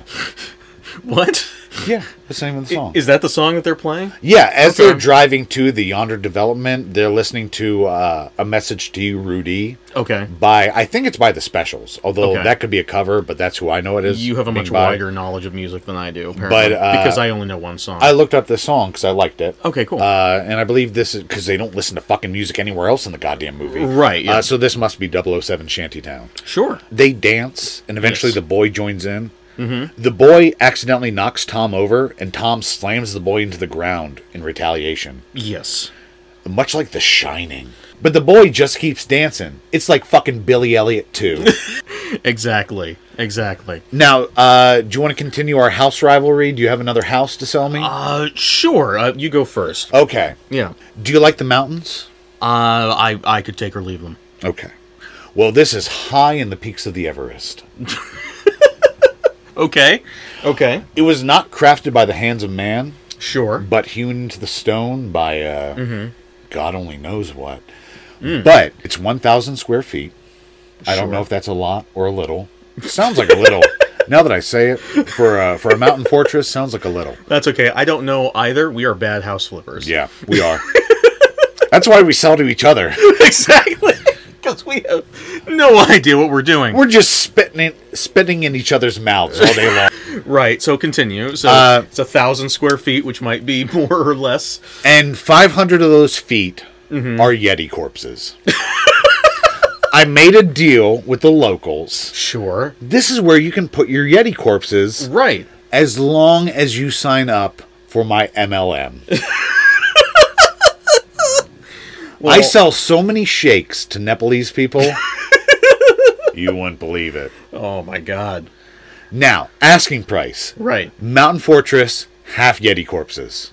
E: What?
A: Yeah, that's the name of the song.
E: Is that the song that they're playing?
A: yeah, as
E: Okay.
A: they're driving to the Yonder Development, they're listening to uh, a message to you, Rudy.
E: Okay.
A: By I think it's by the Specials, although
E: Okay.
A: that could be a cover, but that's who I know it is.
E: You have a
A: being
E: much
A: by.
E: wider knowledge of music than I do, apparently,
A: But, uh,
E: because I only know one song.
A: I looked up this song because I liked it.
E: okay, cool.
A: Uh, and I believe this is because they don't listen to fucking music anywhere else in the goddamn movie.
E: Right, yeah.
A: Uh, so this must be 007 Shantytown.
E: sure.
A: They dance, and eventually
E: Yes.
A: the boy joins in. Mm-hmm. The boy accidentally knocks Tom over, and Tom slams the boy into the ground in retaliation,
E: Yes.
A: much like The Shining. But the boy just keeps dancing. It's like fucking Billy Elliot, too.
E: Exactly. Exactly.
A: now, uh, do you want to continue our house rivalry? Do you have another house to sell me?
E: Uh, sure. Uh, you go first.
A: okay.
E: Yeah.
A: Do you like the mountains?
E: Uh, I I could take or leave them.
A: Okay. Well, this is high in the peaks of the Everest.
E: Okay. Okay.
A: It was not crafted by the hands of man,
E: Sure.
A: but hewn into the stone by uh, God only knows what. But it's 1,000 square feet. I don't know if that's a lot or a little. sounds like a little. now that I say it, for a, for a mountain fortress, sounds like a little.
E: That's okay. I don't know either. We are bad house flippers.
A: Yeah, we are. that's why we sell to each other.
E: exactly. Because we have no idea what we're doing.
A: We're just spitting in, spitting in each other's mouths all day long.
E: right. So continue. So
A: Uh,
E: it's a thousand square feet, which might be more or less.
A: And 500 of those feet are Yeti corpses. I made a deal with the locals.
E: Sure.
A: This is where you can put your Yeti corpses
E: Right.
A: as long as you sign up for my MLM. I sell so many shakes to Nepalese people. you wouldn't believe it.
E: Oh my God.
A: Now, asking price
E: Right.
A: Mountain Fortress, half Yeti corpses.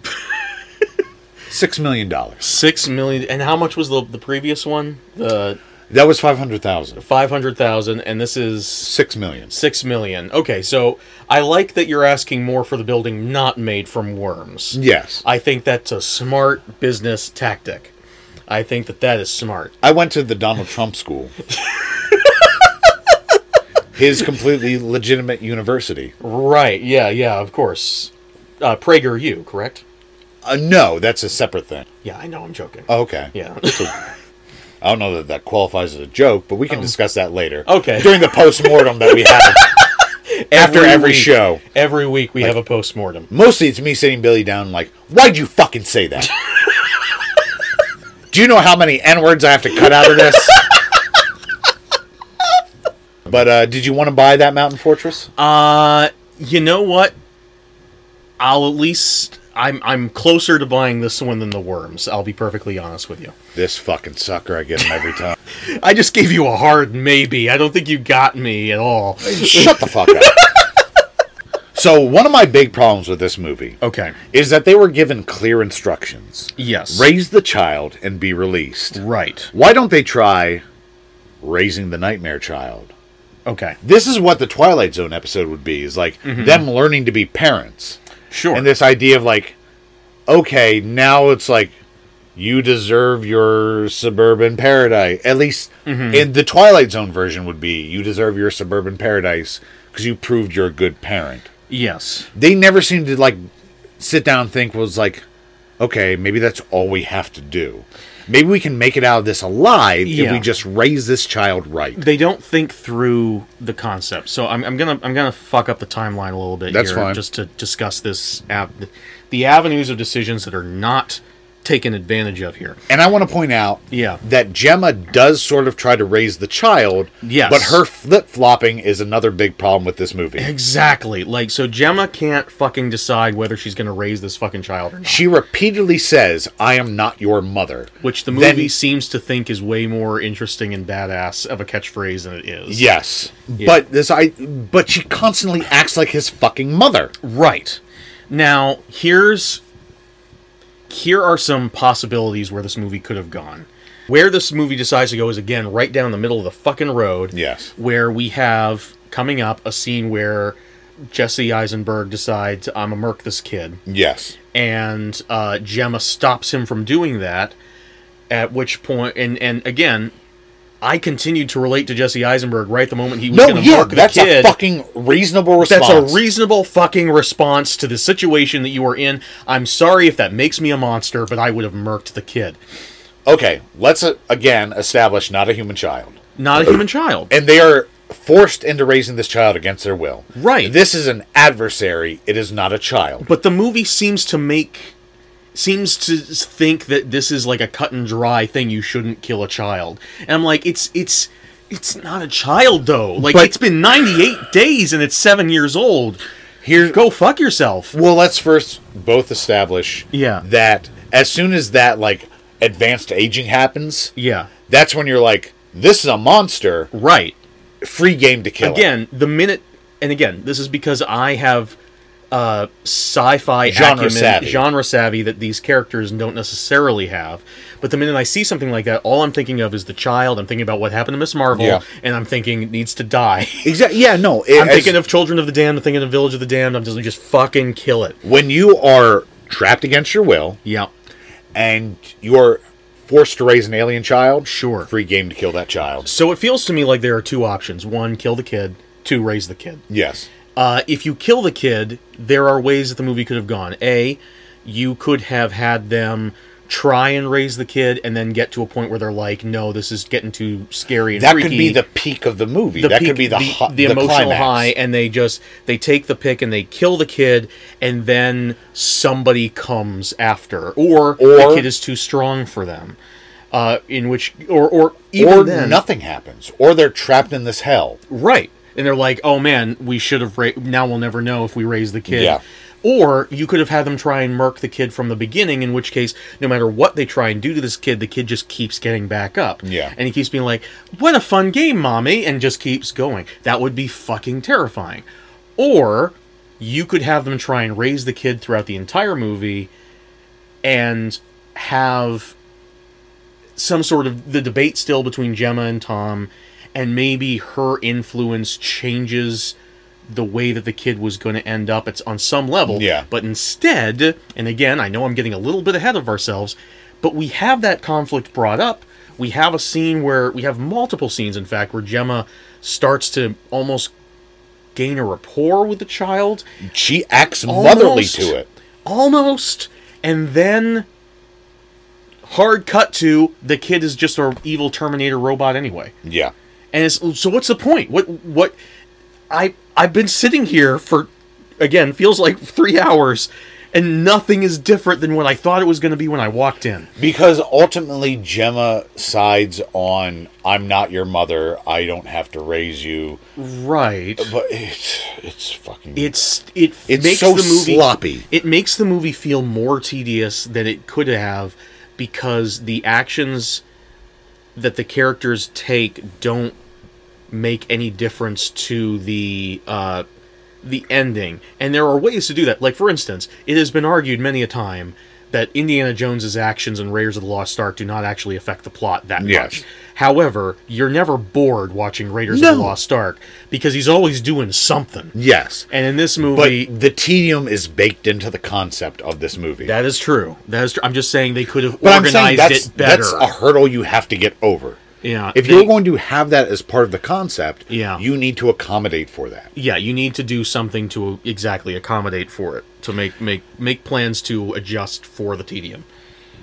A: Six million dollars.
E: Six million. And how much was the the previous one? The
A: That was five hundred thousand.
E: five hundred thousand. And this is
A: Six million.
E: Six million. Okay, so I like that you're asking more for the building not made from worms.
A: Yes.
E: I think that's a smart business tactic. I think that that is smart.
A: I went to the Donald Trump school. His completely legitimate university.
E: Right? Yeah. Yeah. Of course. Uh, Prager, you correct?
A: Uh, no, that's a separate thing.
E: Yeah, I know. I'm joking.
A: Oh, okay.
E: Yeah.
A: I don't know that that qualifies as a joke, but we can discuss that later.
E: Oh. Okay.
A: During the postmortem that we have after every,
E: week-
A: show.
E: every week we have a postmortem.
A: Mostly it's me sitting Billy down like, why'd you fucking say that? Do you know how many N words I have to cut out of this? but uh, did you want to buy that mountain fortress?
E: Uh, you know what? I'll at least I'm I'm closer to buying this one than the worms. I'll be perfectly honest with you.
A: This fucking sucker, I get him every time.
E: I just gave you a hard maybe. I don't think you got me at all.
A: Shut the fuck up. so, one of my big problems with this movie
E: Okay.
A: is that they were given clear instructions
E: Yes.
A: raise the child and be released.
E: Right.
A: Why don't they try raising the nightmare child?
E: Okay.
A: This is what the Twilight Zone episode would be is like them learning to be parents.
E: Sure.
A: And this idea of like, okay, now it's like you deserve your suburban paradise. At least in the Twilight Zone version would be you deserve your suburban paradise because you proved you're a good parent.
E: yes.
A: They never seem to like sit down and think was like, okay, maybe that's all we have to do. Maybe we can make it out of this alive if
E: Yeah.
A: we just raise this child right.
E: They don't think through the concept. So I'm, I'm gonna I'm gonna fuck up the timeline a little bit
A: That's
E: here
A: fine.
E: just to discuss this av- the avenues of decisions that are not taken advantage of here.
A: And I want to point out
E: Yeah.
A: that Gemma does sort of try to raise the child.
E: Yes.
A: But her flip flopping is another big problem with this movie.
E: Exactly. Like so Gemma can't fucking decide whether she's gonna raise this fucking child or not.
A: She repeatedly says, I am not your mother.
E: Which the
A: Then-
E: movie seems to think is way more interesting and badass of a catchphrase than it is.
A: Yes. But this I but she constantly acts like his fucking mother.
E: Right. Now, here's here are some possibilities where this movie could have gone. Where this movie decides to go is again right down the middle of the fucking road.
A: Yes.
E: Where we have coming up a scene where Jesse Eisenberg decides I'm a merc this kid,
A: Yes.
E: and uh, Gemma stops him from doing that. At which point, and and again, I continued to relate to Jesse Eisenberg right the moment he was
A: No,
E: going to
A: yeah,
E: mark the
A: that's
E: kid.
A: a fucking reasonable response.
E: That's a reasonable fucking response to the situation that you were in. I'm sorry if that makes me a monster, but I would have murked the kid.
A: okay, let's uh, again establish not a human child.
E: Not a human child.
A: And they are forced into raising this child against their will.
E: Right.
A: This is an adversary. It is not a child.
E: But the movie seems to make seems to think that this is like a cut and dry thing you shouldn't kill a child. And I'm like it's it's it's not a child though. Like
A: But-
E: it's been 98 days and it's 7 years old.
A: Here,
E: Go fuck yourself.
A: Well, let's first both establish
E: Yeah.
A: that as soon as that like advanced aging happens,
E: Yeah.
A: that's when you're like, this is a monster.
E: Right.
A: Free game to kill. it.
E: again the minute and again this is because i have uh sci-fi
A: Genre
E: acumen,
A: savvy.
E: genre savvy that these characters don't necessarily have but the minute i see something like that all i'm thinking of is the child i'm thinking about what happened to miss marvel
A: Yeah.
E: and i'm thinking it needs to die
A: Exactly. Yeah. No.
E: i'm thinking of children of the damned i'm thinking of village of the damned i'm just just fucking kill it
A: when you are trapped against your will
E: yeah
A: and you are forced to raise an alien child.
E: Sure.
A: Free game to kill that child.
E: so it feels to me like there are two options one kill the kid two raise the kid
A: Yes.
E: Uh, if you kill the kid, there are ways that the movie could have gone. A, you could have had them try and raise the kid, and then get to a point where they're like, "No, this is getting too scary." And
A: That
E: freaky.
A: could be the peak of the movie.
E: The
A: that
E: peak-
A: could be the hi-
E: the, emotional
A: climax.
E: high, and they just they take the pick and they kill the kid, and then somebody comes after, or, the
A: Or-
E: kid is too strong for them. Uh, in which, or or even
A: Or
E: then,
A: nothing happens. Or they're trapped in this hell.
E: Right. And they're like, "Oh man, we should have ra- now we'll never know if we raise the kid."
A: Yeah.
E: Or you could have had them try and murk the kid from the beginning, in which case, no matter what they try and do to this kid, the kid just keeps getting back up.
A: Yeah.
E: And he keeps being like, "What a fun game, mommy," and just keeps going. That would be fucking terrifying. Or you could have them try and raise the kid throughout the entire movie and have some sort of the debate still between Gemma and Tom, and maybe her influence changes the way that the kid was going to end up. It's on some level,
A: Yeah.
E: But instead, and again, I know I'm getting a little bit ahead of ourselves, but we have that conflict brought up. We have a scene where we have multiple scenes, in fact, where Gemma starts to almost gain a rapport with the child,
A: She acts motherly
E: Almost.
A: to it.
E: almost, and then. Hard cut to the kid is just a evil Terminator robot anyway.
A: Yeah.
E: And it's, so what's the point? What what I I've been sitting here for again feels like 3 hours and nothing is different than what I thought it was going to be when I walked in.
A: Because ultimately, Gemma sides on "I'm not your mother. I don't have to raise you."
E: Right.
A: But it's it's fucking
E: It's it
A: It's
E: makes
A: so
E: the movie
A: sloppy.
E: It makes the movie feel more tedious than it could have because the actions that the characters take don't make any difference to the uh, the ending. And there are ways to do that. Like for instance, it has been argued many a time that Indiana Jones's actions in Raiders of the Lost Ark do not actually affect the plot that
A: Yes.
E: much. However, you're never bored watching Raiders of the
A: No.
E: Lost Ark because he's always doing something.
A: yes,
E: And in this
A: but
E: movie,
A: the tedium is baked into the concept of this movie.
E: that is true. That is true. I'm just saying they could have
A: but I'm saying
E: organized
A: that's
E: it better.
A: that's a hurdle you have to get over.
E: yeah.
A: If
E: they-
A: you're going to have that as part of the concept,
E: Yeah.
A: you need to accommodate for that.
E: yeah, you need to do something to exactly accommodate for it to make make make plans to adjust for the tedium.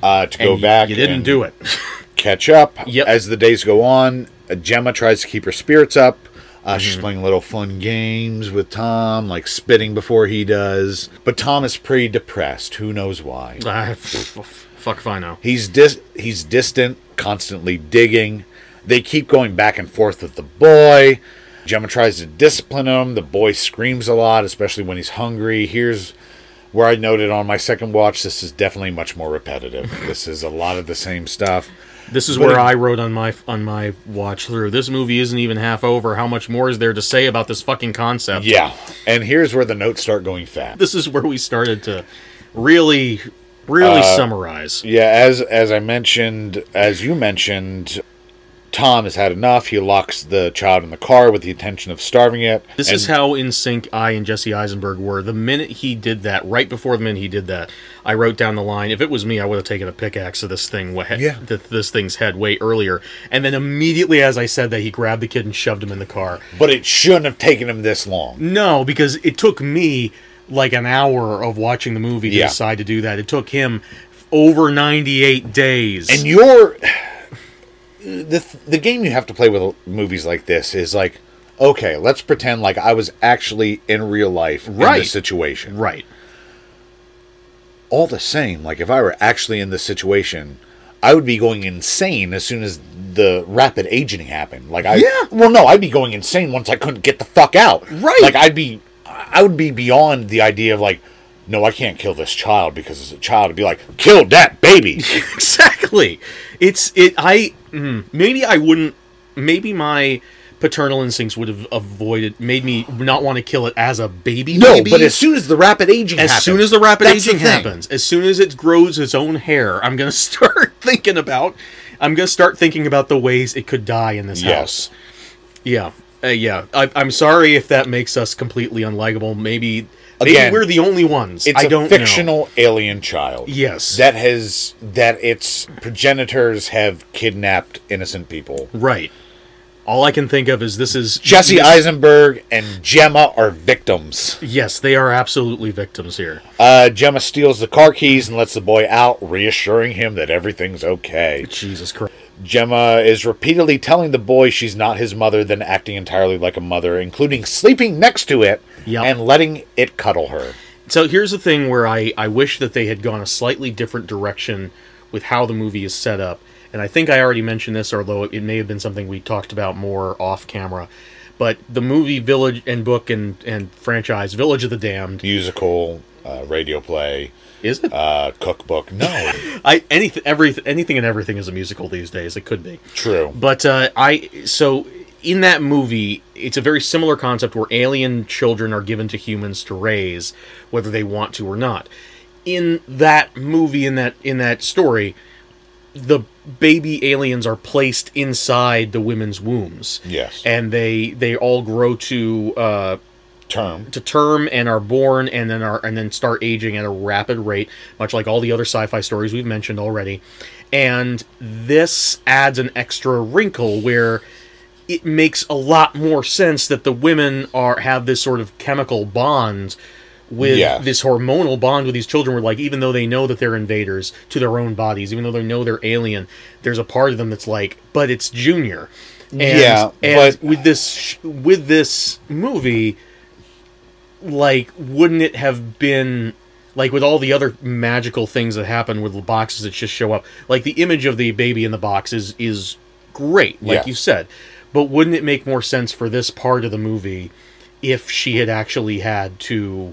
A: Uh, to
E: And
A: go
E: you-
A: back,
E: You didn't
A: and
E: do it.
A: Catch up
E: Yep.
A: as the days go on. uh, Gemma tries to keep her spirits up. Uh, She's
E: Mm-hmm.
A: playing little fun games with Tom, like spitting before he does. But Tom is pretty depressed. Who knows why?
E: Ah, f- f- fuck if I know.
A: He's dis- he's distant, constantly digging. They keep going back and forth with the boy. Gemma tries to discipline him. The boy screams a lot, especially when he's hungry. Here's where I noted on my second watch this is definitely much more repetitive. this is a lot of the same stuff.
E: This is
A: But
E: where
A: it-
E: I wrote on my on my watch through. This movie isn't even half over. How much more is there to say about this fucking concept?
A: Yeah. And here's where the notes start going fat.
E: This is where we started to really
A: Uh,
E: really summarize.
A: Yeah, as as I mentioned, as you mentioned, Tom has had enough. He locks the child in the car with the intention of starving it.
E: This
A: and
E: is how in sync I and Jesse Eisenberg were. The minute he did that, right before the minute he did that, I wrote down the line. If it was me, I would have taken a pickaxe to this thing, way,
A: Yeah.
E: th- this thing's head way earlier. And then immediately, as I said that, he grabbed the kid and shoved him in the car.
A: But it shouldn't have taken him this long.
E: No, because it took me like an hour of watching the movie to
A: Yeah.
E: decide to do that. It took him over 98 days.
A: And you're the the game you have to play with movies like this is like, okay, let's pretend like I was actually in real life in
E: Right.
A: this situation.
E: right.
A: All the same, like if I were actually in this situation, I would be going insane as soon as the rapid aging happened. Like I,
E: Yeah.
A: well, no, I'd be going insane once I couldn't get the fuck out.
E: Right.
A: Like I'd be, I would be beyond the idea of like, no, I can't kill this child because it's a child. I'd be like, kill that baby.
E: exactly. It's it. I mm, maybe I wouldn't. Maybe my paternal instincts would have avoided, made me not want to kill it as a baby.
A: No,
E: maybe.
A: but as soon as the rapid aging
E: As
A: happens,
E: soon as the rapid
A: that's
E: aging
A: thing.
E: happens, as soon as it grows its own hair, I'm gonna start thinking about. I'm gonna start thinking about the ways it could die in this
A: Yes.
E: house. Yeah, uh, yeah. I, I'm sorry if that makes us completely unlikable. Maybe, maybe
A: Again,
E: we're the only ones.
A: it's
E: I
A: a
E: don't know.
A: fictional alien child.
E: Yes.
A: that has that its progenitors have kidnapped innocent people.
E: right. All I can think of is this is
A: Jesse Eisenberg and Gemma are victims.
E: Yes, they are absolutely victims here.
A: Uh, Gemma steals the car keys and lets the boy out, reassuring him that everything's okay.
E: Jesus Christ.
A: Gemma is repeatedly telling the boy she's not his mother, then acting entirely like a mother, including sleeping next to it
E: Yep.
A: and letting it cuddle her.
E: So here's the thing where I, I wish that they had gone a slightly different direction with how the movie is set up. And I think I already mentioned this, although it, it may have been something we talked about more off camera. But the movie Village and book and, and franchise Village of the Damned
A: Musical, uh, radio play,
E: is it?
A: uh, cookbook. No,
E: I anything every anything and everything is a musical these days. It could be.
A: true.
E: But uh, I so in that movie, it's a very similar concept where alien children are given to humans to raise, whether they want to or not. In that movie, in that in that story, the baby aliens are placed inside the women's wombs.
A: Yes.
E: and they they all grow to uh,
A: Term.
E: to term and are born and then are and then start aging at a rapid rate, much like all the other sci-fi stories we've mentioned already. And this adds an extra wrinkle where it makes a lot more sense that the women are have this sort of chemical bond with
A: Yeah.
E: this hormonal bond with these children where like even though they know that they're invaders to their own bodies even though they know they're alien there's a part of them that's like but it's junior and,
A: Yeah,
E: and
A: but-
E: with this sh- with this movie like wouldn't it have been like with all the other magical things that happen with the boxes that just show up like the image of the baby in the box is is great like
A: Yeah.
E: you said but wouldn't it make more sense for this part of the movie if she had actually had to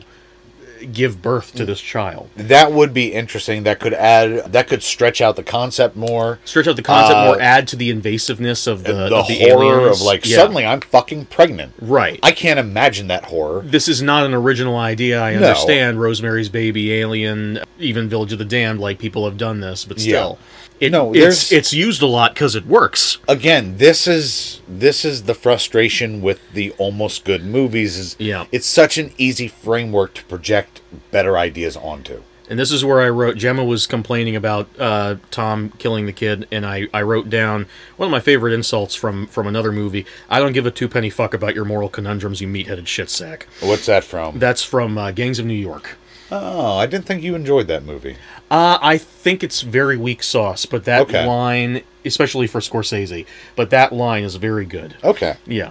E: give birth
A: Mm.
E: to this child
A: That would be interesting. That could add. That could stretch out the concept more.
E: stretch out the concept
A: Uh,
E: more add to the invasiveness of the,
A: The,
E: of the
A: horror
E: aliens.
A: of like
E: Yeah.
A: suddenly I'm fucking pregnant.
E: right
A: I can't imagine that horror.
E: this is not an original idea. I
A: No.
E: understand Rosemary's Baby, Alien, even Village of the Damned. Like people have done this, but still, it,
A: No,
E: it's
A: there's-
E: it's used a lot because it works.
A: Again, this is this is the frustration with the almost good movies. Is
E: Yeah.
A: it's such an easy framework to project better ideas onto.
E: And this is where I wrote. Gemma was complaining about uh, Tom killing the kid, and I, I wrote down one of my favorite insults from from another movie. I don't give a two penny fuck about your moral conundrums, you meat headed shit sack.
A: What's that from?
E: That's from uh, Gangs of New York.
A: oh, I didn't think you enjoyed that movie.
E: Uh, I think it's very weak sauce, but that
A: Okay.
E: line, especially for Scorsese, but that line is very good.
A: Okay.
E: Yeah.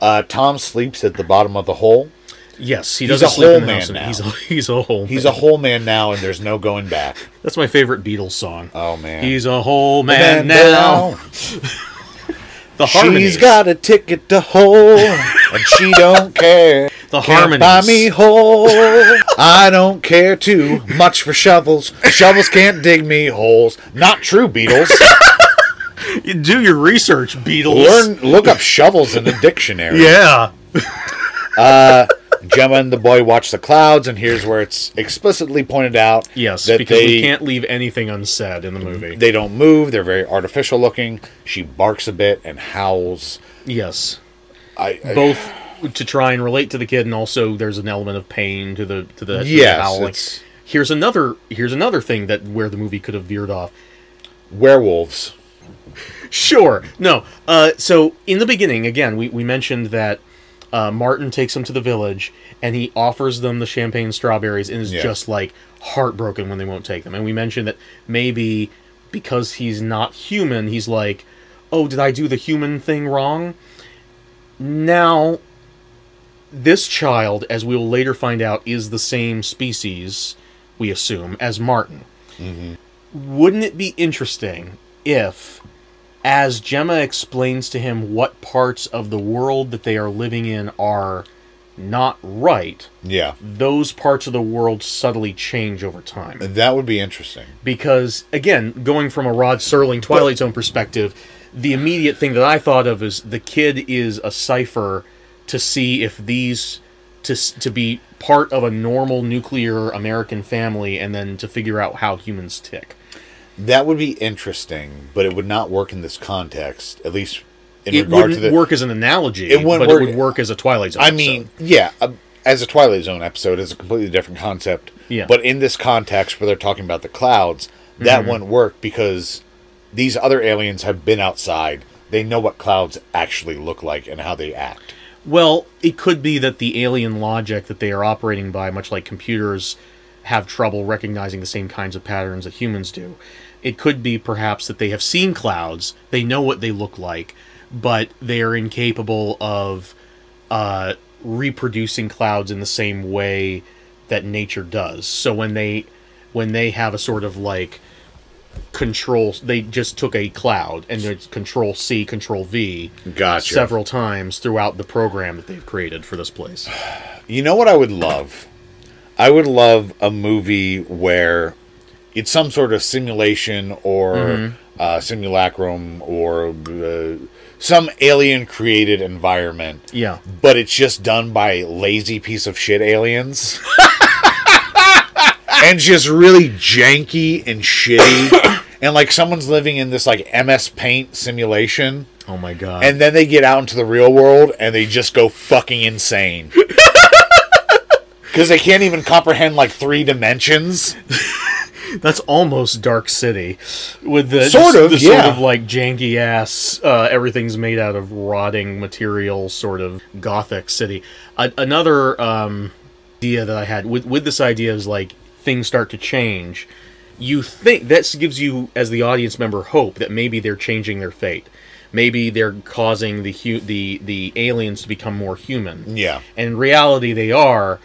A: Uh, Tom sleeps at the bottom of the hole.
E: Yes, he
A: He's
E: doesn't
A: a
E: sleep
A: whole
E: in the
A: man
E: house.
A: now.
E: He's a, he's a whole.
A: He's
E: man.
A: a whole man now, and there's no going back.
E: That's my favorite Beatles song.
A: Oh, man.
E: he's a whole man, now. The harmonies,
A: She's got a ticket to hold, and she don't care.
E: the
A: Can't
E: harmonies.
A: buy me whole. I don't care too much for shovels. Shovels can't dig me holes. Not true, Beatles.
E: You do your research, Beatles.
A: Learn, look up shovels in the dictionary.
E: Yeah.
A: Gemma and the boy watch the clouds, and here's where it's explicitly pointed out.
E: Yes,
A: that
E: because
A: they, Mm-hmm.
E: we can't leave anything unsaid in the movie.
A: They don't move. They're very artificial looking. She barks a bit and howls.
E: yes,
A: I, I
E: both to try and relate to the kid, and also there's an element of pain to the to the, to the
A: Yes,
E: howling.
A: it's-
E: Here's another here's another thing that where the movie could have veered off.
A: werewolves.
E: Sure. No. Uh, so in the beginning, again, we, we mentioned that uh, Martin takes them to the village and he offers them the champagne and strawberries and is
A: Yeah.
E: just like heartbroken when they won't take them. And we mentioned that maybe because he's not human, he's like, oh, did I do the human thing wrong? Now, this child, as we will later find out, is the same species, we assume, as Martin. Wouldn't it be interesting if as Gemma explains to him what parts of the world that they are living in are not right,
A: Yeah,
E: those parts of the world subtly change over time.
A: that would be interesting.
E: Because, again, going from a Rod Serling Twilight Zone perspective, the immediate thing that I thought of is the kid is a cipher to see if these. To, s- to be part of a normal nuclear American family and then to figure out how humans tick.
A: That would be interesting, but it would not work in this context. At least in
E: It
A: regard to
E: wouldn't
A: the
E: work as an analogy,
A: It wouldn't
E: but
A: work-
E: it would work as a Twilight Zone.
A: I
E: episode.
A: mean, yeah, uh, as a Twilight Zone episode, it's a completely different concept.
E: Yeah.
A: But in this context where they're talking about the clouds, that
E: Mm-hmm.
A: wouldn't work because these other aliens have been outside. They know what clouds actually look like and how they act.
E: Well, it could be that the alien logic that they are operating by, much like computers, have trouble recognizing the same kinds of patterns that humans do. It could be perhaps that they have seen clouds, they know what they look like, but they are incapable of uh, reproducing clouds in the same way that nature does. So when they when they have a sort of like control, they just took a cloud and it's control C, control V,
A: Gotcha.
E: several times throughout the program that they've created for this place.
A: You know what I would love? I would love a movie where it's some sort of simulation or uh, simulacrum or uh, some alien created environment.
E: Yeah.
A: but it's just done by lazy piece of shit aliens. and just really janky and shitty. and like someone's living in this like MS Paint simulation.
E: Oh my god.
A: And then they get out into the real world and they just go fucking insane. Because they can't even comprehend like three dimensions.
E: that's almost Dark City with the
A: Sort
E: the-
A: of,
E: the
A: yeah.
E: sort of like janky ass uh, everything's made out of rotting material sort of gothic city. A- another um, idea that I had with with this idea is like things start to change. You think that gives you as the audience member hope that maybe they're changing their fate. Maybe they're causing the hu- the the aliens to become more human.
A: Yeah.
E: And in reality, they are,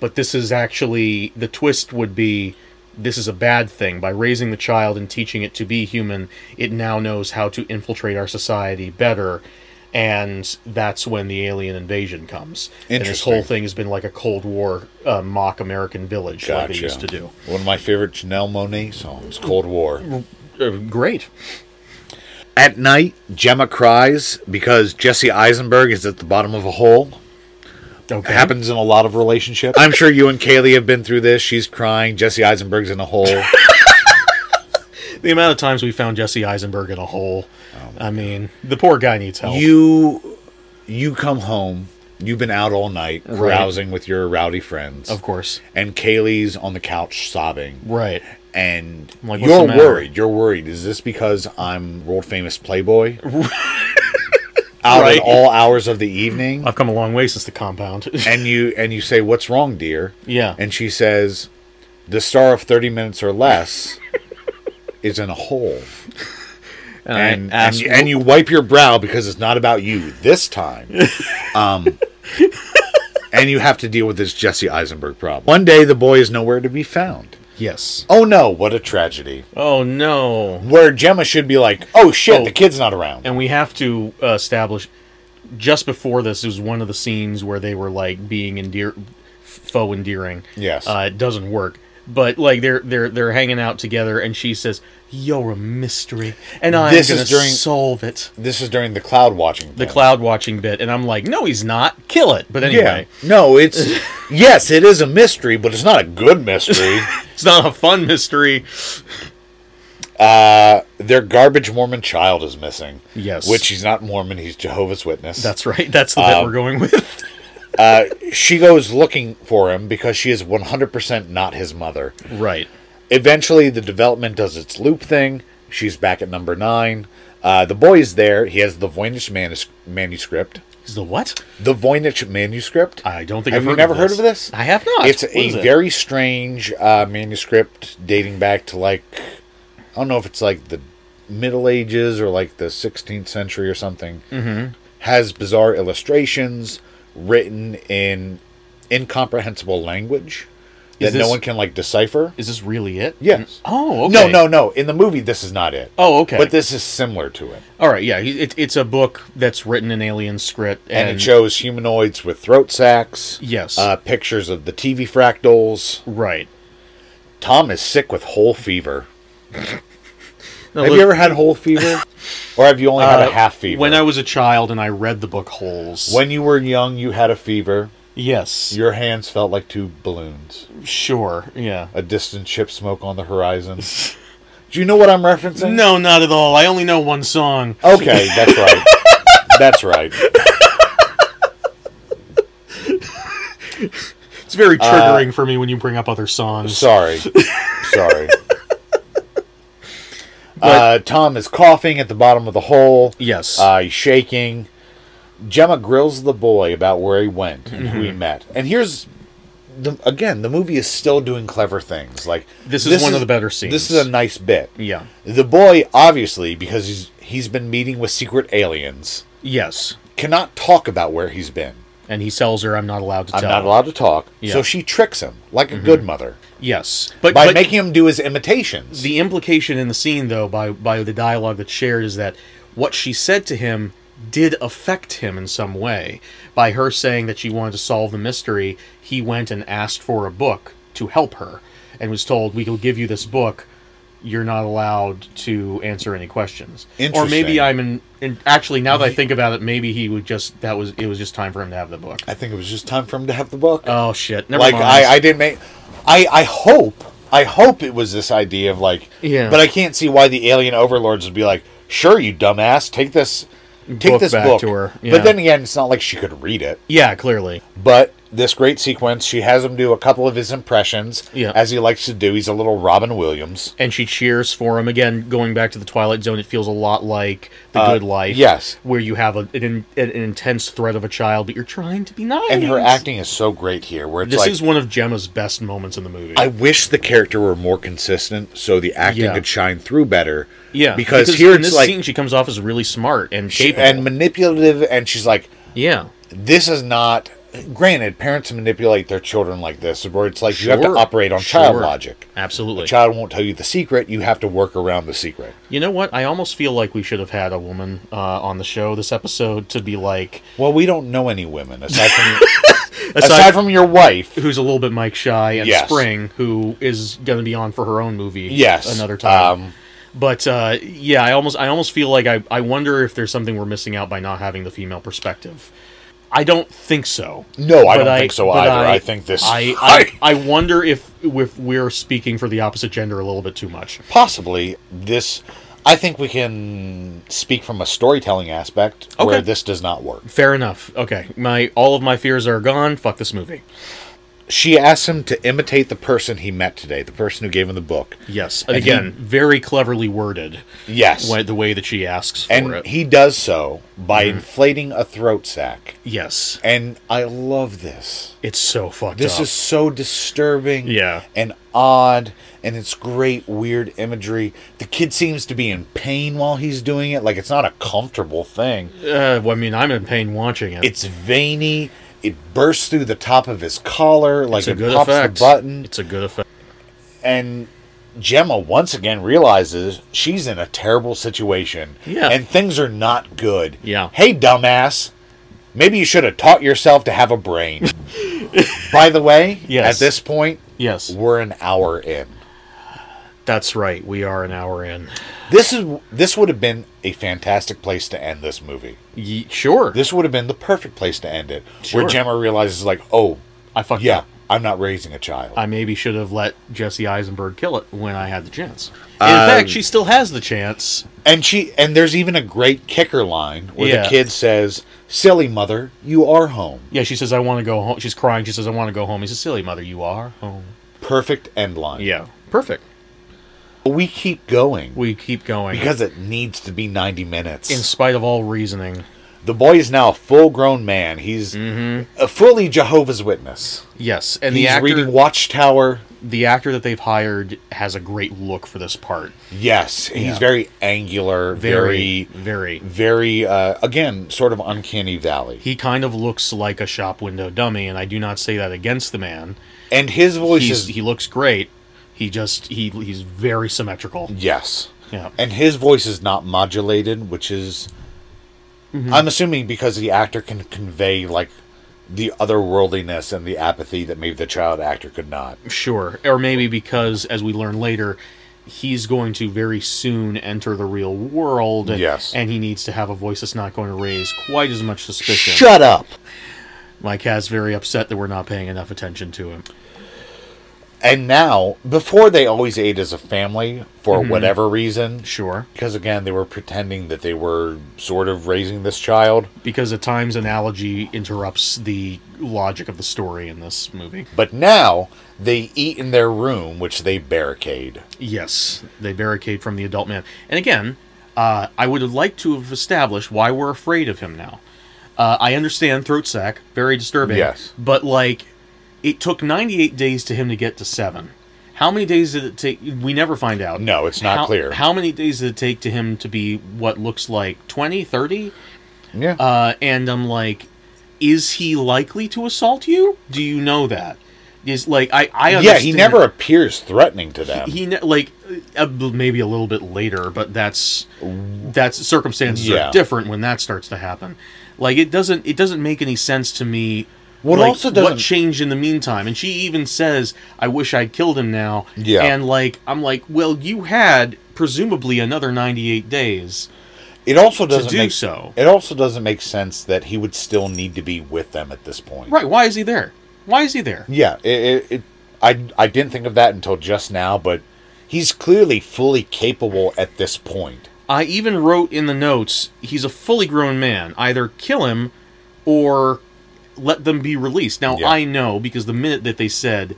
E: but this is actually the twist would be this is a bad thing. By raising the child and teaching it to be human, it now knows how to infiltrate our society better. And that's when the alien invasion comes. And this
A: Interesting.
E: whole thing has been like a Cold War uh, mock American village, like they used to do.
A: One of my favorite Janelle Monet songs, Cold War.
E: Uh, great.
A: At night, Gemma cries because Jesse Eisenberg is at the bottom of a hole.
E: Okay.
A: It happens in a lot of relationships. I'm sure you and Kaylee have been through this. She's crying. Jesse Eisenberg's in a hole.
E: The amount of times we found Jesse Eisenberg in a hole. I mean, the poor guy needs help.
A: Oh you you come home. You've been out all night
E: Right.
A: carousing with your rowdy friends.
E: of course.
A: And Kaylee's on the couch sobbing.
E: Right.
A: And
E: I'm like, what's
A: you're
E: the matter?
A: worried. You're worried. Is this because I'm world famous Playboy? out
E: Right.
A: at all hours of the evening?
E: I've come a long way since the compound.
A: and you and you say, What's wrong, dear?
E: yeah.
A: And she says, The star of thirty minutes or less is in a hole. and and,
E: um,
A: you, and you wipe your brow because it's not about you this time. Um, and you have to deal with this Jesse Eisenberg problem. One day, the boy is nowhere to be found.
E: yes.
A: Oh no! What a tragedy.
E: Oh no!
A: Where Gemma should be like, "Oh shit,
E: Oh.
A: the kid's not around."
E: And we have to uh, establish just before this is one of the scenes where they were like being endear, faux endearing.
A: Yes.
E: uh, it doesn't work. But like they're they're they're hanging out together, and she says, "You're a mystery, and I'm
A: This
E: gonna
A: is during-
E: solve it."
A: This is during the cloud watching.
E: The cloud watching bit, and I'm like, "No, he's not. Kill it." But anyway,
A: Yeah. No, it's yes, it is a mystery, but it's not a good mystery.
E: it's not a fun mystery.
A: Their garbage Mormon child is missing.
E: Yes.
A: Which he's not Mormon, he's Jehovah's Witness.
E: That's right. That's the
A: Um,
E: bit we're going with.
A: she goes looking for him because she is 100% not his mother.
E: right.
A: Eventually, the development does its loop thing. She's back at number nine. Uh, the boy is there. He has the Voynich manus- manuscript.
E: Is the what?
A: The Voynich manuscript.
E: I don't think
A: Have
E: I've
A: you
E: heard
A: never
E: of
A: heard
E: this.
A: of this?
E: I have not.
A: It's
E: What is
A: a
E: it?
A: very strange uh, manuscript dating back to like I don't know if it's like the Middle Ages or like the 16th century or something. Mm-hmm. Has bizarre illustrations written in incomprehensible language that
E: Is
A: no
E: this-
A: one can like decipher.
E: Is this really it?
A: Yes.
E: Oh, okay.
A: No, no, no. In the movie, this is not it.
E: Oh, okay.
A: But this is similar to it,
E: All right, yeah. It, it's a book that's written in alien script,
A: and,
E: and,
A: it shows humanoids with throat sacs.
E: Yes.
A: Uh, pictures of the TV fractals.
E: right.
A: Tom is sick with whole fever.
E: Now,
A: Have
E: look,
A: you ever had whole fever, or have you only had a half fever?
E: Uh, When I was a child and I read the book Holes.
A: when you were young, you had a fever.
E: yes,
A: Your hands felt like two balloons.
E: sure, yeah.
A: A distant chip smoke on the horizon. Do you know what I'm referencing?
E: No, not at all. I only know one song.
A: Okay, that's right. that's right.
E: It's
A: uh,
E: very triggering for me when you bring up other songs.
A: Sorry. Sorry. uh, Tom is coughing at the bottom of the hole.
E: Yes.
A: Uh, he's shaking. Gemma grills the boy about where he went and who he
E: Mm-hmm.
A: met. And here's the again, the movie is still doing clever things. Like
E: This is one of the better scenes.
A: This is a nice bit.
E: yeah.
A: The boy obviously because he's he's been meeting with secret aliens
E: Yes.
A: cannot talk about where he's been.
E: And he tells her, "I'm not allowed to
A: I'm
E: tell."
A: not allowed to talk.
E: Yeah.
A: So she tricks him like a good mother
E: Yes, but
A: by
E: but
A: making him do his imitations.
E: the implication in the scene, though, by by the dialogue that's shared, is that what she said to him did affect him in some way. By her saying that she wanted to solve the mystery, he went and asked for a book to help her, and was told, "We will give you this book. You're not allowed to answer any questions." Or
A: Interesting.
E: maybe I'm in. in actually, now that I think about it, maybe he would just that was it was just time for him to have the book.
A: I think it was just time for him to have the book.
E: Oh shit! Never
A: like
E: mind.
A: I, I didn't make I, I hope I hope it was this idea of like
E: Yeah.
A: but I can't see why the alien overlords would be like, sure you dumbass, take this take
E: Book
A: this
E: back
A: book.
E: to her, yeah.
A: But then again it's not like she could read it.
E: yeah, clearly.
A: But this great sequence, she has him do a couple of his impressions
E: Yeah.
A: as he likes to do. He's a little Robin Williams.
E: and she cheers for him again going back to the twilight zone it feels a lot like the good
A: Uh,
E: life
A: yes.
E: where you have a, an, in- an intense threat of a child but you're trying to be nice
A: And her acting is so great here where it's
E: this
A: like
E: is one of gemma's best moments in the movie
A: I wish the character were more consistent so the acting
E: Yeah.
A: could shine through better.
E: yeah
A: Because, here
E: in
A: it's
E: this
A: like
E: scene she comes off as really smart and capable
A: and manipulative and she's like
E: yeah
A: this is not granted parents manipulate their children like this where it's like you have to
E: Sure.
A: operate on child
E: Sure.
A: logic
E: absolutely
A: the child won't tell you the secret you have to work around the secret
E: you know what i almost feel like we should have had a woman uh, on the show this episode to be like
A: well we don't know any women aside from aside from your wife
E: who's a little bit mike shy and
A: Yes.
E: spring who is going to be on for her own movie
A: yes
E: another time
A: um,
E: But uh, yeah, I almost I almost feel like I, I wonder if there's something we're missing out by not having the female perspective. I don't think so.
A: No, I
E: But
A: don't think so
E: but
A: either. I think this-
E: I, I I wonder if if we're speaking for the opposite gender a little bit too much.
A: possibly this i think we can speak from a storytelling aspect where
E: Okay.
A: this does not work
E: Fair enough. Okay, my all of my fears are gone. Fuck this movie.
A: she asks him to imitate the person he met today the person who gave him the book
E: Yes,
A: And
E: again, very cleverly worded.
A: yes
E: wh- The way that she asks for
A: and
E: it. Mm-hmm.
A: he does so by inflating a throat sac
E: yes,
A: And I love this.
E: it's so fucked
A: This
E: up.
A: is so disturbing
E: Yeah.
A: and odd, and it's great, weird imagery. The kid seems to be in pain while he's doing it. Like, it's not a comfortable thing.
E: uh, well, I mean, I'm in pain watching it.
A: It's veiny. It bursts through the top of his collar. Like,
E: It's a
A: it
E: good
A: pops
E: effect.
A: the button.
E: It's a good effect.
A: and Gemma once again realizes she's in a terrible situation.
E: Yeah.
A: And things are not good.
E: Yeah.
A: Hey, dumbass. Maybe you should have taught yourself to have a brain. By the way,
E: Yes.
A: at this point,
E: Yes.
A: We're an hour in.
E: That's right. We are an hour in.
A: This is this would have been a fantastic place to end this movie.
E: Ye- sure.
A: This would have been the perfect place to end it,
E: Sure.
A: where Gemma realizes like, oh,
E: I fucked
A: yeah,
E: up.
A: I'm not raising a child.
E: I maybe should have let Jesse Eisenberg kill it when I had the chance. In
A: Um,
E: fact, she still has the chance.
A: And she and there's even a great kicker line where
E: Yeah.
A: the kid says, "Silly mother, you are home."
E: Yeah, she says, I want to go home. She's crying. She says, I want to go home. He says, Silly mother, you are home.
A: Perfect end line.
E: Yeah. Perfect.
A: We keep going
E: We keep going.
A: because it needs to be 90 minutes.
E: in spite of all reasoning.
A: the boy is now a full-grown man. He's a fully Jehovah's Witness.
E: Yes, and
A: He's
E: Mm-hmm. the actor,
A: reading Watchtower.
E: the actor that they've hired has a great look for this part.
A: Yes, he's
E: Yeah.
A: very angular,
E: Very,
A: very,
E: very.
A: very, uh, again, sort of uncanny valley.
E: He kind of looks like a shop window dummy, and I do not say that against the man.
A: and his voice
E: He's,
A: is
E: he looks great. He just he he's very symmetrical.
A: yes,
E: Yeah.
A: and his voice is not modulated, which is, I'm assuming because the actor can convey like the otherworldliness and the apathy that maybe the child actor could not.
E: Sure, or maybe because as we learn later, he's going to very soon enter the real world. And,
A: Yes.
E: and he needs to have a voice that's not going to raise quite as much suspicion.
A: Shut up.
E: My cat's very upset that we're not paying enough attention to him.
A: And now, before they always ate as a family for whatever reason,
E: Sure.
A: because again they were pretending that they were sort of raising this child.
E: because at times analogy interrupts the logic of the story in this movie.
A: But now they eat in their room, which they barricade.
E: Yes, they barricade from the adult man. And again, uh, I would have liked to have established why we're afraid of him now. Uh, I understand throat sack, very disturbing.
A: Yes.
E: But, like, it took 98 days to him to get to seven. How many days did it take? We never find out.
A: No, it's not
E: How-
A: clear.
E: How many days did it take to him to be what looks like 20, 30?
A: Yeah.
E: uh, and I'm like, is he likely to assault you? Do you know that? Is like I I understand.
A: yeah, he never appears threatening to them.
E: he ne- like uh, maybe a little bit later, but that's that's circumstances
A: Yeah.
E: are different when that starts to happen. Like it doesn't it doesn't make any sense to me.
A: Well, it
E: like,
A: also
E: what
A: doesn't-
E: changed in the meantime? And she even says, "I wish I'd killed him now."
A: Yeah.
E: and like I'm like, well, you had presumably another 98 days.
A: it also doesn't
E: do
A: make
E: so.
A: It also doesn't make sense that he would still need to be with them at this point.
E: Right? Why is he there? Why is he there?
A: Yeah. It, it, it, I I didn't think of that until just now, but he's clearly fully capable at this point.
E: I even wrote in the notes he's a fully grown man. Either kill him or let them be released. Now,
A: Yeah.
E: I know because the minute that they said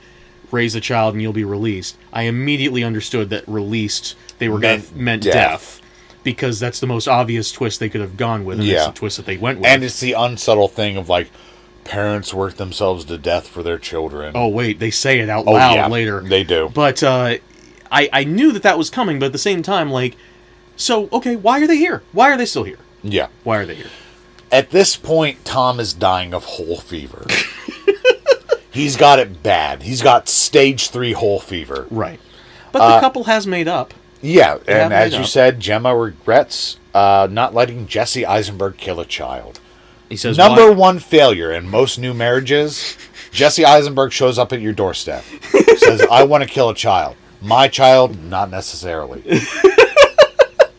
E: raise a child and you'll be released, I immediately understood that released they were meant,
A: Meant
E: meant death.
A: death.
E: because that's the most obvious twist they could have gone with. And yeah.
A: Yeah.
E: the twist that they went with.
A: And it's the unsubtle thing of like parents work themselves to death for their children.
E: oh, wait, they say it out
A: Oh,
E: loud
A: yeah,
E: later.
A: They do.
E: But uh, I, I knew that that was coming, but at the same time, like, so, okay, why are they here? Why are they still here?
A: Yeah.
E: Why are they here?
A: At this point, Tom is dying of whole fever. He's got it bad. He's got stage three whole fever.
E: Right. Uh, But the couple has made up.
A: Yeah, and
E: haven't
A: as
E: made
A: you
E: up.
A: said, Gemma regrets uh, not letting Jesse Eisenberg kill a child.
E: He says
A: Number one failure in most new marriages Jesse Eisenberg shows up at your doorstep, says, I want to kill a child. My child, not necessarily.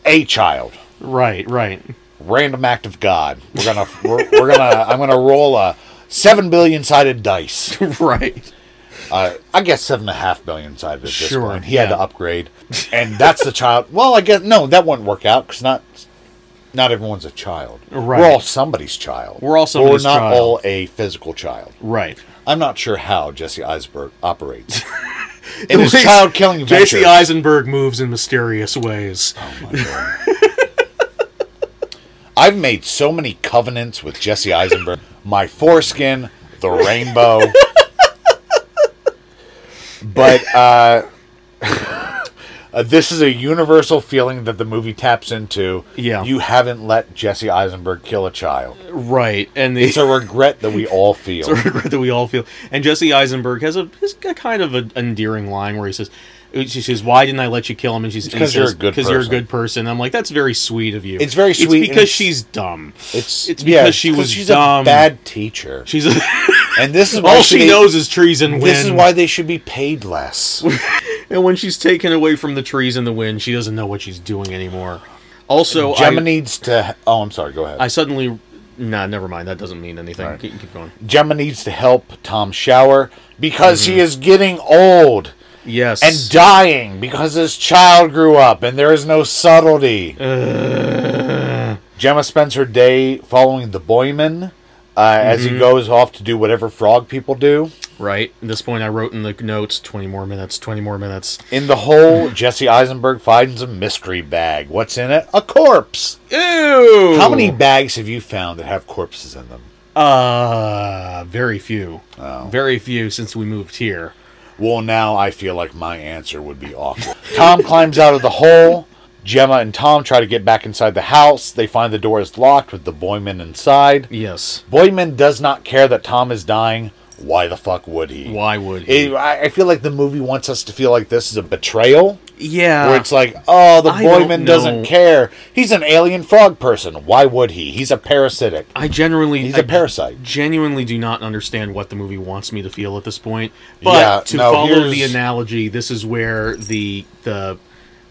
A: a child.
E: Right, right.
A: Random act of God. We're gonna, we're, we're gonna, I'm gonna roll a seven billion sided dice.
E: right.
A: uh, I guess seven and a half billion side at this
E: Sure,
A: point. He had
E: yeah.
A: to upgrade, and that's the child. Well, I guess no, that wouldn't work out because not not everyone's a child.
E: Right.
A: We're all somebody's child.
E: We're all somebody's
A: We're not
E: child.
A: all a physical child.
E: Right.
A: I'm not sure how Jesse Eisberg operates in his child killing venture.
E: J.C. Eisenberg moves in mysterious ways.
A: I've made so many covenants with Jesse Eisenberg. My foreskin, the rainbow. but uh, uh, this is a universal feeling that the movie taps into.
E: Yeah.
A: You haven't let Jesse Eisenberg kill a child.
E: Right. And the
A: It's a regret that we all feel.
E: regret that we all feel. And Jesse Eisenberg has a, has a kind of an endearing line where he says, she says, "Why didn't I let you kill him?" And she's and he
A: because you're a
E: says,
A: good
E: you're a
A: person."
E: good person." I'm like, "That's very sweet of you."
A: It's very sweet and
E: because
A: it's-
E: she's dumb.
A: It's,
E: It's
A: yeah,
E: because she was
A: she's
E: dumb.
A: a bad teacher.
E: She's a
A: And this is why
E: All she
A: they-
E: knows is trees and wind.
A: This is why they should be paid less.
E: And when she's taken away from the trees and the wind, she doesn't know what she's doing anymore. Also,
A: Gemma
E: I,
A: needs to. Oh, I'm sorry. Go ahead.
E: I suddenly. Nah, never mind. That doesn't mean anything.
A: Alright.
E: Keep, keep going.
A: Gemma needs to help Tom shower because he is getting old
E: Yes.
A: and dying because his child grew up and there is no subtlety. Gemma spends her day following the boyman uh, as he goes off to do whatever frog people do.
E: right? At this point, I wrote in the notes 20 more minutes, 20 more minutes.
A: In the hole, Jesse Eisenberg finds a mystery bag. What's in it? A corpse.
E: Ew!
A: How many bags have you found that have corpses in them?
E: Uh, very few.
A: Oh.
E: Very few since we moved here.
A: Well, now I feel like my answer would be awful. Tom climbs out of the hole. Gemma and Tom try to get back inside the house. They find the door is locked with the boyman inside.
E: Yes.
A: Boyman does not care that Tom is dying. Why the fuck would he?
E: Why would he?
A: It- I I feel like the movie wants us to feel like this is a betrayal,
E: yeah.
A: where it's like, oh, the
E: Uh, I don't
A: boyman
E: know.
A: doesn't care. He's an alien frog person. Why would he? He's a parasitic.
E: I generally.
A: He's
E: a
A: a parasite.
E: genuinely do not understand what the movie wants me to feel at this point. But
A: Yeah,
E: to
A: no,
E: follow the
A: here's-
E: analogy, this is where the the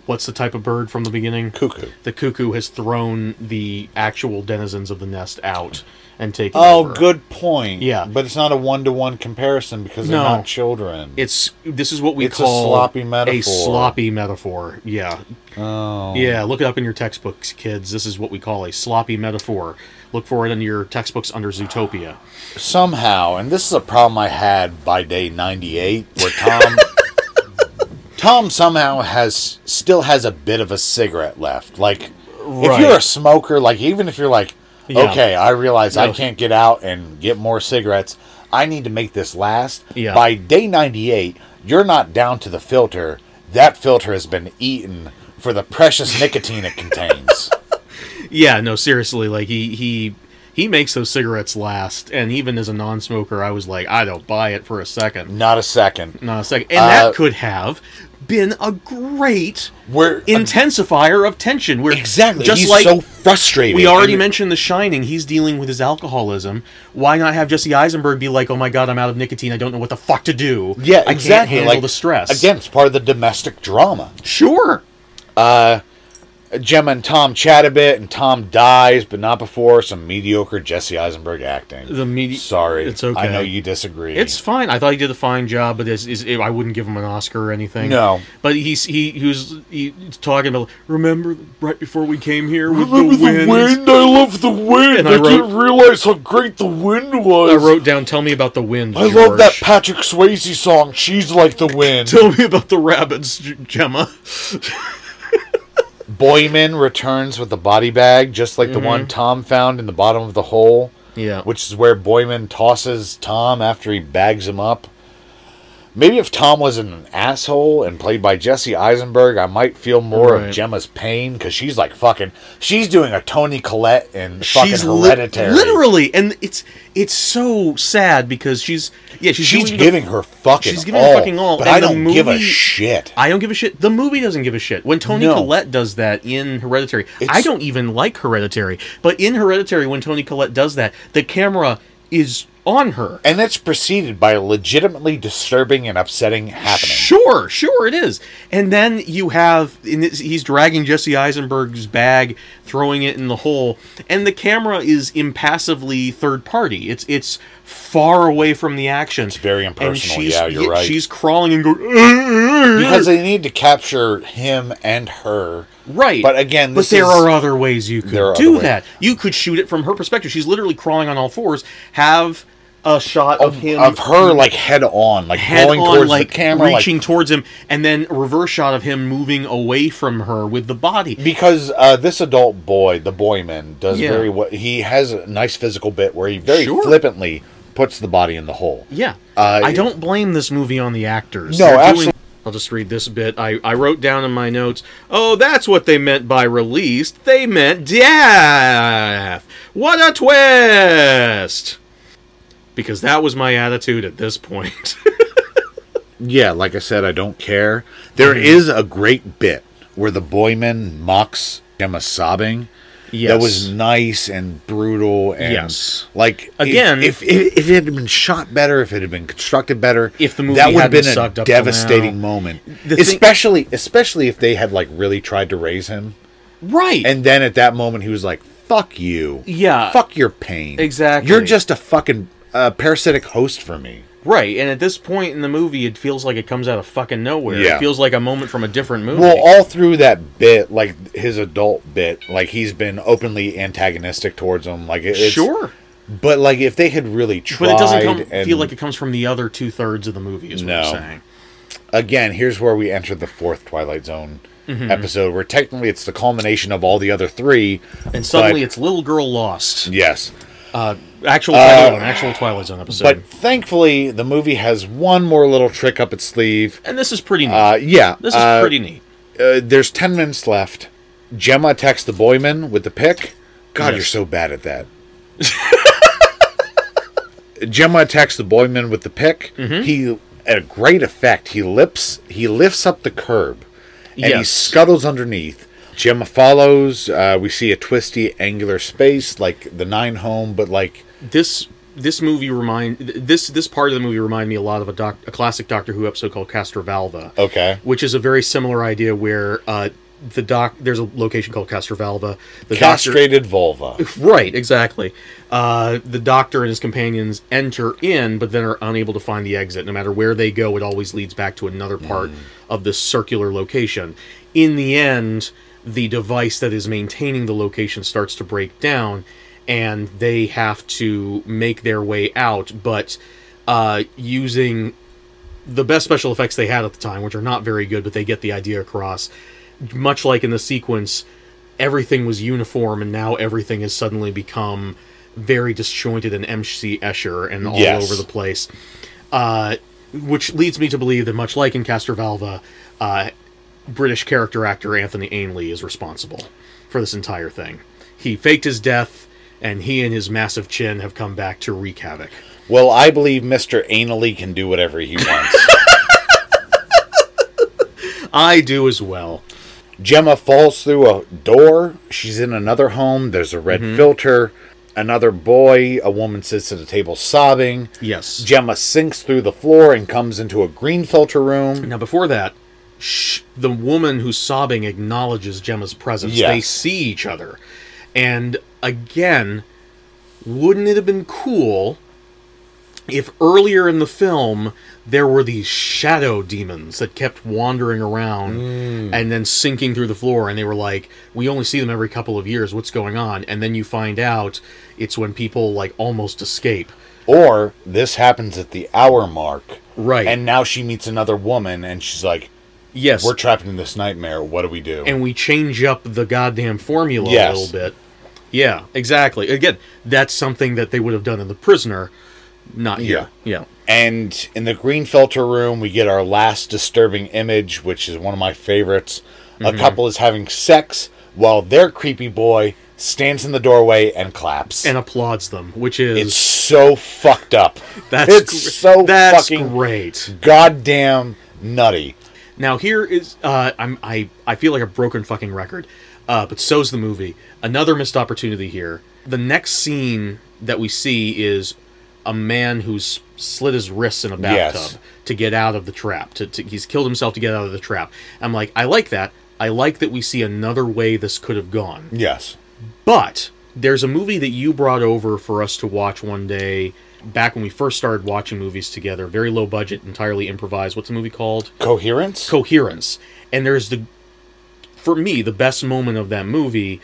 E: what's the type of bird from the beginning?
A: Cuckoo.
E: The cuckoo has thrown the actual denizens of the nest out and taken.
A: Oh,
E: over.
A: good point.
E: Yeah.
A: but it's not a one-to-one comparison because they're
E: No.
A: not children.
E: It's this is what we
A: It's a
E: call
A: sloppy
E: A
A: metaphor.
E: sloppy metaphor. Yeah. Oh. Yeah. Look it up in your textbooks, kids. This is what we call a sloppy metaphor. Look for it in your textbooks under Zootopia.
A: somehow, and this is a problem I had by day 98, where Tom Tom somehow has still has a bit of a cigarette left. Like if
E: Right.
A: you're a smoker, like even if you're like,
E: Yeah.
A: okay, I realize I
E: No.
A: can't get out and get more cigarettes. I need to make this last.
E: Yeah.
A: By day 98, you're not down to the filter. That filter has been eaten for the precious nicotine it contains.
E: Yeah, no, seriously, like he he he makes those cigarettes last, and even as a non-smoker, I was like, I don't buy it for a second,
A: Not a second.
E: not a second, and
A: Uh,
E: that could have been a great
A: We're
E: intensifier of tension. Where
A: exactly
E: just
A: he's
E: like
A: so frustrated.
E: we already
A: And-
E: mentioned The Shining, he's dealing with his alcoholism. Why not have Jesse Eisenberg be like, "Oh my God, I'm out of nicotine. I don't know what the fuck to do.
A: Yeah,
E: I
A: exactly.
E: can't handle
A: like,
E: the stress."
A: Again, it's part of the domestic drama.
E: sure.
A: Gemma and Tom chat a bit, and Tom dies, but not before some mediocre Jesse Eisenberg acting.
E: The medi-
A: Sorry,
E: it's okay.
A: I know you disagree.
E: It's fine. I thought he did a fine job, but it's, it's, I wouldn't give him an Oscar or anything.
A: No.
E: But he's he, he was he, was talking about remember right before we came here with
A: Remember
E: the wind.
A: I love the wind.
E: And I wrote-
A: realize how great the wind was.
E: I wrote down. Tell me about the wind.
A: I love that
E: George."
A: Patrick Swayze song. She's like the wind.
E: Tell me about the rabbits, G- Gemma.
A: Boyman returns with a body bag, just like the one Tom found in the bottom of the hole.
E: Mm-hmm. Yeah.
A: which is where Boyman tosses Tom after he bags him up. Maybe if Tom wasn't an asshole and played by Jesse Eisenberg, I might feel more
E: Right.
A: of Gemma's pain because she's like fucking. She's doing a Tony Collette in fucking
E: she's li-
A: Hereditary.
E: literally, and it's it's so sad because she's yeah she's,
A: she's
E: doing the-
A: giving her fucking.
E: she's giving her
A: all,
E: fucking all,
A: But
E: and
A: I
E: the
A: don't give a
E: movie-
A: shit.
E: I don't give a shit. The movie doesn't give a shit. When Tony
A: No.
E: Collette does that in Hereditary, I
A: It's-
E: don't even like Hereditary, but in Hereditary, when Tony Collette does that, the camera is on her.
A: and that's preceded by a legitimately disturbing and upsetting happening.
E: Sure, sure it is. And then you have in this, he's dragging Jesse Eisenberg's bag, throwing it in the hole, and the camera is impassively third party. It's it's far away from the action. It's
A: very impersonal. Yeah, you're right.
E: She's crawling and going
A: Because they need to capture him and her.
E: Right.
A: But again,
E: but
A: this
E: there
A: is-
E: are other ways you
A: There are
E: could do
A: other
E: that. You could shoot it from her perspective. She's literally crawling on all fours. Have a shot of, him
A: of her like head on, like
E: head
A: going
E: on,
A: towards
E: like
A: the camera, like-
E: reaching towards him, and then a reverse shot of him moving away from her with the body.
A: because uh, this adult boy, the boyman, does
E: Yeah.
A: very well. He has a nice physical bit where he very
E: Sure.
A: flippantly puts the body in the hole.
E: Yeah,
A: Uh,
E: I don't blame this movie on the actors.
A: No,
E: They're doing-
A: absolutely-
E: I'll just read this bit. I, I wrote down in my notes, oh, that's what they meant by released. They meant death. What a twist! Because that was my attitude at this point.
A: Yeah, like I said, I don't care. Mm-hmm. There is a great bit where the boyman mocks Gemma sobbing.
E: Yes.
A: that was nice and brutal and
E: Yes.
A: like if-
E: Again-
A: if, if if it had been shot better, if it had been constructed better,
E: If the movie
A: that would have
E: hadn't
A: been a
E: sucked up till
A: devastating
E: now.
A: moment,
E: The thing-
A: especially especially if they had like really tried to raise him,
E: right.
A: and then at that moment he was like, "Fuck you,
E: Yeah.
A: fuck your pain,
E: Exactly.
A: You're just a fucking uh, parasitic host for me."
E: Right, and at this point in the movie, it feels like it comes out of fucking nowhere.
A: Yeah.
E: It feels like a moment from a different movie.
A: Well, all through that bit, like his adult bit, like he's been openly antagonistic towards him. Like it, it's,
E: sure,
A: but like if they had really tried,
E: but it doesn't come,
A: and
E: feel like it comes from the other two thirds of the movie. Is what
A: No.
E: I'm saying.
A: again, here's where we enter the fourth Twilight Zone
E: Mm-hmm.
A: episode, where technically it's the culmination of all the other three.
E: And suddenly, it's little girl lost.
A: Yes,
E: Actual Twilight Zone, actual Twilight Zone episode.
A: Uh, but thankfully the movie has one more little trick up its sleeve.
E: and this is pretty neat.
A: Uh, yeah,
E: this is
A: uh,
E: pretty neat.
A: uh, there's 10 minutes left. Gemma attacks the boyman with the pick. God,
E: Yes.
A: you're so bad at that. Gemma attacks the boyman with the pick.
E: Mm-hmm.
A: He, at great effect, he lifts, he lifts up the curb and he
E: Yes.
A: scuttles underneath. Gemma follows. Uh, we see a twisty, angular space like the nine home, but like,
E: This this movie remind th- this this part of the movie reminded me a lot of a, doc, a classic Doctor Who episode called Castrovalva.
A: okay.
E: which is a very similar idea where uh, the doc there's a location called Castrovalva. The doctor-
A: Castrated vulva.
E: Right, exactly. Uh, the doctor and his companions enter in, but then are unable to find the exit. No matter where they go, it always leads back to another part of this circular location. In the end, the device that is maintaining the location starts to break down, and they have to make their way out, but uh, using the best special effects they had at the time, which are not very good, but they get the idea across. Much like in the sequence, everything was uniform, and now everything has suddenly become very disjointed and MC Escher and all
A: Yes.
E: over the place. Uh, which leads me to believe that, much like in Castrovalva, uh, British character actor Anthony Ainley is responsible for this entire thing. He faked his death, and he and his massive chin have come back to wreak havoc.
A: Well, I believe Mr. Anally can do whatever he wants.
E: I do as well.
A: Gemma falls through a door. She's in another home. There's a red
E: Mm-hmm.
A: filter. Another boy, a woman sits at a table sobbing.
E: Yes.
A: Gemma sinks through the floor and comes into a green filter room.
E: Now, before that, sh- the woman who's sobbing acknowledges Gemma's presence.
A: Yes.
E: They see each other. And again, wouldn't it have been cool if earlier in the film there were these shadow demons that kept wandering around
A: Mm.
E: and then sinking through the floor and they were like we only see them every couple of years what's going on and then you find out it's when people like almost escape
A: Or this happens at the hour mark.
E: right
A: And now she meets another woman and she's like,
E: yes
A: We're trapped in this nightmare. What do we do?
E: and we change up the goddamn formula
A: Yes.
E: a little bit. Yeah, exactly. Again, that's something that they would have done in The Prisoner, not here. Yeah.
A: And in the green filter room, we get our last disturbing image, which is one of my favorites.
E: Mm-hmm.
A: A couple is having sex while their creepy boy stands in the doorway and claps.
E: And applauds them, which is
A: it's so fucked up.
E: that's
A: it's
E: gr-
A: so
E: that's
A: fucking
E: great.
A: goddamn nutty.
E: Now here is uh, I'm I I feel like a broken fucking record, uh, but so's the movie. Another missed opportunity here. The next scene that we see is a man who's slit his wrists in a
A: Yes.
E: bathtub to get out of the trap. To, to he's killed himself to get out of the trap. I'm like, I like that. I like that we see another way this could have gone.
A: Yes.
E: But there's a movie that you brought over for us to watch one day back when we first started watching movies together. Very low budget, entirely improvised. What's the movie called?
A: Coherence?
E: coherence. And there's the, for me, the best moment of that movie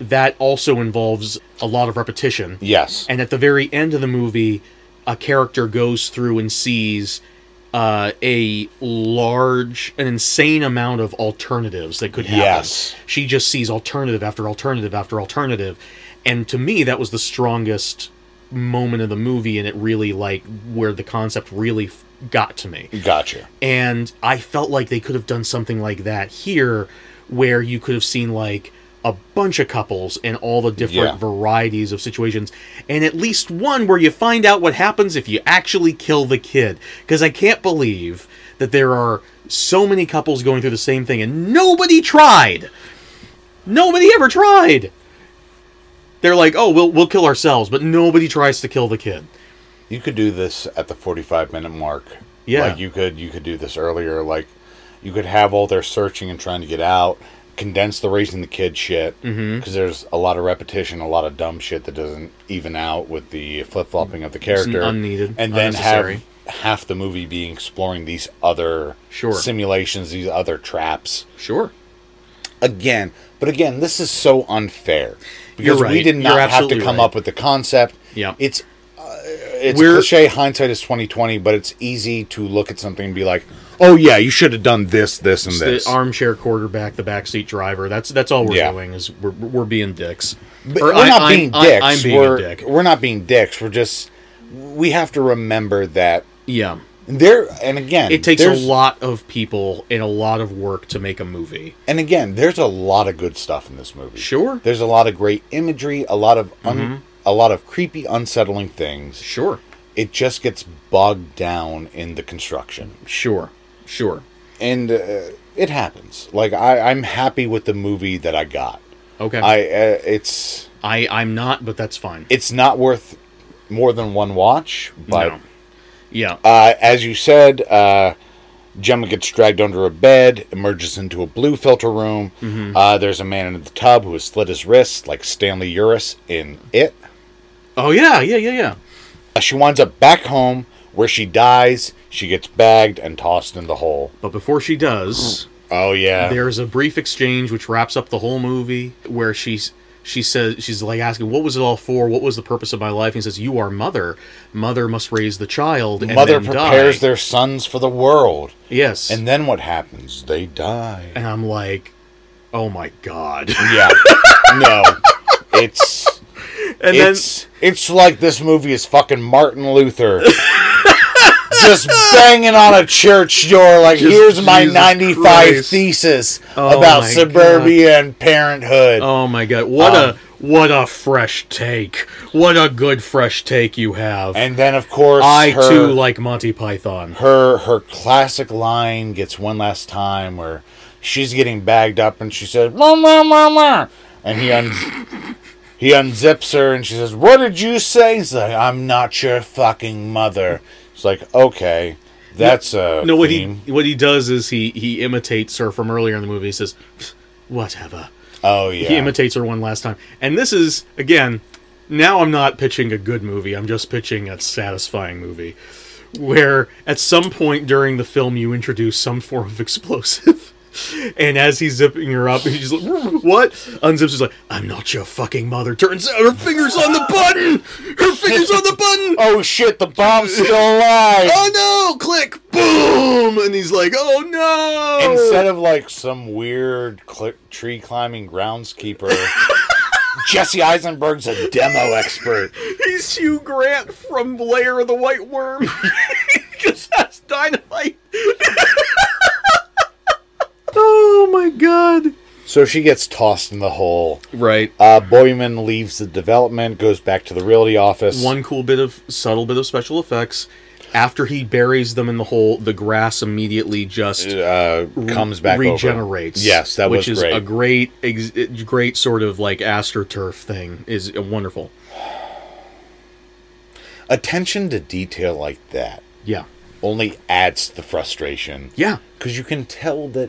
E: that also involves a lot of repetition.
A: yes.
E: And at the very end of the movie, a character goes through and sees uh, a large, an insane amount of alternatives that could happen.
A: Yes.
E: She just sees alternative after alternative after alternative. And to me, that was the strongest moment of the movie, and it really, like, where the concept really f- got to me
A: gotcha.
E: and I felt like they could have done something like that here, where you could have seen like a bunch of couples and all the different
A: Yeah.
E: varieties of situations, and at least one where you find out what happens if you actually kill the kid. Because I can't believe that there are so many couples going through the same thing and nobody tried. Nobody ever tried. They're like, oh, we'll we'll kill ourselves, but nobody tries to kill the kid.
A: You could do this at the 45 minute mark.
E: Yeah.
A: Like you could you could do this earlier like you could have all their searching and trying to get out, condense the raising the kid shit because
E: Mm-hmm.
A: there's a lot of repetition, a lot of dumb shit that doesn't even out with the flip-flopping of the character
E: unneeded,
A: and then
E: unnecessary.
A: have half the movie being exploring these other
E: Sure.
A: simulations, these other traps
E: Sure.
A: again. But again, this is so unfair
E: You're
A: because we
E: right.
A: did
E: You're
A: not have to
E: absolutely
A: come
E: right.
A: up with the concept.
E: Yeah.
A: it's uh, it's
E: We're-
A: cliche. Hindsight is twenty twenty, but it's easy to look at something and be like, "Oh yeah, you should have done this, this, and
E: It's
A: this."
E: the armchair quarterback, the backseat driver. That's that's all we're
A: Yeah.
E: doing is we're, we're being dicks.
A: but
E: Or
A: we're
E: I-
A: not
E: I'm-
A: being
E: I-
A: dicks.
E: I'm being a
A: we're,
E: dick.
A: we're not being dicks. We're just we have to remember that
E: Yeah.
A: there. And again,
E: It takes
A: Mm. there's-
E: a lot of people and a lot of work to make a movie.
A: And again, there's a lot of good stuff in this movie.
E: Sure. Mm-hmm.
A: there's a lot of great imagery, a lot of un- a lot of creepy, unsettling things.
E: Sure.
A: it just gets bogged down in the construction
E: Sure. Sure.
A: and uh, it happens like I, i'm happy with the movie that i got
E: Okay.
A: i uh, it's
E: I I'm not, but that's fine.
A: it's not worth more than one watch but
E: No. Yeah.
A: uh, as you said uh, gemma gets dragged under a bed emerges into a blue filter room uh, there's a man in the tub who has slit his wrists like stanley uris in it
E: Oh yeah. Yeah. Yeah. Yeah.
A: Uh, she winds up back home where she dies she gets bagged and tossed in the hole
E: But before she does,
A: oh yeah
E: there's a brief exchange which wraps up the whole movie where she's she says she's like asking what was it all for what was the purpose of my life and he says you are mother mother must raise the child and
A: mother
E: then
A: prepares
E: die."
A: their sons for the world
E: yes
A: and then what happens they die
E: and i'm like oh my god
A: yeah no it's
E: and
A: it's it's like this movie is fucking martin luther just banging on a church door like
E: Just
A: here's my
E: Jesus
A: 95
E: Christ.
A: thesis
E: Oh
A: about
E: my
A: suburbia and parenthood
E: oh my god what
A: Um,
E: a what a fresh take what a good fresh take you have
A: and then of course
E: i
A: her,
E: too like monty python
A: her her classic line gets one last time where she's getting bagged up and she says "Mwah, mwah, mwah, mwah," and he un- he unzips her and she says what did you say he's like i'm not your fucking mother it's like okay that's a
E: no what he
A: theme.
E: what he does is he he imitates her from earlier in the movie he says whatever
A: oh yeah
E: he imitates her one last time. And this is again, now I'm not pitching a good movie. I'm just pitching a satisfying movie where at some point during the film you introduce some form of explosive. And as he's zipping her up, he's just like, "What?" Unzips is like, "I'm not your fucking mother." Turns out her fingers on the button. Her fingers on the button.
A: oh shit the bomb's still alive
E: Oh no! Click, boom, and he's like, "Oh no!"
A: instead of like some weird cl- tree climbing groundskeeper jesse eisenberg's a demo expert
E: He's Hugh Grant from Lair of the White Worm. he just has dynamite. oh my god.
A: so she gets tossed in the hole
E: Right.
A: Uh, Boyman leaves the development, goes back to the realty office.
E: One cool bit of subtle bit of special effects. After he buries them in the hole, the grass immediately just
A: uh, comes back, over.
E: regenerates.
A: Yes, that
E: which
A: was
E: is
A: great.
E: a great, ex- great sort of like astroturf thing. Is wonderful.
A: Attention to detail like that
E: Yeah.
A: only adds to the frustration.
E: Yeah.
A: because you can tell that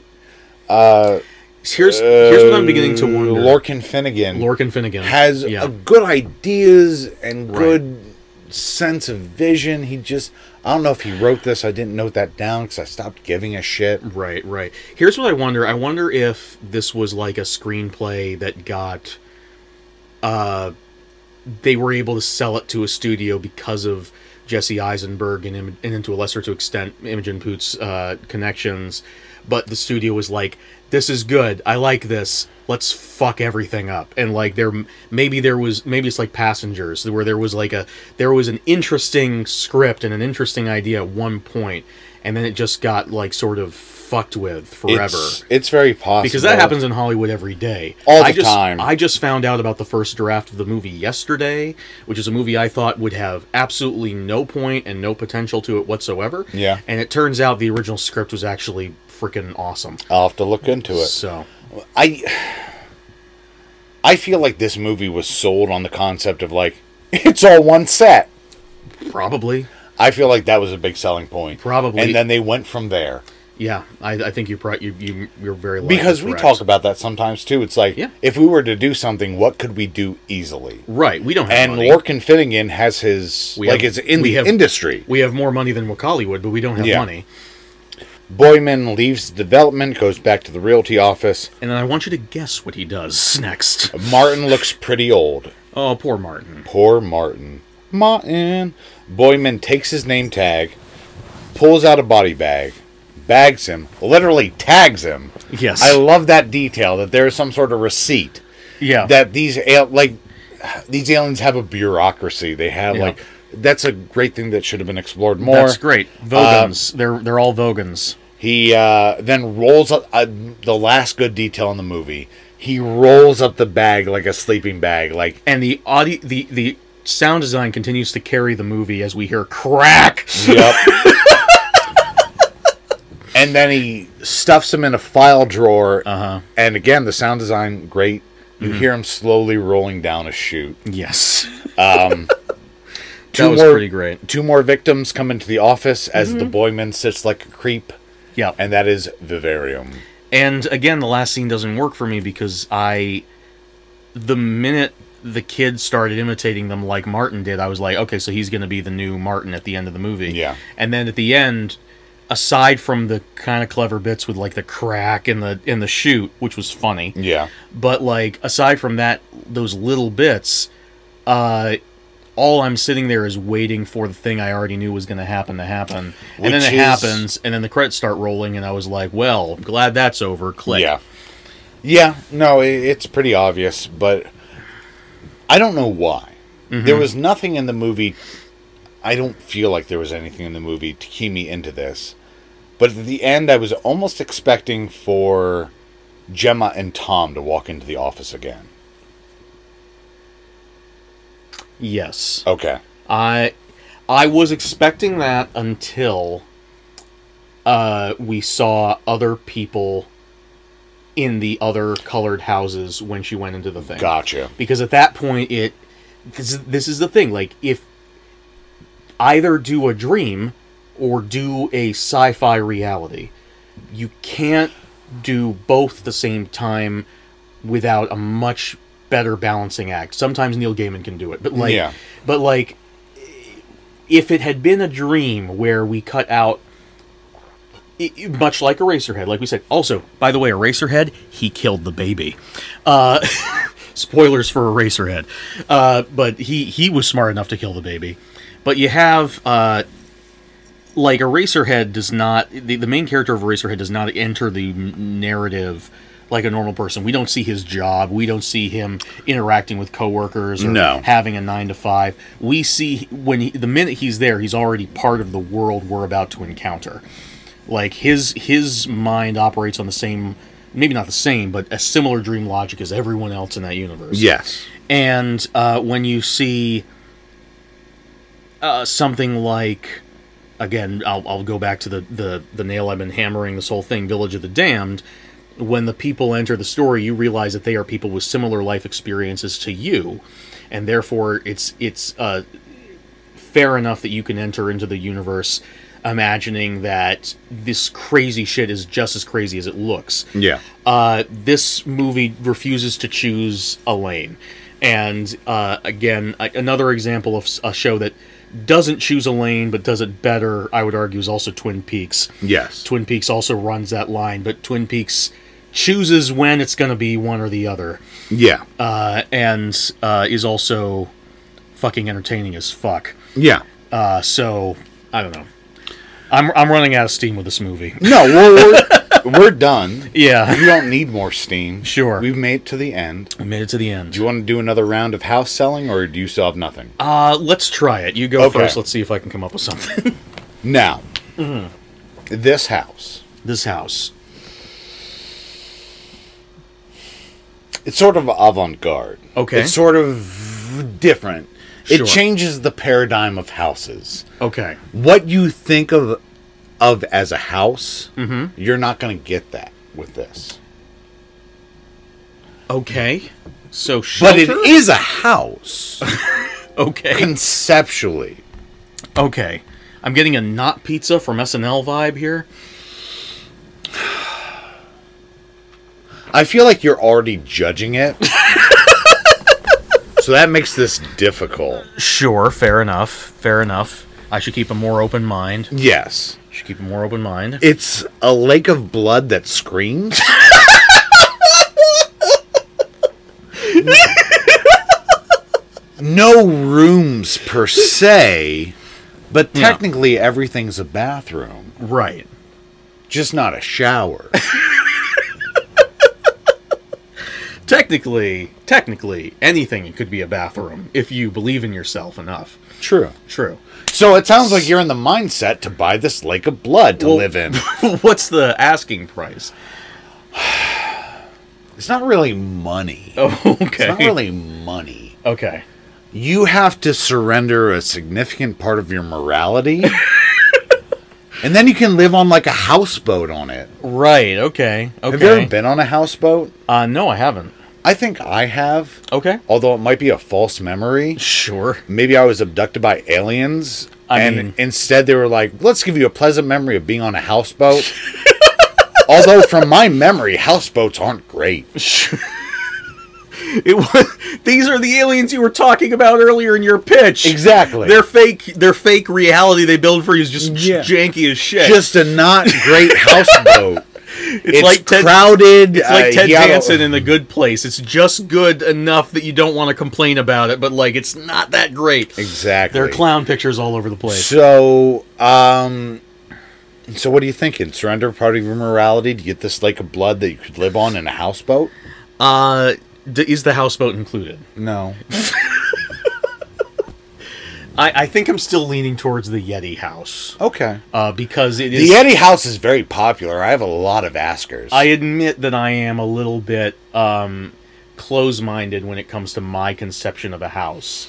E: Here's here's what I'm beginning to wonder.
A: Uh, Lorcan Finnegan
E: Lorcan Finnegan
A: has
E: yeah.
A: a good ideas and good sense of vision. He just, I don't know if he wrote this. I didn't note that down because I stopped giving a shit.
E: Right, right. Here's what I wonder. I wonder if this was like a screenplay that got uh they were able to sell it to a studio because of Jesse Eisenberg and, Im- and to a lesser to extent Imogen Poots uh, connections, but the studio was like, "This is good. I like this. Let's fuck everything up." And like there, maybe there was maybe it's like Passengers, where there was like a there was an interesting script and an interesting idea at one point, and then it just got like sort of fucked with forever
A: It's, it's very possible
E: because that happens in Hollywood every day.
A: All the
E: I just,
A: time.
E: I just found out about the first draft of the movie yesterday, which is a movie I thought would have absolutely no point and no potential to it whatsoever.
A: Yeah.
E: And it turns out the original script was actually freaking awesome.
A: I'll have to look into it.
E: So
A: I I feel like this movie was sold on the concept of like it's all one set.
E: Probably.
A: I feel like that was a big selling point.
E: Probably.
A: And then they went from there.
E: Yeah, I, I think you pro- you you you're very likely
A: Because we
E: correct.
A: talk about that sometimes too. It's like
E: Yeah.
A: if we were to do something, what could we do easily?
E: right. We don't have
A: And
E: money.
A: Lorcan Finnegan has his
E: We
A: like
E: have-
A: it's in
E: we
A: the
E: have-
A: industry.
E: we have more money than Macaulay would, but we don't have
A: Yeah.
E: money.
A: Boyman leaves development, goes back to the realty office.
E: And then I want you to guess what he does next.
A: Martin looks pretty old.
E: Oh, poor Martin.
A: Poor Martin. Martin. Boyman takes his name tag, pulls out a body bag, bags him, literally tags him.
E: Yes.
A: I love that detail that there is some sort of receipt
E: yeah.
A: that these al- like these aliens have a bureaucracy. They have
E: Yeah.
A: like that's a great thing that should have been explored more.
E: that's great. Vogans. uh, they're they're all Vogans.
A: He uh, then rolls up uh, the last good detail in the movie. He rolls up the bag like a sleeping bag, like
E: And the audio the the sound design continues to carry the movie as we hear crack.
A: Yep. and then he stuffs him in a file drawer. Uh-huh. And again, the sound design great. You
E: Mm-hmm.
A: hear him slowly rolling down a chute.
E: Yes.
A: Two
E: was
A: more-
E: pretty great.
A: Two more victims come into the office as the boyman sits like a creep,
E: Yeah.
A: and that is Vivarium.
E: And again, the last scene doesn't work for me because I, the minute the kid started imitating them like Martin did, I was like, okay, so he's going to be the new Martin at the end of the movie.
A: Yeah.
E: And then at the end, aside from the kind of clever bits with like the crack and the in the shoot, which was funny,
A: Yeah.
E: but like aside from that, those little bits, uh. All I'm sitting there is waiting for the thing I already knew was going to happen to happen, and then
A: Which
E: it
A: is-
E: happens, and then the credits start rolling, and I was like, "Well, I'm glad that's over." Click.
A: Yeah. Yeah, no, i it's pretty obvious, but I don't know why.
E: Mm-hmm.
A: There was nothing in the movie. I don't feel like there was anything in the movie to key me into this. But at the end, I was almost expecting for Gemma and Tom to walk into the office again.
E: Yes.
A: Okay.
E: I I was expecting that until uh we saw other people in the other colored houses when she went into the thing.
A: Gotcha.
E: Because at that point it this, this is the thing like if either do a dream or do a sci-fi reality. You can't do both at the same time without a much better balancing act. Sometimes Neil Gaiman can do it, but like,
A: Yeah.
E: but like, if it had been a dream where we cut out, i- i- much like Eraserhead, like we said. Also, by the way, Eraserhead, he killed the baby. Uh, spoilers for Eraserhead, uh, but he he was smart enough to kill the baby. But you have uh, like Eraserhead does not the, the main character of Eraserhead does not enter the m- narrative like a normal person. We don't see his job. We don't see him interacting with coworkers or
A: No.
E: having a 9 to 5. We see when he, the minute he's there, he's already part of the world we're about to encounter. Like his his mind operates on the same maybe not the same, but a similar dream logic as everyone else in that universe.
A: Yes.
E: And uh, when you see uh, something like, again, I'll, I'll go back to the, the, the nail I've been hammering this whole thing, Village of the Damned. When the people enter the story, you realize that they are people with similar life experiences to you, and therefore it's it's uh, fair enough that you can enter into the universe, imagining that this crazy shit is just as crazy as it looks
A: Yeah.
E: uh, this movie refuses to choose a lane. And uh, again, a- another example of s- a show that doesn't choose a lane but does it better, I would argue, is also Twin Peaks.
A: Yes.
E: Twin Peaks also runs that line, but Twin Peaks chooses when it's going to be one or the other
A: Yeah.
E: uh, and uh, is also fucking entertaining as fuck.
A: yeah.
E: Uh, so, I don't know. I'm, I'm running out of steam with this movie.
A: No, we're, we're, we're done.
E: Yeah.
A: You don't need more steam.
E: Sure.
A: We've made it to the end.
E: I made it to the end.
A: Do you want to do another round of house selling, or do you still have nothing?
E: Uh, let's try it. You go
A: Okay.
E: first. Let's see if I can come up with something.
A: Now, this house,
E: this house.
A: it's sort of avant garde.
E: Okay.
A: It's sort of different.
E: Sure.
A: It changes the paradigm of houses.
E: Okay.
A: What you think of of as a house,
E: Mm-hmm.
A: you're not going to get that with this.
E: Okay. So
A: But it
E: shelter?
A: is a house
E: okay.
A: conceptually.
E: Okay. I'm getting a not pizza from SNL vibe here.
A: I feel like you're already judging it. so that makes this difficult.
E: Sure, fair enough. Fair enough. I should keep a more open mind.
A: Yes.
E: Should keep a more open mind.
A: It's a lake of blood that screams. no rooms per se, but
E: Yeah.
A: technically everything's a bathroom,
E: Right.
A: just not a shower.
E: Technically, technically, anything could be a bathroom if you believe in yourself enough.
A: True.
E: True.
A: So it sounds like you're in the mindset to buy this lake of blood to
E: Well-
A: live in.
E: What's the asking price?
A: It's not really money.
E: Oh,
A: It's
E: okay.
A: not really money.
E: Okay.
A: You have to surrender a significant part of your morality. and then you can live on like a houseboat on it.
E: Right. Okay. Okay.
A: Have you ever been on a houseboat?
E: Uh, no, I haven't.
A: I think I have,
E: Okay.
A: although it might be a false memory.
E: Sure.
A: Maybe I was abducted by aliens.
E: I
A: and
E: mean-
A: instead they were like, let's give you a pleasant memory of being on a houseboat. although from my memory, houseboats aren't great.
E: It was. These are the aliens you were talking about earlier in your pitch.
A: Exactly.
E: Their fake, their fake reality they build for you is just
A: Yeah.
E: janky as shit.
A: Just a not great houseboat.
E: it's, like Ted,
A: crowded. uh, oh,
E: it's like Ted Danson in The Good Place. It's just good enough that you don't want to complain about it, but like it's not that great.
A: exactly.
E: There are clown pictures all over the place.
A: So, um, so what are you thinking? Surrender part of your morality to get this lake of blood that you could live on in a houseboat?
E: Uh, d- is the houseboat included?
A: No.
E: I, I think I'm still leaning towards the Yeti house
A: Okay.
E: uh, because it
A: The
E: is.
A: Yeti house is very popular. I have a lot of askers.
E: I admit that I am a little bit um, close-minded when it comes to my conception of a house.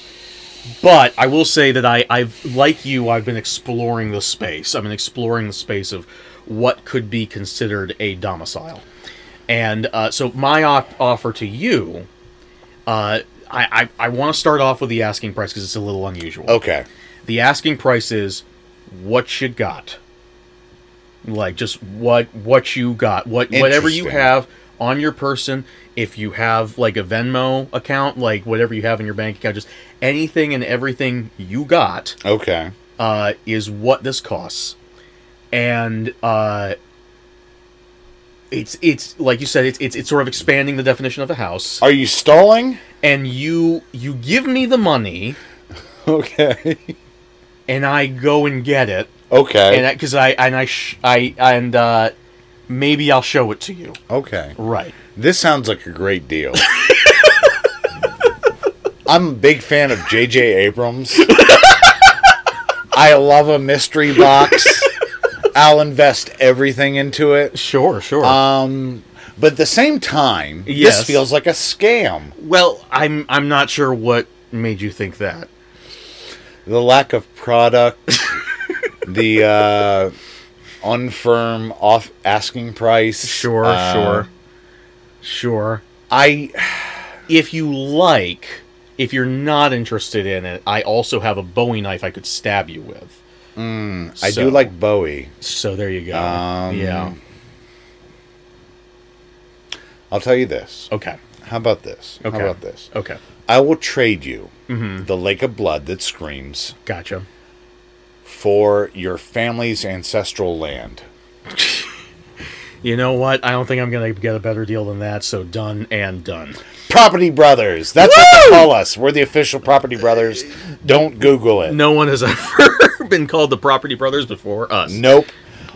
E: But I will say that I, I've, like you, I've been exploring the space. I've been exploring the space of what could be considered a domicile. And uh, so my op- offer to you, uh, I, I, I want to start off with the asking price because it's a little unusual.
A: okay.
E: The asking price is what you got. Like just what what you got, what whatever you
A: Interesting.
E: have on your person, if you have like a Venmo account, like whatever you have in your bank account, just anything and everything you got
A: Okay.
E: uh, is what this costs, and uh, it's it's like you said, it's, it's it's sort of expanding the definition of a house.
A: Are you stalling?
E: And you you give me the money,
A: Okay.
E: and I go and get it, and
A: Okay.
E: because I, and I sh- I and uh, maybe I'll show it to you.
A: okay.
E: Right.
A: This sounds like a great deal. I'm a big fan of J.J. Abrams. I love a mystery box. I'll invest everything into it.
E: Sure. Sure.
A: Um, but at the same time,
E: Yes.
A: this feels like a scam.
E: well, I'm I'm not sure what made you think that.
A: The lack of product, the uh, unfirm off asking price.
E: Sure.
A: Uh,
E: sure. Sure.
A: I
E: If you like, if you're not interested in it, I also have a Bowie knife I could stab you with.
A: I
E: So-
A: do like Bowie.
E: So there you go.
A: Um,
E: yeah.
A: I'll tell you this.
E: Okay.
A: How about this?
E: Okay. Mm-hmm.
A: How about this?
E: Okay.
A: I will trade you the lake of blood that screams
E: Gotcha.
A: for your family's ancestral land.
E: You know what? I don't think I'm gonna get a better deal than that. So done and done.
A: Property Brothers. That's what they call us. We're the official Property Brothers. Don't Google it.
E: No one has ever been called the Property Brothers before us.
A: Nope.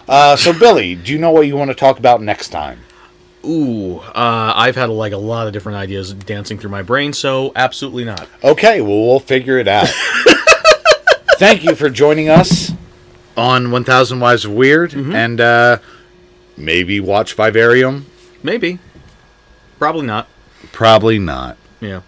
A: Uh, so, Billy, do you know what you want to talk about next time?
E: Ooh, uh, I've had like a lot of different ideas dancing through my brain, so absolutely not.
A: Okay, well, we'll figure it out. Thank you for joining us on 1000 Wives of Weird and uh, maybe watch Vivarium.
E: Maybe, probably not.
A: Probably not.
E: Yeah.